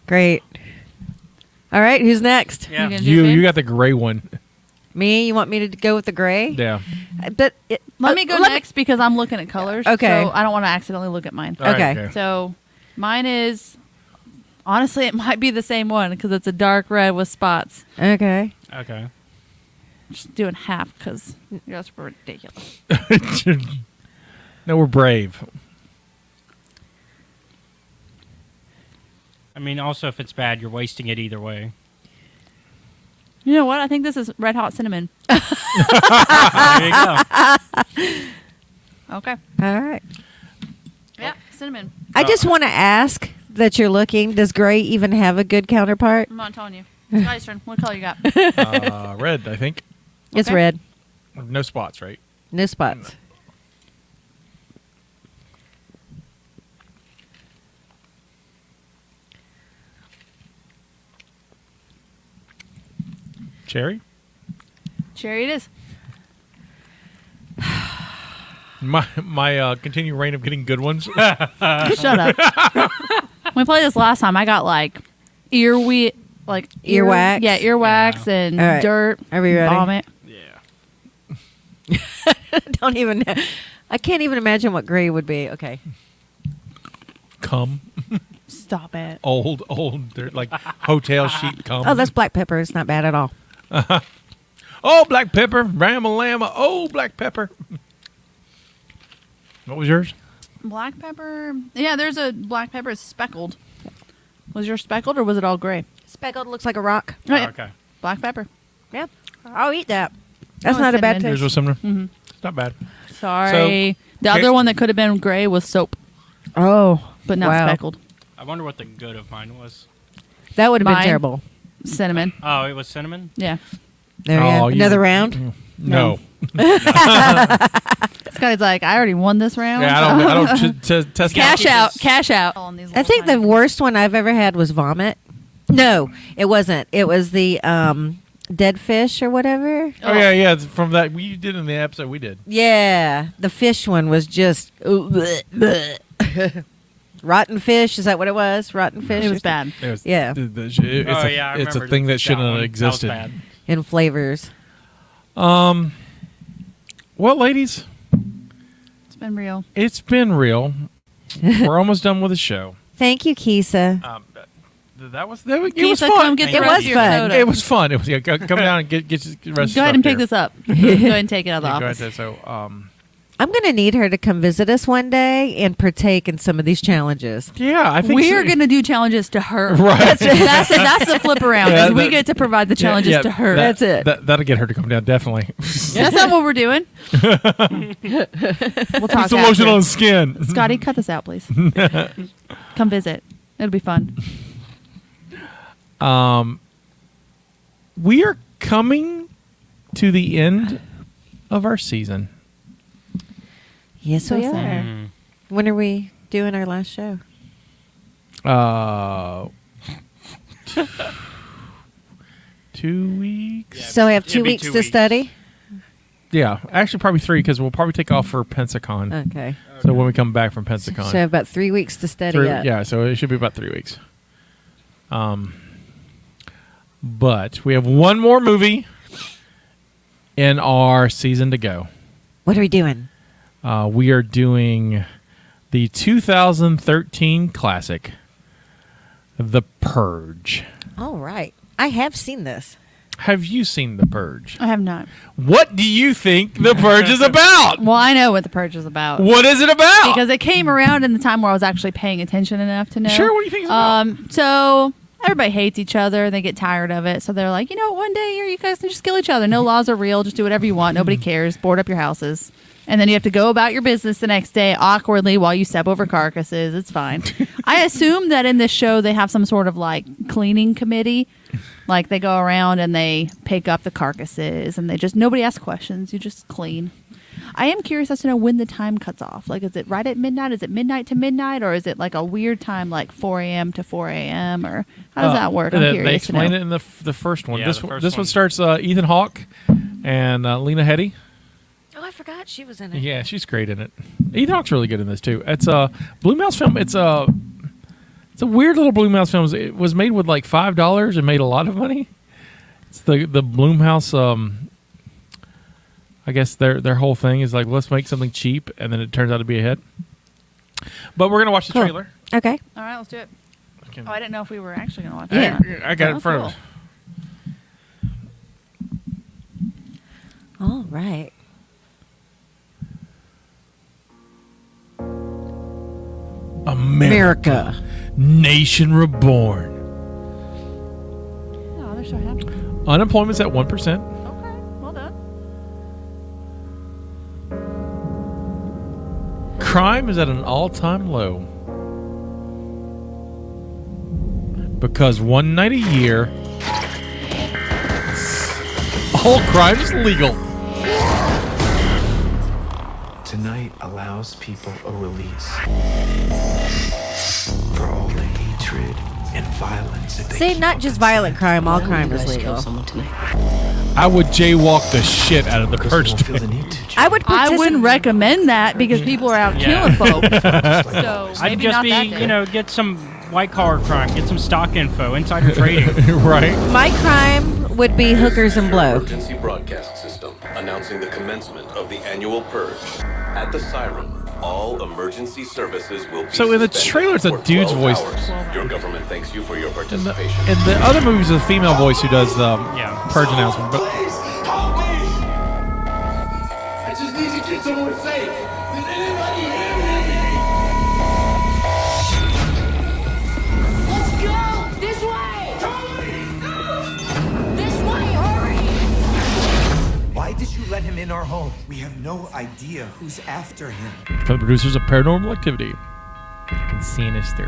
[SPEAKER 3] Great. All right, who's next?
[SPEAKER 4] Yeah.
[SPEAKER 2] You can-
[SPEAKER 1] you, you got the gray one.
[SPEAKER 3] Me? You want me to go with the gray?
[SPEAKER 1] Yeah.
[SPEAKER 3] Uh, But it,
[SPEAKER 2] Let
[SPEAKER 3] uh,
[SPEAKER 2] me go next because I'm looking at colors.
[SPEAKER 3] Okay.
[SPEAKER 2] So I don't want to accidentally look at mine.
[SPEAKER 1] All right,
[SPEAKER 3] Okay.
[SPEAKER 2] So mine is honestly it might be the same one because it's a dark red with spots.
[SPEAKER 3] Okay.
[SPEAKER 4] Okay.
[SPEAKER 2] I'm just doing half because that's ridiculous.
[SPEAKER 1] no, we're brave.
[SPEAKER 4] I mean, also if it's bad, you're wasting it either way.
[SPEAKER 2] You know what? I think this is red hot cinnamon.
[SPEAKER 4] there you go.
[SPEAKER 2] Okay.
[SPEAKER 3] All right.
[SPEAKER 2] Yeah, cinnamon.
[SPEAKER 3] I
[SPEAKER 1] Uh.
[SPEAKER 3] just want to ask that you're looking. Does gray even have a good counterpart?
[SPEAKER 2] I'm not telling you. It's Guy's turn. What color you got?
[SPEAKER 1] Uh, red, I think.
[SPEAKER 3] It's
[SPEAKER 2] Okay.
[SPEAKER 3] red.
[SPEAKER 1] No spots, right?
[SPEAKER 3] No spots.
[SPEAKER 1] Cherry?
[SPEAKER 2] Cherry it is.
[SPEAKER 1] My my uh, continued reign of getting good ones.
[SPEAKER 2] Shut up. when we played this last time, I got like earwe like ear-
[SPEAKER 3] Earwax?
[SPEAKER 2] Yeah, earwax and
[SPEAKER 3] All right.
[SPEAKER 2] dirt.
[SPEAKER 3] Are we ready?
[SPEAKER 2] Vomit.
[SPEAKER 4] Yeah.
[SPEAKER 3] Don't even know. I can't even imagine what gray would be. Okay.
[SPEAKER 1] Come
[SPEAKER 2] Stop it.
[SPEAKER 1] old old dirt like hotel sheet cum.
[SPEAKER 3] Oh, that's black pepper. It's not bad at all.
[SPEAKER 1] Oh, black pepper, ramalama. Oh, black pepper. What was yours?
[SPEAKER 2] Black pepper. Yeah, there's a black pepper is speckled. Was yours speckled or was it all gray?
[SPEAKER 3] Speckled looks like a rock.
[SPEAKER 2] Right.
[SPEAKER 1] Oh, okay.
[SPEAKER 2] Black pepper.
[SPEAKER 3] Yeah. I'll eat that. That's
[SPEAKER 2] Oh,
[SPEAKER 3] not a bad
[SPEAKER 2] cinnamon.
[SPEAKER 1] Yours
[SPEAKER 3] taste.
[SPEAKER 1] was similar. Mm-hmm. Not bad.
[SPEAKER 2] Sorry. the
[SPEAKER 1] Okay.
[SPEAKER 2] other one that could have been gray was soap,
[SPEAKER 3] Oh,
[SPEAKER 2] but not
[SPEAKER 3] wow.
[SPEAKER 2] speckled.
[SPEAKER 4] I wonder what the good of mine was.
[SPEAKER 3] That would have been
[SPEAKER 2] Mine.
[SPEAKER 3] terrible.
[SPEAKER 2] Cinnamon.
[SPEAKER 4] Oh, it was cinnamon.
[SPEAKER 2] Yeah.
[SPEAKER 3] There
[SPEAKER 1] Oh,
[SPEAKER 3] you go.
[SPEAKER 1] you-
[SPEAKER 3] Another round.
[SPEAKER 1] No.
[SPEAKER 2] This guy's like, I already won this round.
[SPEAKER 1] Yeah, I don't. I don't t- t- test
[SPEAKER 2] Cash
[SPEAKER 1] that.
[SPEAKER 2] out. Cash out.
[SPEAKER 3] I think the worst one I've ever had was vomit. No, it wasn't. It was the um, dead fish or whatever.
[SPEAKER 1] Oh yeah, yeah. it's From that we did in the episode we did.
[SPEAKER 3] Yeah, the fish one was just ooh, bleh, bleh. rotten fish. Is that what it was? Rotten fish.
[SPEAKER 2] It
[SPEAKER 3] or
[SPEAKER 2] was bad.
[SPEAKER 1] It was-
[SPEAKER 3] Yeah.
[SPEAKER 1] the- the- it's
[SPEAKER 4] oh
[SPEAKER 1] a,
[SPEAKER 4] yeah, I
[SPEAKER 1] it's a
[SPEAKER 4] remembered
[SPEAKER 1] thing that shouldn't
[SPEAKER 4] one.
[SPEAKER 1] have existed.
[SPEAKER 4] That was bad.
[SPEAKER 3] something? In flavors.
[SPEAKER 1] Um. Well, ladies,
[SPEAKER 2] It's been real.
[SPEAKER 1] it's been real. We're almost done with the show.
[SPEAKER 3] Thank you, Kisa.
[SPEAKER 1] Um, that was that was, it was
[SPEAKER 2] Keisha,
[SPEAKER 1] fun.
[SPEAKER 2] uh, come get
[SPEAKER 4] It
[SPEAKER 2] the
[SPEAKER 4] was
[SPEAKER 2] rest of your
[SPEAKER 3] fun.
[SPEAKER 2] soda.
[SPEAKER 1] It was fun. It was yeah. Go, come down and get get your get the rest.
[SPEAKER 2] Go ahead and pick this up. Go ahead and take it out of the
[SPEAKER 1] Yeah, go ahead.
[SPEAKER 2] office.
[SPEAKER 1] there. So, um,
[SPEAKER 3] I'm going to need her to come visit us one day and partake in some of these challenges.
[SPEAKER 1] yeah, I think
[SPEAKER 2] We're
[SPEAKER 1] so.
[SPEAKER 2] gonna do challenges to her.
[SPEAKER 1] Right.
[SPEAKER 2] That's, that's, that's the flip around.
[SPEAKER 1] Yeah,
[SPEAKER 2] is we
[SPEAKER 1] that-
[SPEAKER 2] get to provide
[SPEAKER 1] Yeah,
[SPEAKER 2] the challenges
[SPEAKER 1] yeah,
[SPEAKER 2] to her.
[SPEAKER 1] that-
[SPEAKER 3] That's it.
[SPEAKER 1] That, that'll get her to come down. Definitely.
[SPEAKER 2] That's not what we're doing. we'll talk.
[SPEAKER 1] Put some lotion
[SPEAKER 2] after.
[SPEAKER 1] on his skin.
[SPEAKER 2] Scotty, cut this out, please. Come visit. It'll be fun.
[SPEAKER 1] we are coming to the end of our season.
[SPEAKER 3] Yes, we
[SPEAKER 2] So
[SPEAKER 3] are.
[SPEAKER 2] sad.
[SPEAKER 3] When are we doing our last show?
[SPEAKER 1] Uh, two weeks.
[SPEAKER 3] so I have
[SPEAKER 4] it'd
[SPEAKER 3] two
[SPEAKER 4] be
[SPEAKER 3] weeks
[SPEAKER 4] two
[SPEAKER 3] to
[SPEAKER 4] weeks.
[SPEAKER 3] study.
[SPEAKER 1] Yeah, actually, probably three because we'll probably take off for Pensacon.
[SPEAKER 3] Okay.
[SPEAKER 1] So when we come back from
[SPEAKER 3] So
[SPEAKER 1] Pensacon,
[SPEAKER 3] I have about three weeks to study.
[SPEAKER 1] Three-
[SPEAKER 3] up.
[SPEAKER 1] yeah, so it should be about three weeks. Um, but we have one more movie in our season to go.
[SPEAKER 3] What are we doing?
[SPEAKER 1] Uh, we are doing the 2013 classic, The Purge.
[SPEAKER 3] All right. I have seen this.
[SPEAKER 1] Have you seen The Purge?
[SPEAKER 2] I have not.
[SPEAKER 1] What do you think The Purge is about?
[SPEAKER 2] Well, I know what the purge is about.
[SPEAKER 1] What is it about?
[SPEAKER 2] because it came around in the time where I was actually paying attention enough to know.
[SPEAKER 1] Sure, what do you think it's about?
[SPEAKER 2] Um, so everybody hates each other. They get tired of it. So they're like, you know, what, one day you guys can just kill each other. No laws are real. Just do whatever you want. Nobody cares. Board up your houses. And then you have to go about your business the next day awkwardly while you step over carcasses. It's fine. I assume that in this show they have some sort of like cleaning committee. Like they go around and they pick up the carcasses and they just, nobody asks questions. You just clean. I am curious as to know when the time cuts off. Like, is it right at midnight? Is it midnight to midnight, or is it like a weird time, like 4 a.m. to 4 a.m. or how does
[SPEAKER 1] Uh,
[SPEAKER 2] that work? I'm
[SPEAKER 1] they, they
[SPEAKER 2] curious to know.
[SPEAKER 1] explain it in the, f- the first one.
[SPEAKER 4] Yeah,
[SPEAKER 1] this
[SPEAKER 4] the
[SPEAKER 1] one,
[SPEAKER 4] first
[SPEAKER 1] this one
[SPEAKER 4] one.
[SPEAKER 1] starts uh, Ethan Hawke and uh, Lena Headey.
[SPEAKER 3] Oh, I forgot she was
[SPEAKER 2] Mm-hmm.
[SPEAKER 3] in it.
[SPEAKER 1] Yeah, she's great in it. Ethan Hawke's really good in this too. It's a Blue Mouse film. It's a it's a weird little Blue Mouse film. It was made with like five dollars and made a lot of money. It's the the Bloomhouse. Um, I guess their their whole thing is like let's make something cheap, and then it turns out to be a hit. But we're gonna watch the
[SPEAKER 3] Cool.
[SPEAKER 1] trailer.
[SPEAKER 3] Okay.
[SPEAKER 2] All right, let's do it.
[SPEAKER 1] Okay.
[SPEAKER 2] Oh, I didn't know if we were actually going to watch
[SPEAKER 3] Yeah.
[SPEAKER 2] it. or not.
[SPEAKER 1] I got it in
[SPEAKER 2] That's
[SPEAKER 1] front of us.
[SPEAKER 2] cool.
[SPEAKER 3] All right.
[SPEAKER 1] America, nation reborn.
[SPEAKER 2] Oh, they're so happy.
[SPEAKER 1] Unemployment's at one percent.
[SPEAKER 2] Okay, well done.
[SPEAKER 1] Crime is at an all time low. Because one night a year, all crime is legal.
[SPEAKER 7] Tonight allows people a release for all the hatred and violence that they
[SPEAKER 3] See,
[SPEAKER 7] keep
[SPEAKER 3] not
[SPEAKER 7] up
[SPEAKER 3] just
[SPEAKER 7] inside.
[SPEAKER 3] violent crime, all
[SPEAKER 8] Why would
[SPEAKER 3] crime
[SPEAKER 8] you
[SPEAKER 3] is
[SPEAKER 8] guys kill
[SPEAKER 3] legal.
[SPEAKER 8] someone tonight?
[SPEAKER 1] I would jaywalk the shit out of the
[SPEAKER 7] Because
[SPEAKER 1] purge.
[SPEAKER 7] we don't feel
[SPEAKER 1] today.
[SPEAKER 7] the need to.
[SPEAKER 3] I would.
[SPEAKER 2] I
[SPEAKER 3] partici-
[SPEAKER 2] wouldn't recommend that because people are out killing
[SPEAKER 4] Yeah.
[SPEAKER 2] folk.
[SPEAKER 7] Just like
[SPEAKER 2] So
[SPEAKER 7] always.
[SPEAKER 4] I'd
[SPEAKER 2] maybe
[SPEAKER 4] just
[SPEAKER 2] not
[SPEAKER 4] be,
[SPEAKER 2] that day.
[SPEAKER 4] you know, get some white collar crime, get some stock info, insider trading.
[SPEAKER 1] right?
[SPEAKER 3] My crime would be hookers and blow.
[SPEAKER 9] Emergency broadcast system announcing the commencement of the annual purge. At the siren, all emergency services will be.
[SPEAKER 1] So in the
[SPEAKER 9] suspended
[SPEAKER 1] trailer, it's a
[SPEAKER 9] for
[SPEAKER 1] dude's
[SPEAKER 9] 12
[SPEAKER 1] voice.
[SPEAKER 9] Hours. Your government thanks you for your
[SPEAKER 1] In the,
[SPEAKER 9] participation.
[SPEAKER 1] in the other movies, the female voice who does the um,
[SPEAKER 4] Yeah.
[SPEAKER 1] purge announcement. But
[SPEAKER 10] Please, help me! I just need to get someone safe. Did anybody hear me?
[SPEAKER 11] Let's go! This way! This way, hurry!
[SPEAKER 10] Why did you let him in our home? We have no idea who's after him.
[SPEAKER 1] for the producers of Paranormal Activity, and Sinister.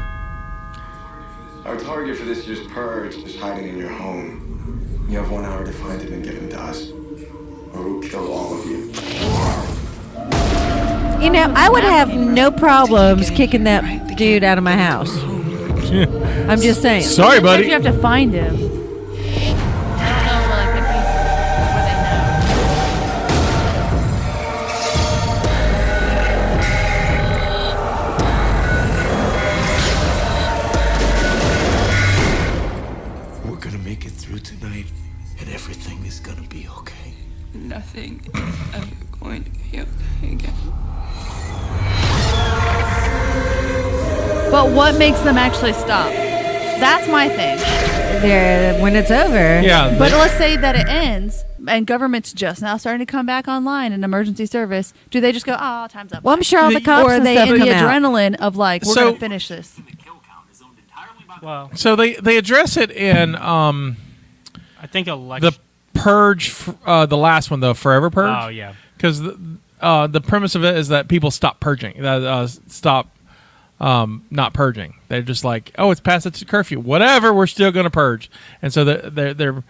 [SPEAKER 10] Our target for this year's purge is hiding in your home. You have one hour to find him and give him to us, or we'll kill all of you.
[SPEAKER 3] You know, I would have no problems kicking that dude out of my house. I'm just saying.
[SPEAKER 1] Sorry,
[SPEAKER 2] You have to find him. I don't know, like, if he's- where they know.
[SPEAKER 7] We're gonna make it through tonight, and everything is gonna be okay.
[SPEAKER 11] Nothing is ever going to be okay again.
[SPEAKER 2] But what makes them actually stop? That's my thing.
[SPEAKER 3] There, when it's over.
[SPEAKER 1] Yeah,
[SPEAKER 2] But let's say that it ends and government's just now starting to come back online in emergency service. Do they just go, oh, time's up?
[SPEAKER 3] Well, I'm sure all the cops
[SPEAKER 2] or are
[SPEAKER 3] and
[SPEAKER 2] they
[SPEAKER 3] stuff
[SPEAKER 2] in the
[SPEAKER 3] come out.
[SPEAKER 2] adrenaline of like, we're
[SPEAKER 1] So-
[SPEAKER 2] going to finish this?
[SPEAKER 4] well,
[SPEAKER 1] so they they address it in um,
[SPEAKER 4] I think election.
[SPEAKER 1] the purge, f- uh, the last one, the Forever Purge.
[SPEAKER 4] oh yeah.
[SPEAKER 1] because the, uh, the premise of it is that people stop purging, that uh, stop um, not purging. They're just like, oh, it's past the curfew, whatever. We're still going to purge, and so they're they're, they're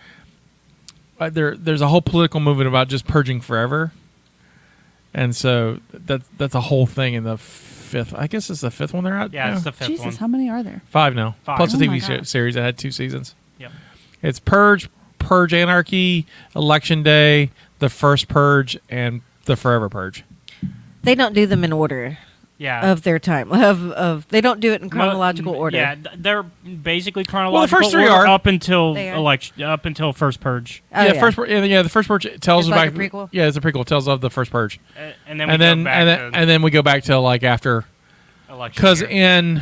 [SPEAKER 1] uh, there. There's a whole political movement about just purging forever, and so that that's a whole thing in the fifth. I guess it's the fifth one they're at.
[SPEAKER 4] Yeah,
[SPEAKER 1] now?
[SPEAKER 4] it's the fifth
[SPEAKER 2] Jesus, how
[SPEAKER 4] one.
[SPEAKER 2] many are there?
[SPEAKER 1] five now.
[SPEAKER 4] Five.
[SPEAKER 1] Plus a
[SPEAKER 4] Oh
[SPEAKER 2] my
[SPEAKER 1] TV show,
[SPEAKER 2] God.
[SPEAKER 1] series that had two seasons.
[SPEAKER 4] Yep.
[SPEAKER 1] It's purge, purge anarchy, election day, the first purge, and the forever purge.
[SPEAKER 3] They don't do them in order
[SPEAKER 4] Yeah.
[SPEAKER 3] of their time. Of of they don't do it in
[SPEAKER 4] Mo-
[SPEAKER 3] chronological
[SPEAKER 4] m-
[SPEAKER 3] order.
[SPEAKER 4] Yeah, th- they're basically chronological.
[SPEAKER 1] Well, the first three
[SPEAKER 4] order
[SPEAKER 1] are. Uh,
[SPEAKER 4] up until
[SPEAKER 3] They are.
[SPEAKER 4] election, up until first purge,
[SPEAKER 3] Oh,
[SPEAKER 1] yeah, first pur- yeah, yeah, the first purge tells
[SPEAKER 3] It's
[SPEAKER 1] about
[SPEAKER 3] like a prequel?
[SPEAKER 1] Yeah, it's a prequel. Tells of the first purge,
[SPEAKER 4] Uh, and then we
[SPEAKER 1] and then
[SPEAKER 4] go back
[SPEAKER 1] and then,
[SPEAKER 4] to
[SPEAKER 1] and then we go back to like after
[SPEAKER 4] election.
[SPEAKER 1] because
[SPEAKER 4] year.
[SPEAKER 1] in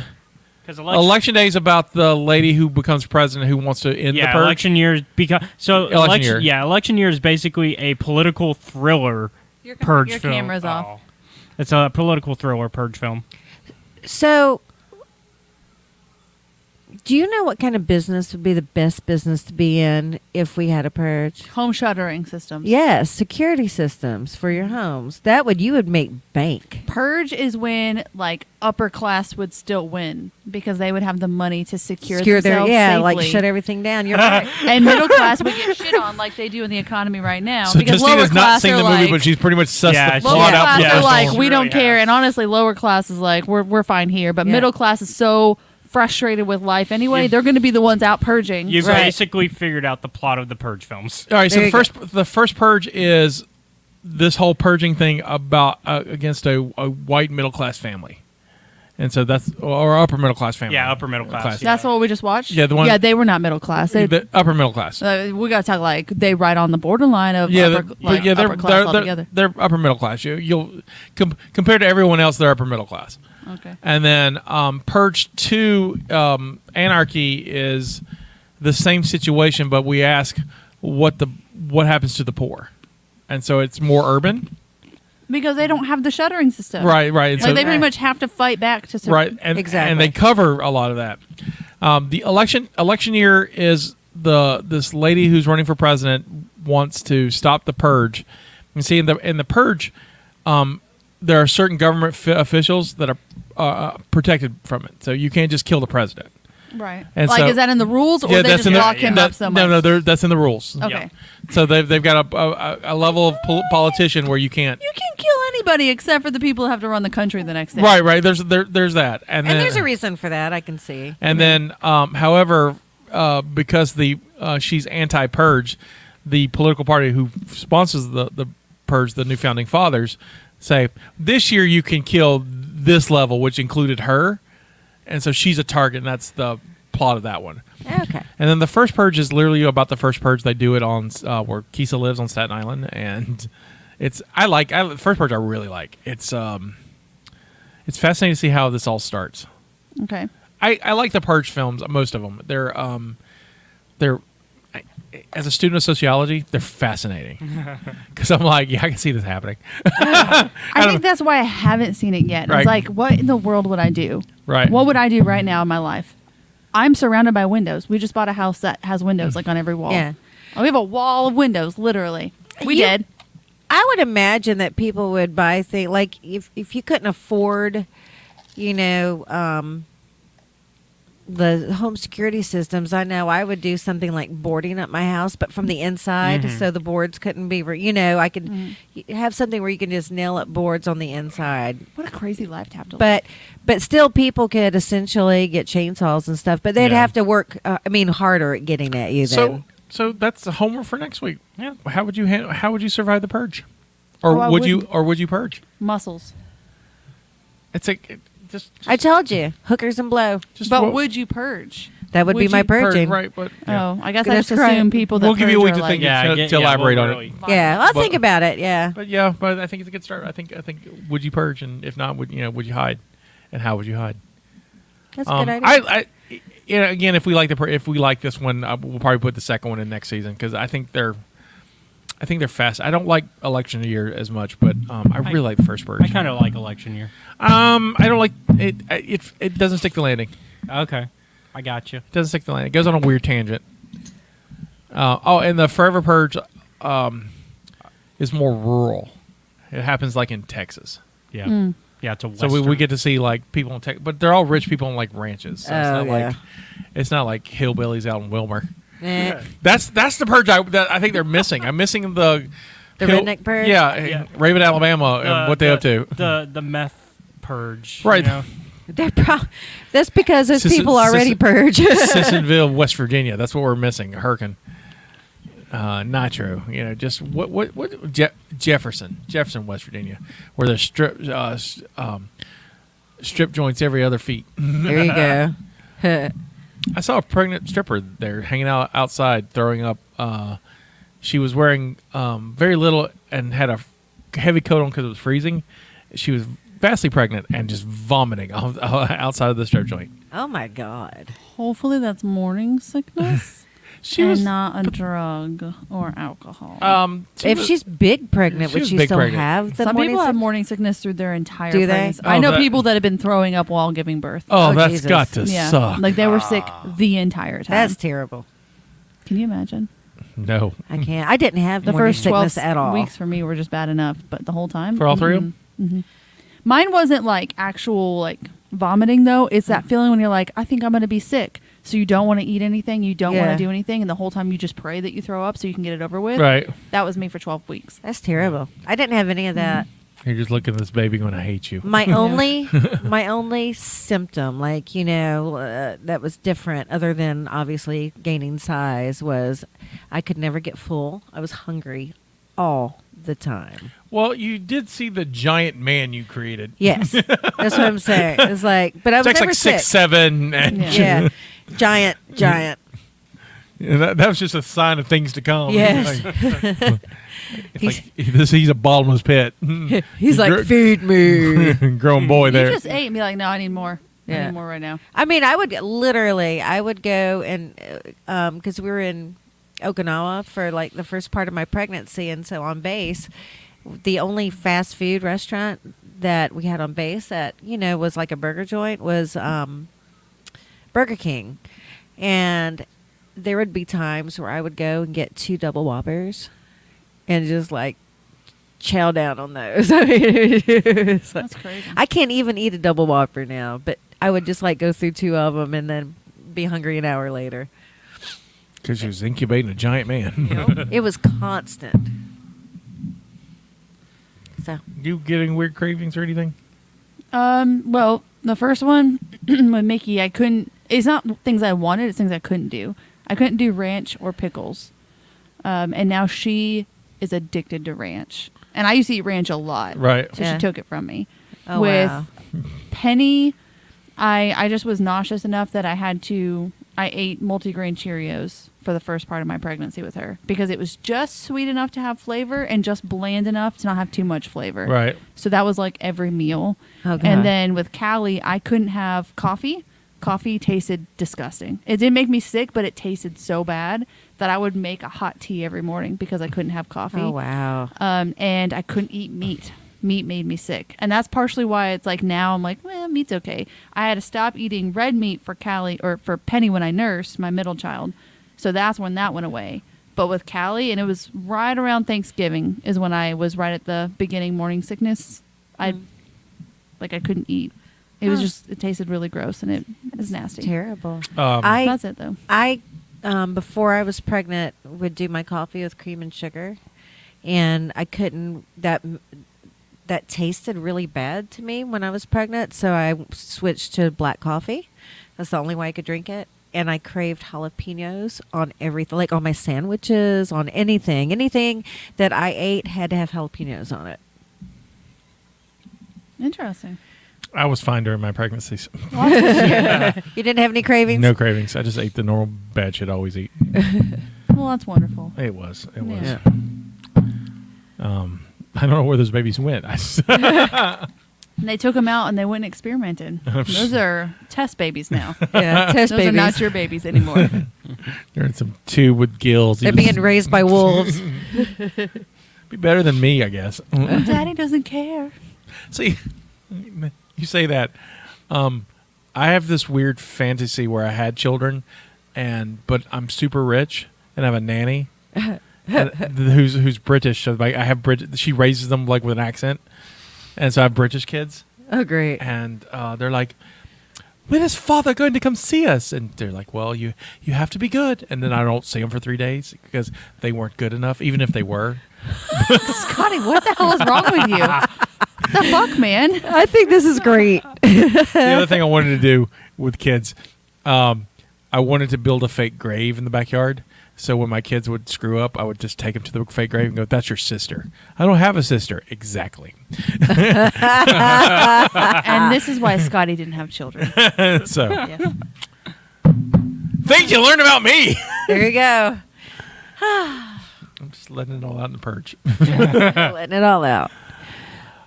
[SPEAKER 4] Cause
[SPEAKER 1] election, day is about the lady who becomes president who wants to end
[SPEAKER 4] yeah,
[SPEAKER 1] the purge.
[SPEAKER 4] election year is because so
[SPEAKER 1] Election
[SPEAKER 4] election,
[SPEAKER 1] year.
[SPEAKER 4] yeah, election year is basically a political thriller
[SPEAKER 2] Your cam-
[SPEAKER 4] purge
[SPEAKER 2] your
[SPEAKER 4] film.
[SPEAKER 2] camera's off.
[SPEAKER 4] Oh. It's a political thriller purge film.
[SPEAKER 3] So, do you know what kind of business would be the best business to be in if we had a purge?
[SPEAKER 2] Home shuttering systems.
[SPEAKER 3] Yes, security systems for your homes. That would you would make bank.
[SPEAKER 2] Purge is when like upper class would still win because they would have the money to secure,
[SPEAKER 3] their
[SPEAKER 2] themselves
[SPEAKER 3] yeah, like
[SPEAKER 2] safely.
[SPEAKER 3] shut everything down. You're right.
[SPEAKER 2] and middle class would get shit on like they do in the economy right now.
[SPEAKER 1] so
[SPEAKER 2] because lower
[SPEAKER 1] Justina's not
[SPEAKER 2] class
[SPEAKER 1] seen
[SPEAKER 2] are
[SPEAKER 1] the
[SPEAKER 2] like,
[SPEAKER 1] movie, but she's pretty much sussed
[SPEAKER 4] Yeah,
[SPEAKER 1] the
[SPEAKER 4] she-
[SPEAKER 2] Lower
[SPEAKER 1] plot out.
[SPEAKER 2] class
[SPEAKER 1] for the
[SPEAKER 4] yeah.
[SPEAKER 2] are
[SPEAKER 1] first
[SPEAKER 2] like,
[SPEAKER 1] one.
[SPEAKER 2] we
[SPEAKER 4] She
[SPEAKER 2] don't
[SPEAKER 4] really
[SPEAKER 2] care.
[SPEAKER 4] has.
[SPEAKER 2] And honestly, lower class is like, we're, we're fine here. But
[SPEAKER 3] Yeah.
[SPEAKER 2] middle class is so frustrated with life anyway.
[SPEAKER 4] You-
[SPEAKER 2] They're going to be the ones out purging.
[SPEAKER 4] You
[SPEAKER 3] Right.
[SPEAKER 4] basically figured out the plot of the purge films.
[SPEAKER 1] All right, so
[SPEAKER 3] There
[SPEAKER 1] the
[SPEAKER 3] you go.
[SPEAKER 1] first the first purge is this whole purging thing about uh, against a, a white middle class family, and so that's or upper middle class family.
[SPEAKER 4] Yeah, upper middle class, yeah.
[SPEAKER 2] That's what we just watched?
[SPEAKER 1] Yeah, the one-
[SPEAKER 2] Yeah, they were not middle class. They,
[SPEAKER 1] The upper middle class.
[SPEAKER 2] uh, we got to talk like they right on the borderline of
[SPEAKER 1] yeah,
[SPEAKER 2] upper,
[SPEAKER 1] the- but
[SPEAKER 2] like,
[SPEAKER 1] yeah, they're
[SPEAKER 2] upper class
[SPEAKER 1] they're,
[SPEAKER 2] altogether.
[SPEAKER 1] they're, they're upper middle class. You, you'll com- compared to everyone else, they're upper middle class.
[SPEAKER 2] okay.
[SPEAKER 1] And then um, Purge Two um, Anarchy is the same situation, but we ask what the what happens to the poor, and so it's more urban.
[SPEAKER 2] Because they don't have the shuttering system.
[SPEAKER 1] Right, right. And
[SPEAKER 2] Like
[SPEAKER 1] so
[SPEAKER 2] they pretty much have to fight back to sur-
[SPEAKER 1] right and and
[SPEAKER 3] Exactly.
[SPEAKER 1] they cover a lot of that um, the election election year is the this lady who's running for president wants to stop the purge and see in the in the purge um, there are certain government f- officials that are uh, protected from it so you can't just kill the president
[SPEAKER 2] Right.
[SPEAKER 1] And
[SPEAKER 2] like
[SPEAKER 1] so-
[SPEAKER 2] is that in the rules or they just
[SPEAKER 1] in the-
[SPEAKER 2] lock him
[SPEAKER 1] that-
[SPEAKER 2] up so much?
[SPEAKER 1] no no they're- that's in the rules
[SPEAKER 2] Okay.
[SPEAKER 4] Yeah.
[SPEAKER 1] so they've, they've got a, a, a level of pol- politician where you can't
[SPEAKER 2] You can kill anybody except for the people who have to run the country the next day.
[SPEAKER 1] Right, right. There's there, there's that, and,
[SPEAKER 3] And,
[SPEAKER 1] then,
[SPEAKER 3] there's a reason for that. I can see.
[SPEAKER 1] And then, um, however, uh, because the uh, she's anti-purge, the political party who sponsors the the purge, the New Founding Fathers, say this year you can kill this level, which included her, and so she's a target, and that's the plot of that one.
[SPEAKER 3] Okay.
[SPEAKER 1] And then the first purge is literally about the first purge. They do it on uh, where Kisa lives on Staten Island, and it's I like I, the first purge. I really like it's um, it's fascinating to see how this all starts.
[SPEAKER 2] Okay.
[SPEAKER 1] I, I like the Purge films, most of them. They're um, they're I, as a student of sociology, they're fascinating because I'm like, yeah, I can see this happening,
[SPEAKER 2] I, think that's why I haven't seen it yet.
[SPEAKER 1] Right.
[SPEAKER 2] It's like, what in the world would I do?
[SPEAKER 1] Right.
[SPEAKER 2] What would I do right now in my life? I'm surrounded by windows. We just bought a house that has windows like on every wall.
[SPEAKER 3] Yeah.
[SPEAKER 2] Oh, we have a wall of windows, literally. We
[SPEAKER 3] You-
[SPEAKER 2] did.
[SPEAKER 3] I would imagine that people would buy things like if if you couldn't afford, you know, um, the home security systems. I know I would do something like boarding up my house, but from the inside,
[SPEAKER 8] Mhm.
[SPEAKER 3] so the boards couldn't be. Re- you know, I could y have something where you can just nail up boards on the inside.
[SPEAKER 2] What a crazy life to have to
[SPEAKER 3] But but still, people could essentially get chainsaws and stuff, but they'd
[SPEAKER 1] Yeah.
[SPEAKER 3] have to work. Uh, I mean, harder at getting at you.
[SPEAKER 1] So
[SPEAKER 3] Then.
[SPEAKER 1] so that's the homework for next week. Yeah. How would you handle? How would you survive the Purge? Or
[SPEAKER 2] Oh, I
[SPEAKER 1] would you?
[SPEAKER 2] wouldn't.
[SPEAKER 1] Or would you purge?
[SPEAKER 2] Muscles.
[SPEAKER 1] It's a it just.
[SPEAKER 3] I told you, hookers and blow.
[SPEAKER 2] but would you purge?
[SPEAKER 3] That would be my
[SPEAKER 2] you
[SPEAKER 3] purging.
[SPEAKER 1] right, but-
[SPEAKER 2] Oh, I guess I
[SPEAKER 3] That's
[SPEAKER 2] just assume
[SPEAKER 3] correct.
[SPEAKER 2] people that
[SPEAKER 1] We'll give you a
[SPEAKER 2] purge
[SPEAKER 1] week
[SPEAKER 2] are
[SPEAKER 1] to
[SPEAKER 2] like-
[SPEAKER 1] think to,
[SPEAKER 4] get-
[SPEAKER 1] to
[SPEAKER 4] yeah,
[SPEAKER 1] elaborate
[SPEAKER 4] we'll
[SPEAKER 1] on
[SPEAKER 4] really-
[SPEAKER 1] it.
[SPEAKER 3] Yeah, I'll
[SPEAKER 1] But-
[SPEAKER 3] think about it. Yeah.
[SPEAKER 1] But yeah, but I think it's a good start. I think I think would you purge, and if not, would you know would you hide, and how would you hide?
[SPEAKER 3] That's a
[SPEAKER 1] Um,
[SPEAKER 3] good idea.
[SPEAKER 1] I, I, you know, again, if we like the pur- if we like this one, uh, we'll probably put the second one in next season because I think they're, I think they're fast. I don't like election year as much, but um, I really like the first purge.
[SPEAKER 4] I kind of like election year.
[SPEAKER 1] Um, I don't like it. It it doesn't stick the landing.
[SPEAKER 4] Okay, I got you.
[SPEAKER 1] It doesn't stick the landing. It goes on a weird tangent. Uh, oh, and the Forever Purge, um, is more rural. It happens like in Texas.
[SPEAKER 4] Yeah.
[SPEAKER 2] Hmm.
[SPEAKER 4] Mm. Yeah, it's a
[SPEAKER 1] so we, we
[SPEAKER 4] western-
[SPEAKER 1] get to see like people in Texas, but they're all rich people on like ranches. So it's
[SPEAKER 4] Oh,
[SPEAKER 1] not
[SPEAKER 4] yeah.
[SPEAKER 1] like it's not like hillbillies out in Wilmer.
[SPEAKER 3] Eh.
[SPEAKER 1] That's that's the purge I that I think they're missing. I'm missing the
[SPEAKER 3] The redneck purge?
[SPEAKER 1] Yeah,
[SPEAKER 3] Yeah.
[SPEAKER 1] Raven, Alabama,
[SPEAKER 4] The-
[SPEAKER 1] and what they
[SPEAKER 4] the-
[SPEAKER 1] up to.
[SPEAKER 4] The the meth purge.
[SPEAKER 1] Right.
[SPEAKER 4] You know?
[SPEAKER 3] They're prob- that's because those
[SPEAKER 1] Sis-
[SPEAKER 3] people already
[SPEAKER 1] Sis-
[SPEAKER 3] purge.
[SPEAKER 1] Sissonville, West Virginia. That's what we're missing. Hurricane, uh, Nitro. You know, just what what what Je- Jefferson, Jefferson, West Virginia, where there's strip uh, s- um, strip joints every other feet.
[SPEAKER 3] there you go.
[SPEAKER 1] I saw a pregnant stripper there hanging out outside, throwing up. Uh, she was wearing um, very little and had a f- heavy coat on because it was freezing. She was vastly pregnant and just vomiting o- outside of the strip joint.
[SPEAKER 3] oh my god.
[SPEAKER 2] Hopefully that's morning sickness.
[SPEAKER 1] She
[SPEAKER 2] and
[SPEAKER 1] was-
[SPEAKER 2] not a drug or alcohol.
[SPEAKER 1] Um, she
[SPEAKER 3] if
[SPEAKER 1] was-
[SPEAKER 3] she's big pregnant,
[SPEAKER 1] She
[SPEAKER 3] would
[SPEAKER 1] was
[SPEAKER 3] she
[SPEAKER 1] big
[SPEAKER 3] still
[SPEAKER 1] pregnant.
[SPEAKER 3] have the
[SPEAKER 2] Some
[SPEAKER 3] morning
[SPEAKER 2] people have
[SPEAKER 3] sick-
[SPEAKER 2] morning sickness through their entire
[SPEAKER 3] Do they?
[SPEAKER 2] pregnancy. I
[SPEAKER 1] Oh,
[SPEAKER 2] know
[SPEAKER 1] that-
[SPEAKER 2] people that have been throwing up while giving birth.
[SPEAKER 1] Oh,
[SPEAKER 2] that's
[SPEAKER 1] Oh, that's Jesus. got to suck.
[SPEAKER 2] Like they were sick the entire time.
[SPEAKER 3] Ah. That's terrible.
[SPEAKER 2] Can you imagine?
[SPEAKER 1] No.
[SPEAKER 3] I can't. I didn't have
[SPEAKER 2] The
[SPEAKER 3] morning
[SPEAKER 2] first
[SPEAKER 3] sickness
[SPEAKER 2] 12
[SPEAKER 3] at all.
[SPEAKER 2] weeks for me were just bad enough, but the whole time.
[SPEAKER 1] For all three of 'em?
[SPEAKER 2] Mm-hmm. Mine wasn't like actual like vomiting though. It's
[SPEAKER 3] Mm.
[SPEAKER 2] that feeling when you're like, I think I'm going to be sick. So you don't want to eat anything, you don't want
[SPEAKER 3] Yeah.
[SPEAKER 2] to do anything, and the whole time you just pray that you throw up so you can get it over with.
[SPEAKER 1] Right.
[SPEAKER 2] That was me for 12 weeks.
[SPEAKER 3] That's terrible. I didn't have any of that.
[SPEAKER 1] You're just looking at this baby going, I hate you.
[SPEAKER 3] My only, my only symptom, like you know, uh, that was different, other than obviously gaining size, was I could never get full. I was hungry all the time.
[SPEAKER 1] Well, you did see the giant man you created.
[SPEAKER 3] Yes, that's what I'm saying. It's like, but I was
[SPEAKER 1] Jack's
[SPEAKER 3] never
[SPEAKER 1] like
[SPEAKER 3] sick.
[SPEAKER 1] six seven, and
[SPEAKER 3] Yeah. giant, giant.
[SPEAKER 1] Yeah, that, that was just a sign of things to come.
[SPEAKER 3] Yes.
[SPEAKER 1] Like, it's like, this, he's a bottomless pit.
[SPEAKER 3] He's like, feed me.
[SPEAKER 1] grown boy
[SPEAKER 2] You
[SPEAKER 1] there.
[SPEAKER 2] just ate and be like, no, I need more. I
[SPEAKER 3] Yeah.
[SPEAKER 2] need more right now.
[SPEAKER 3] I mean, I would get- literally, I would go and because we were in Okinawa for like the first part of my pregnancy, and so on base, the only fast food restaurant that we had on base that you know was like a burger joint was um, Burger King, and there would be times where I would go and get two double whoppers, and just like chow down on those. I mean, it's like-
[SPEAKER 2] That's crazy.
[SPEAKER 3] I can't even eat a double whopper now, but I would just like go through two of them and then be hungry an hour later.
[SPEAKER 1] Because she was incubating a giant man.
[SPEAKER 3] it was constant. So
[SPEAKER 1] You getting weird cravings or anything?
[SPEAKER 2] Um. Well, the first one with Mickey, I couldn't. It's not things I wanted. It's things I couldn't do. I couldn't do ranch or pickles. Um. And now she is addicted to ranch. And I used to eat ranch a lot.
[SPEAKER 1] Right.
[SPEAKER 2] So
[SPEAKER 3] Yeah.
[SPEAKER 2] she took it from me.
[SPEAKER 3] Oh,
[SPEAKER 2] with
[SPEAKER 3] wow.
[SPEAKER 2] Penny, I I just was nauseous enough that I had to. I ate multigrain Cheerios for the first part of my pregnancy with her because it was just sweet enough to have flavor and just bland enough to not have too much flavor.
[SPEAKER 1] Right.
[SPEAKER 2] So that was like every meal.
[SPEAKER 3] Oh, God.
[SPEAKER 2] And then with Callie, I couldn't have coffee. Coffee tasted disgusting. It didn't make me sick, but it tasted so bad that I would make a hot tea every morning because I couldn't have coffee.
[SPEAKER 3] oh wow.
[SPEAKER 2] Um, and I couldn't eat meat. Meat made me sick. And that's partially why it's like now I'm like, well, meat's okay. I had to stop eating red meat for Callie or for Penny when I nursed my middle child. So that's when that went away. But with Callie, and it was right around Thanksgiving is when I was right at the beginning morning sickness. I like I couldn't eat. It was
[SPEAKER 3] Hmm. Huh.
[SPEAKER 2] just it tasted really gross and it was nasty.
[SPEAKER 3] Terrible.
[SPEAKER 1] Um,
[SPEAKER 3] I
[SPEAKER 2] That's it though.
[SPEAKER 3] I um, before I was pregnant would do my coffee with cream and sugar, and I couldn't that that tasted really bad to me when I was pregnant. So I switched to black coffee. That's the only way I could drink it. And I craved jalapenos on everything, like on my sandwiches, on anything. Anything that I ate had to have jalapenos on it.
[SPEAKER 2] Interesting.
[SPEAKER 1] I was fine during my pregnancies.
[SPEAKER 3] You didn't have any cravings?
[SPEAKER 1] no cravings. I just ate the normal bad shit I always eat.
[SPEAKER 2] Well, that's wonderful.
[SPEAKER 1] It was. It was.
[SPEAKER 2] Yeah.
[SPEAKER 1] Um, I don't know where those babies went. I s-
[SPEAKER 2] And they took them out and they went and experimented. Those are test babies now.
[SPEAKER 3] Yeah, test
[SPEAKER 2] Those are not your babies anymore.
[SPEAKER 1] You're in some two with gills.
[SPEAKER 3] They're
[SPEAKER 1] You just-
[SPEAKER 3] being raised by wolves.
[SPEAKER 1] be better than me, I guess.
[SPEAKER 3] Oh,
[SPEAKER 2] Daddy doesn't care.
[SPEAKER 1] See, you say that. Um, I have this weird fantasy where I had children, and but I'm super rich and I have a nanny and- who's who's British. So like I have Brit. She raises them like with an accent, and so I have British kids,
[SPEAKER 3] oh, great.
[SPEAKER 1] and uh, they're like. When is father going to come see us? And they're like, "Well, you you have to be good." And then I don't see them for three days because they weren't good enough, even if they were.
[SPEAKER 2] Scotty, what the hell is wrong with you? the fuck, man?
[SPEAKER 3] I think this is great.
[SPEAKER 1] the other thing I wanted to do with kids, um, I wanted to build a fake grave in the backyard. So when my kids would screw up, I would just take them to the fake grave and go, "That's your sister." I don't have a sister, exactly.
[SPEAKER 2] and this is why Scotty didn't have children.
[SPEAKER 1] so
[SPEAKER 2] Yeah.
[SPEAKER 1] things you learn about me.
[SPEAKER 3] There you go.
[SPEAKER 1] I'm just letting it all out in the purge.
[SPEAKER 3] Letting it all out.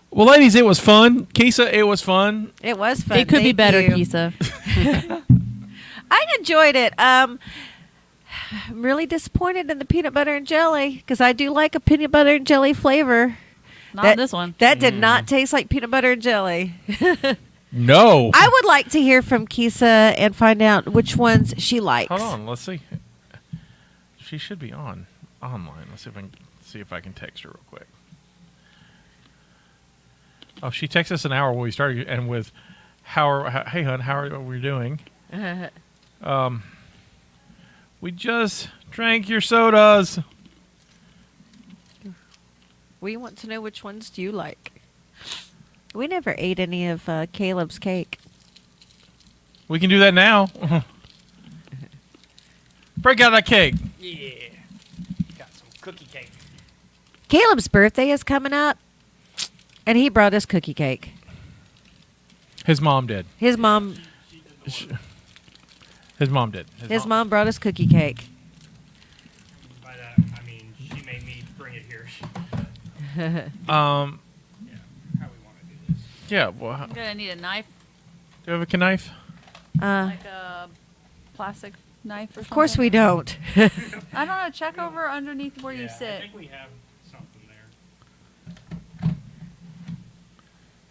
[SPEAKER 1] well, ladies, it was fun. Kisa, it was fun.
[SPEAKER 3] It was fun.
[SPEAKER 2] It could be
[SPEAKER 3] Thank
[SPEAKER 2] better,
[SPEAKER 3] you.
[SPEAKER 2] Kisa.
[SPEAKER 3] I enjoyed it. Um, I'm really disappointed in the peanut butter and jelly because I do like a peanut butter and jelly flavor.
[SPEAKER 2] Not
[SPEAKER 3] That-
[SPEAKER 2] this one.
[SPEAKER 3] That
[SPEAKER 1] Mm.
[SPEAKER 3] did not taste like peanut butter and jelly.
[SPEAKER 1] No.
[SPEAKER 3] I would like to hear from Kisa and find out which ones she likes.
[SPEAKER 1] Hold on, let's see. She should be on online. Let's see if I can see if I can text her real quick. Oh, she texted us an hour when we started, and with how are how, hey hun, how are we doing? um, we just drank your sodas.
[SPEAKER 3] We want to know which ones do you like. We never ate any of uh, Caleb's cake.
[SPEAKER 1] We can do that now. Break out that cake.
[SPEAKER 4] Yeah. Got some cookie cake.
[SPEAKER 3] Caleb's birthday is coming up, and he brought us cookie cake.
[SPEAKER 1] His mom did.
[SPEAKER 3] His mom,
[SPEAKER 1] His mom did.
[SPEAKER 3] his mom brought us cookie cake.
[SPEAKER 4] By that, I mean, she made me bring it here.
[SPEAKER 1] Um.
[SPEAKER 4] How we want to do this.
[SPEAKER 1] Yeah. Well, how- do
[SPEAKER 2] gonna need a knife,
[SPEAKER 1] you have a knife?
[SPEAKER 3] Uh,
[SPEAKER 2] a plastic knife.
[SPEAKER 3] of course, we don't.
[SPEAKER 2] I don't know. Check over underneath where you
[SPEAKER 4] I
[SPEAKER 2] sit.
[SPEAKER 4] think we have something there.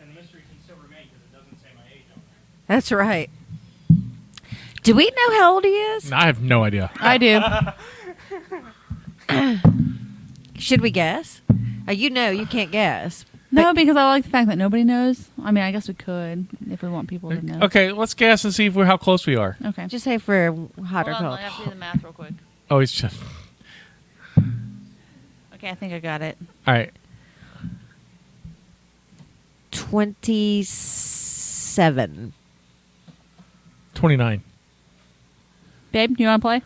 [SPEAKER 4] And the mystery can still remain because it doesn't say my age on there.
[SPEAKER 3] That's right. Do we know how old he is?
[SPEAKER 1] I have no idea.
[SPEAKER 2] I do.
[SPEAKER 3] Should we guess? Uh, you know, you can't guess.
[SPEAKER 2] No, because I like the fact that nobody knows. I mean, I guess we could if we want people to know.
[SPEAKER 1] Okay, let's guess and see if we're how close we are.
[SPEAKER 2] Okay.
[SPEAKER 3] Just say for hot or cold.
[SPEAKER 2] have to do the math real quick.
[SPEAKER 1] Oh, he's just
[SPEAKER 2] Okay, I think I got it.
[SPEAKER 1] all right.
[SPEAKER 3] 27.
[SPEAKER 1] 29.
[SPEAKER 2] Babe, you want to play?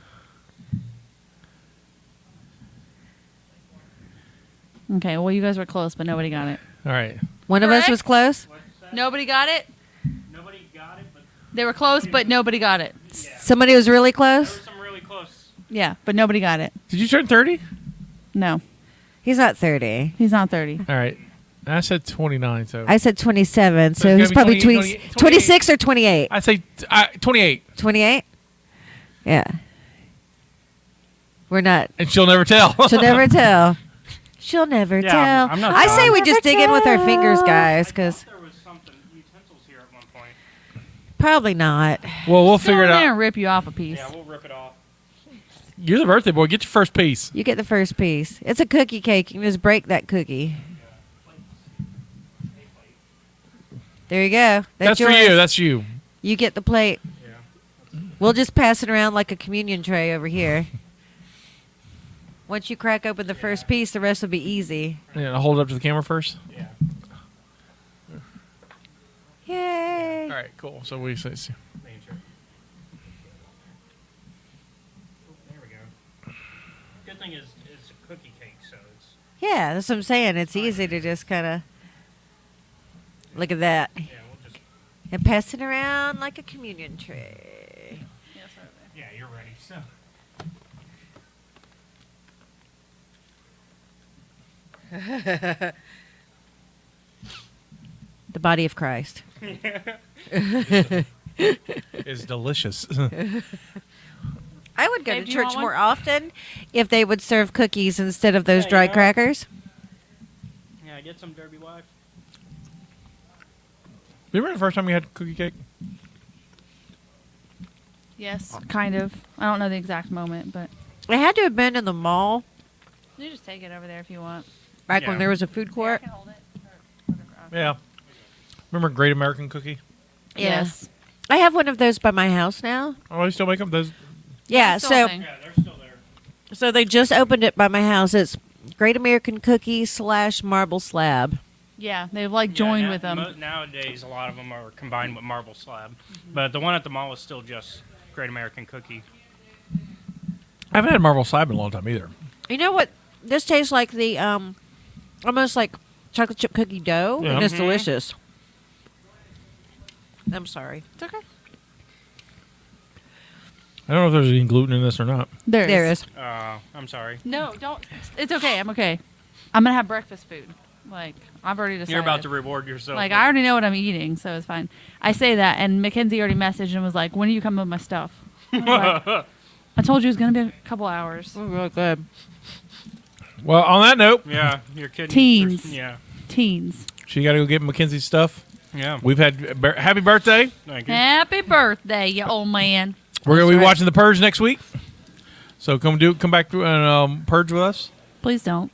[SPEAKER 2] Okay, well, you guys were close, but nobody got it.
[SPEAKER 1] All right.
[SPEAKER 3] One of us
[SPEAKER 2] Correct?
[SPEAKER 3] was close.
[SPEAKER 2] Nobody got it? Nobody got it, but. They were close, but nobody got it.
[SPEAKER 3] Somebody was really close.
[SPEAKER 2] Yeah, but nobody got it.
[SPEAKER 1] Did you turn 30?
[SPEAKER 2] No,
[SPEAKER 3] He's not 30.
[SPEAKER 2] he's not 30.
[SPEAKER 1] All right. I said 29, so.
[SPEAKER 3] I said 27,
[SPEAKER 1] So
[SPEAKER 3] so,
[SPEAKER 1] it's
[SPEAKER 3] he's
[SPEAKER 1] gotta
[SPEAKER 3] probably
[SPEAKER 1] be
[SPEAKER 3] 20,
[SPEAKER 1] 28,
[SPEAKER 3] 26 or 28.
[SPEAKER 1] I say uh, 28.
[SPEAKER 3] 28? Yeah. We're not.
[SPEAKER 1] And she'll never tell.
[SPEAKER 3] She'll never tell. She'll never
[SPEAKER 4] Yeah,
[SPEAKER 3] tell.
[SPEAKER 4] I'm- I'm not
[SPEAKER 3] I say
[SPEAKER 4] done.
[SPEAKER 3] we just dig in with our fingers, guys, because
[SPEAKER 4] There was something utensils here at one point.
[SPEAKER 3] probably not.
[SPEAKER 1] well, we'll figure it
[SPEAKER 2] Go in there
[SPEAKER 1] out.
[SPEAKER 2] and rip you off a piece.
[SPEAKER 4] Yeah, we'll rip it off.
[SPEAKER 1] You're the birthday boy. Get your first piece.
[SPEAKER 3] You get the first piece. It's a cookie cake. You can just break that cookie. There you go.
[SPEAKER 1] That's, for
[SPEAKER 3] yours.
[SPEAKER 1] you. That's you.
[SPEAKER 3] You get the plate. We'll just pass it around like a communion tray over here. Once you crack open the first piece, the rest will be easy.
[SPEAKER 1] Yeah, I'll hold it up to the camera first.
[SPEAKER 3] Yay!
[SPEAKER 1] All right, cool. So we say, see.
[SPEAKER 4] Oh, There we go. Good thing is, it's a cookie cake, so it's.
[SPEAKER 3] Yeah, that's what I'm saying. It's easy to just kind of look at that
[SPEAKER 4] Yeah, we'll just.
[SPEAKER 3] and pass it around like a communion tray.
[SPEAKER 4] Yeah, you're ready. So.
[SPEAKER 3] The body of Christ.
[SPEAKER 1] It's delicious.
[SPEAKER 3] I would go
[SPEAKER 2] Babe,
[SPEAKER 3] to
[SPEAKER 2] do you want
[SPEAKER 3] church
[SPEAKER 2] one?
[SPEAKER 3] more often if they would serve cookies instead of those dry
[SPEAKER 4] know.
[SPEAKER 3] crackers.
[SPEAKER 4] Yeah, get some Derby Wife.
[SPEAKER 1] Remember the first time you had cookie cake?
[SPEAKER 2] Yes, kind of. I don't know the exact moment, but
[SPEAKER 3] I had to have been in the mall
[SPEAKER 2] you just take it over there if you want.
[SPEAKER 3] back
[SPEAKER 4] Yeah.
[SPEAKER 3] when there was a food court.
[SPEAKER 1] Yeah. Remember Great American Cookie?
[SPEAKER 2] Yes.
[SPEAKER 3] I have one of those by my house now.
[SPEAKER 1] Oh, you still make them? Those?
[SPEAKER 3] Yeah,
[SPEAKER 2] Still
[SPEAKER 3] so
[SPEAKER 2] a thing.
[SPEAKER 4] Yeah, they're still there.
[SPEAKER 3] so they just opened it by my house. It's Great American Cookie slash Marble Slab.
[SPEAKER 2] Yeah, they've like joined
[SPEAKER 4] now-
[SPEAKER 2] with them.
[SPEAKER 4] mo- nowadays, a lot of them are combined with marble slab,
[SPEAKER 2] Mm-hmm.
[SPEAKER 4] but the one at the mall is still just Great American Cookie.
[SPEAKER 1] I haven't had marble slab in a long time either.
[SPEAKER 3] You know what? This tastes like the um, almost like chocolate chip cookie dough,
[SPEAKER 1] Yeah.
[SPEAKER 3] and
[SPEAKER 2] Mm-hmm.
[SPEAKER 3] it's delicious. I'm sorry.
[SPEAKER 2] it's okay.
[SPEAKER 1] I don't know if there's any gluten in this or not.
[SPEAKER 2] There,
[SPEAKER 3] There
[SPEAKER 2] is.
[SPEAKER 3] is.
[SPEAKER 4] Uh, I'm sorry.
[SPEAKER 2] No, don't. It's okay. I'm okay. I'm gonna have breakfast food. Like I've already decided.
[SPEAKER 4] You're about to reward yourself.
[SPEAKER 2] Like
[SPEAKER 4] with-
[SPEAKER 2] I already know what I'm eating, so it's fine. I say that, and Mackenzie already messaged and was like, "When are you coming with my stuff?" I, was like, "I told you it was gonna be a couple hours.
[SPEAKER 3] Really good.
[SPEAKER 1] Well, on that note,
[SPEAKER 4] Yeah, you're kidding.
[SPEAKER 2] Teens.
[SPEAKER 4] Yeah,
[SPEAKER 2] Teens.
[SPEAKER 1] she got to go get Mackenzie's stuff.
[SPEAKER 4] yeah.
[SPEAKER 1] We've had bir- happy birthday.
[SPEAKER 4] Thank you.
[SPEAKER 2] Happy birthday, you old man.
[SPEAKER 1] We're gonna be
[SPEAKER 3] That's right.
[SPEAKER 1] watching the Purge next week. So come do come back to and um, purge with us.
[SPEAKER 2] Please don't.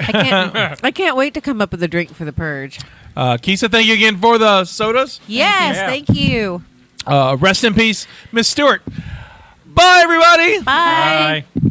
[SPEAKER 3] I can't. I can't wait to come up with a drink for the purge.
[SPEAKER 1] Uh, Kisa, thank you again for the sodas.
[SPEAKER 3] Yes,
[SPEAKER 4] Yeah.
[SPEAKER 3] thank you.
[SPEAKER 1] Uh, rest in peace, Miss Stewart. Bye, everybody.
[SPEAKER 3] Bye.
[SPEAKER 4] Bye.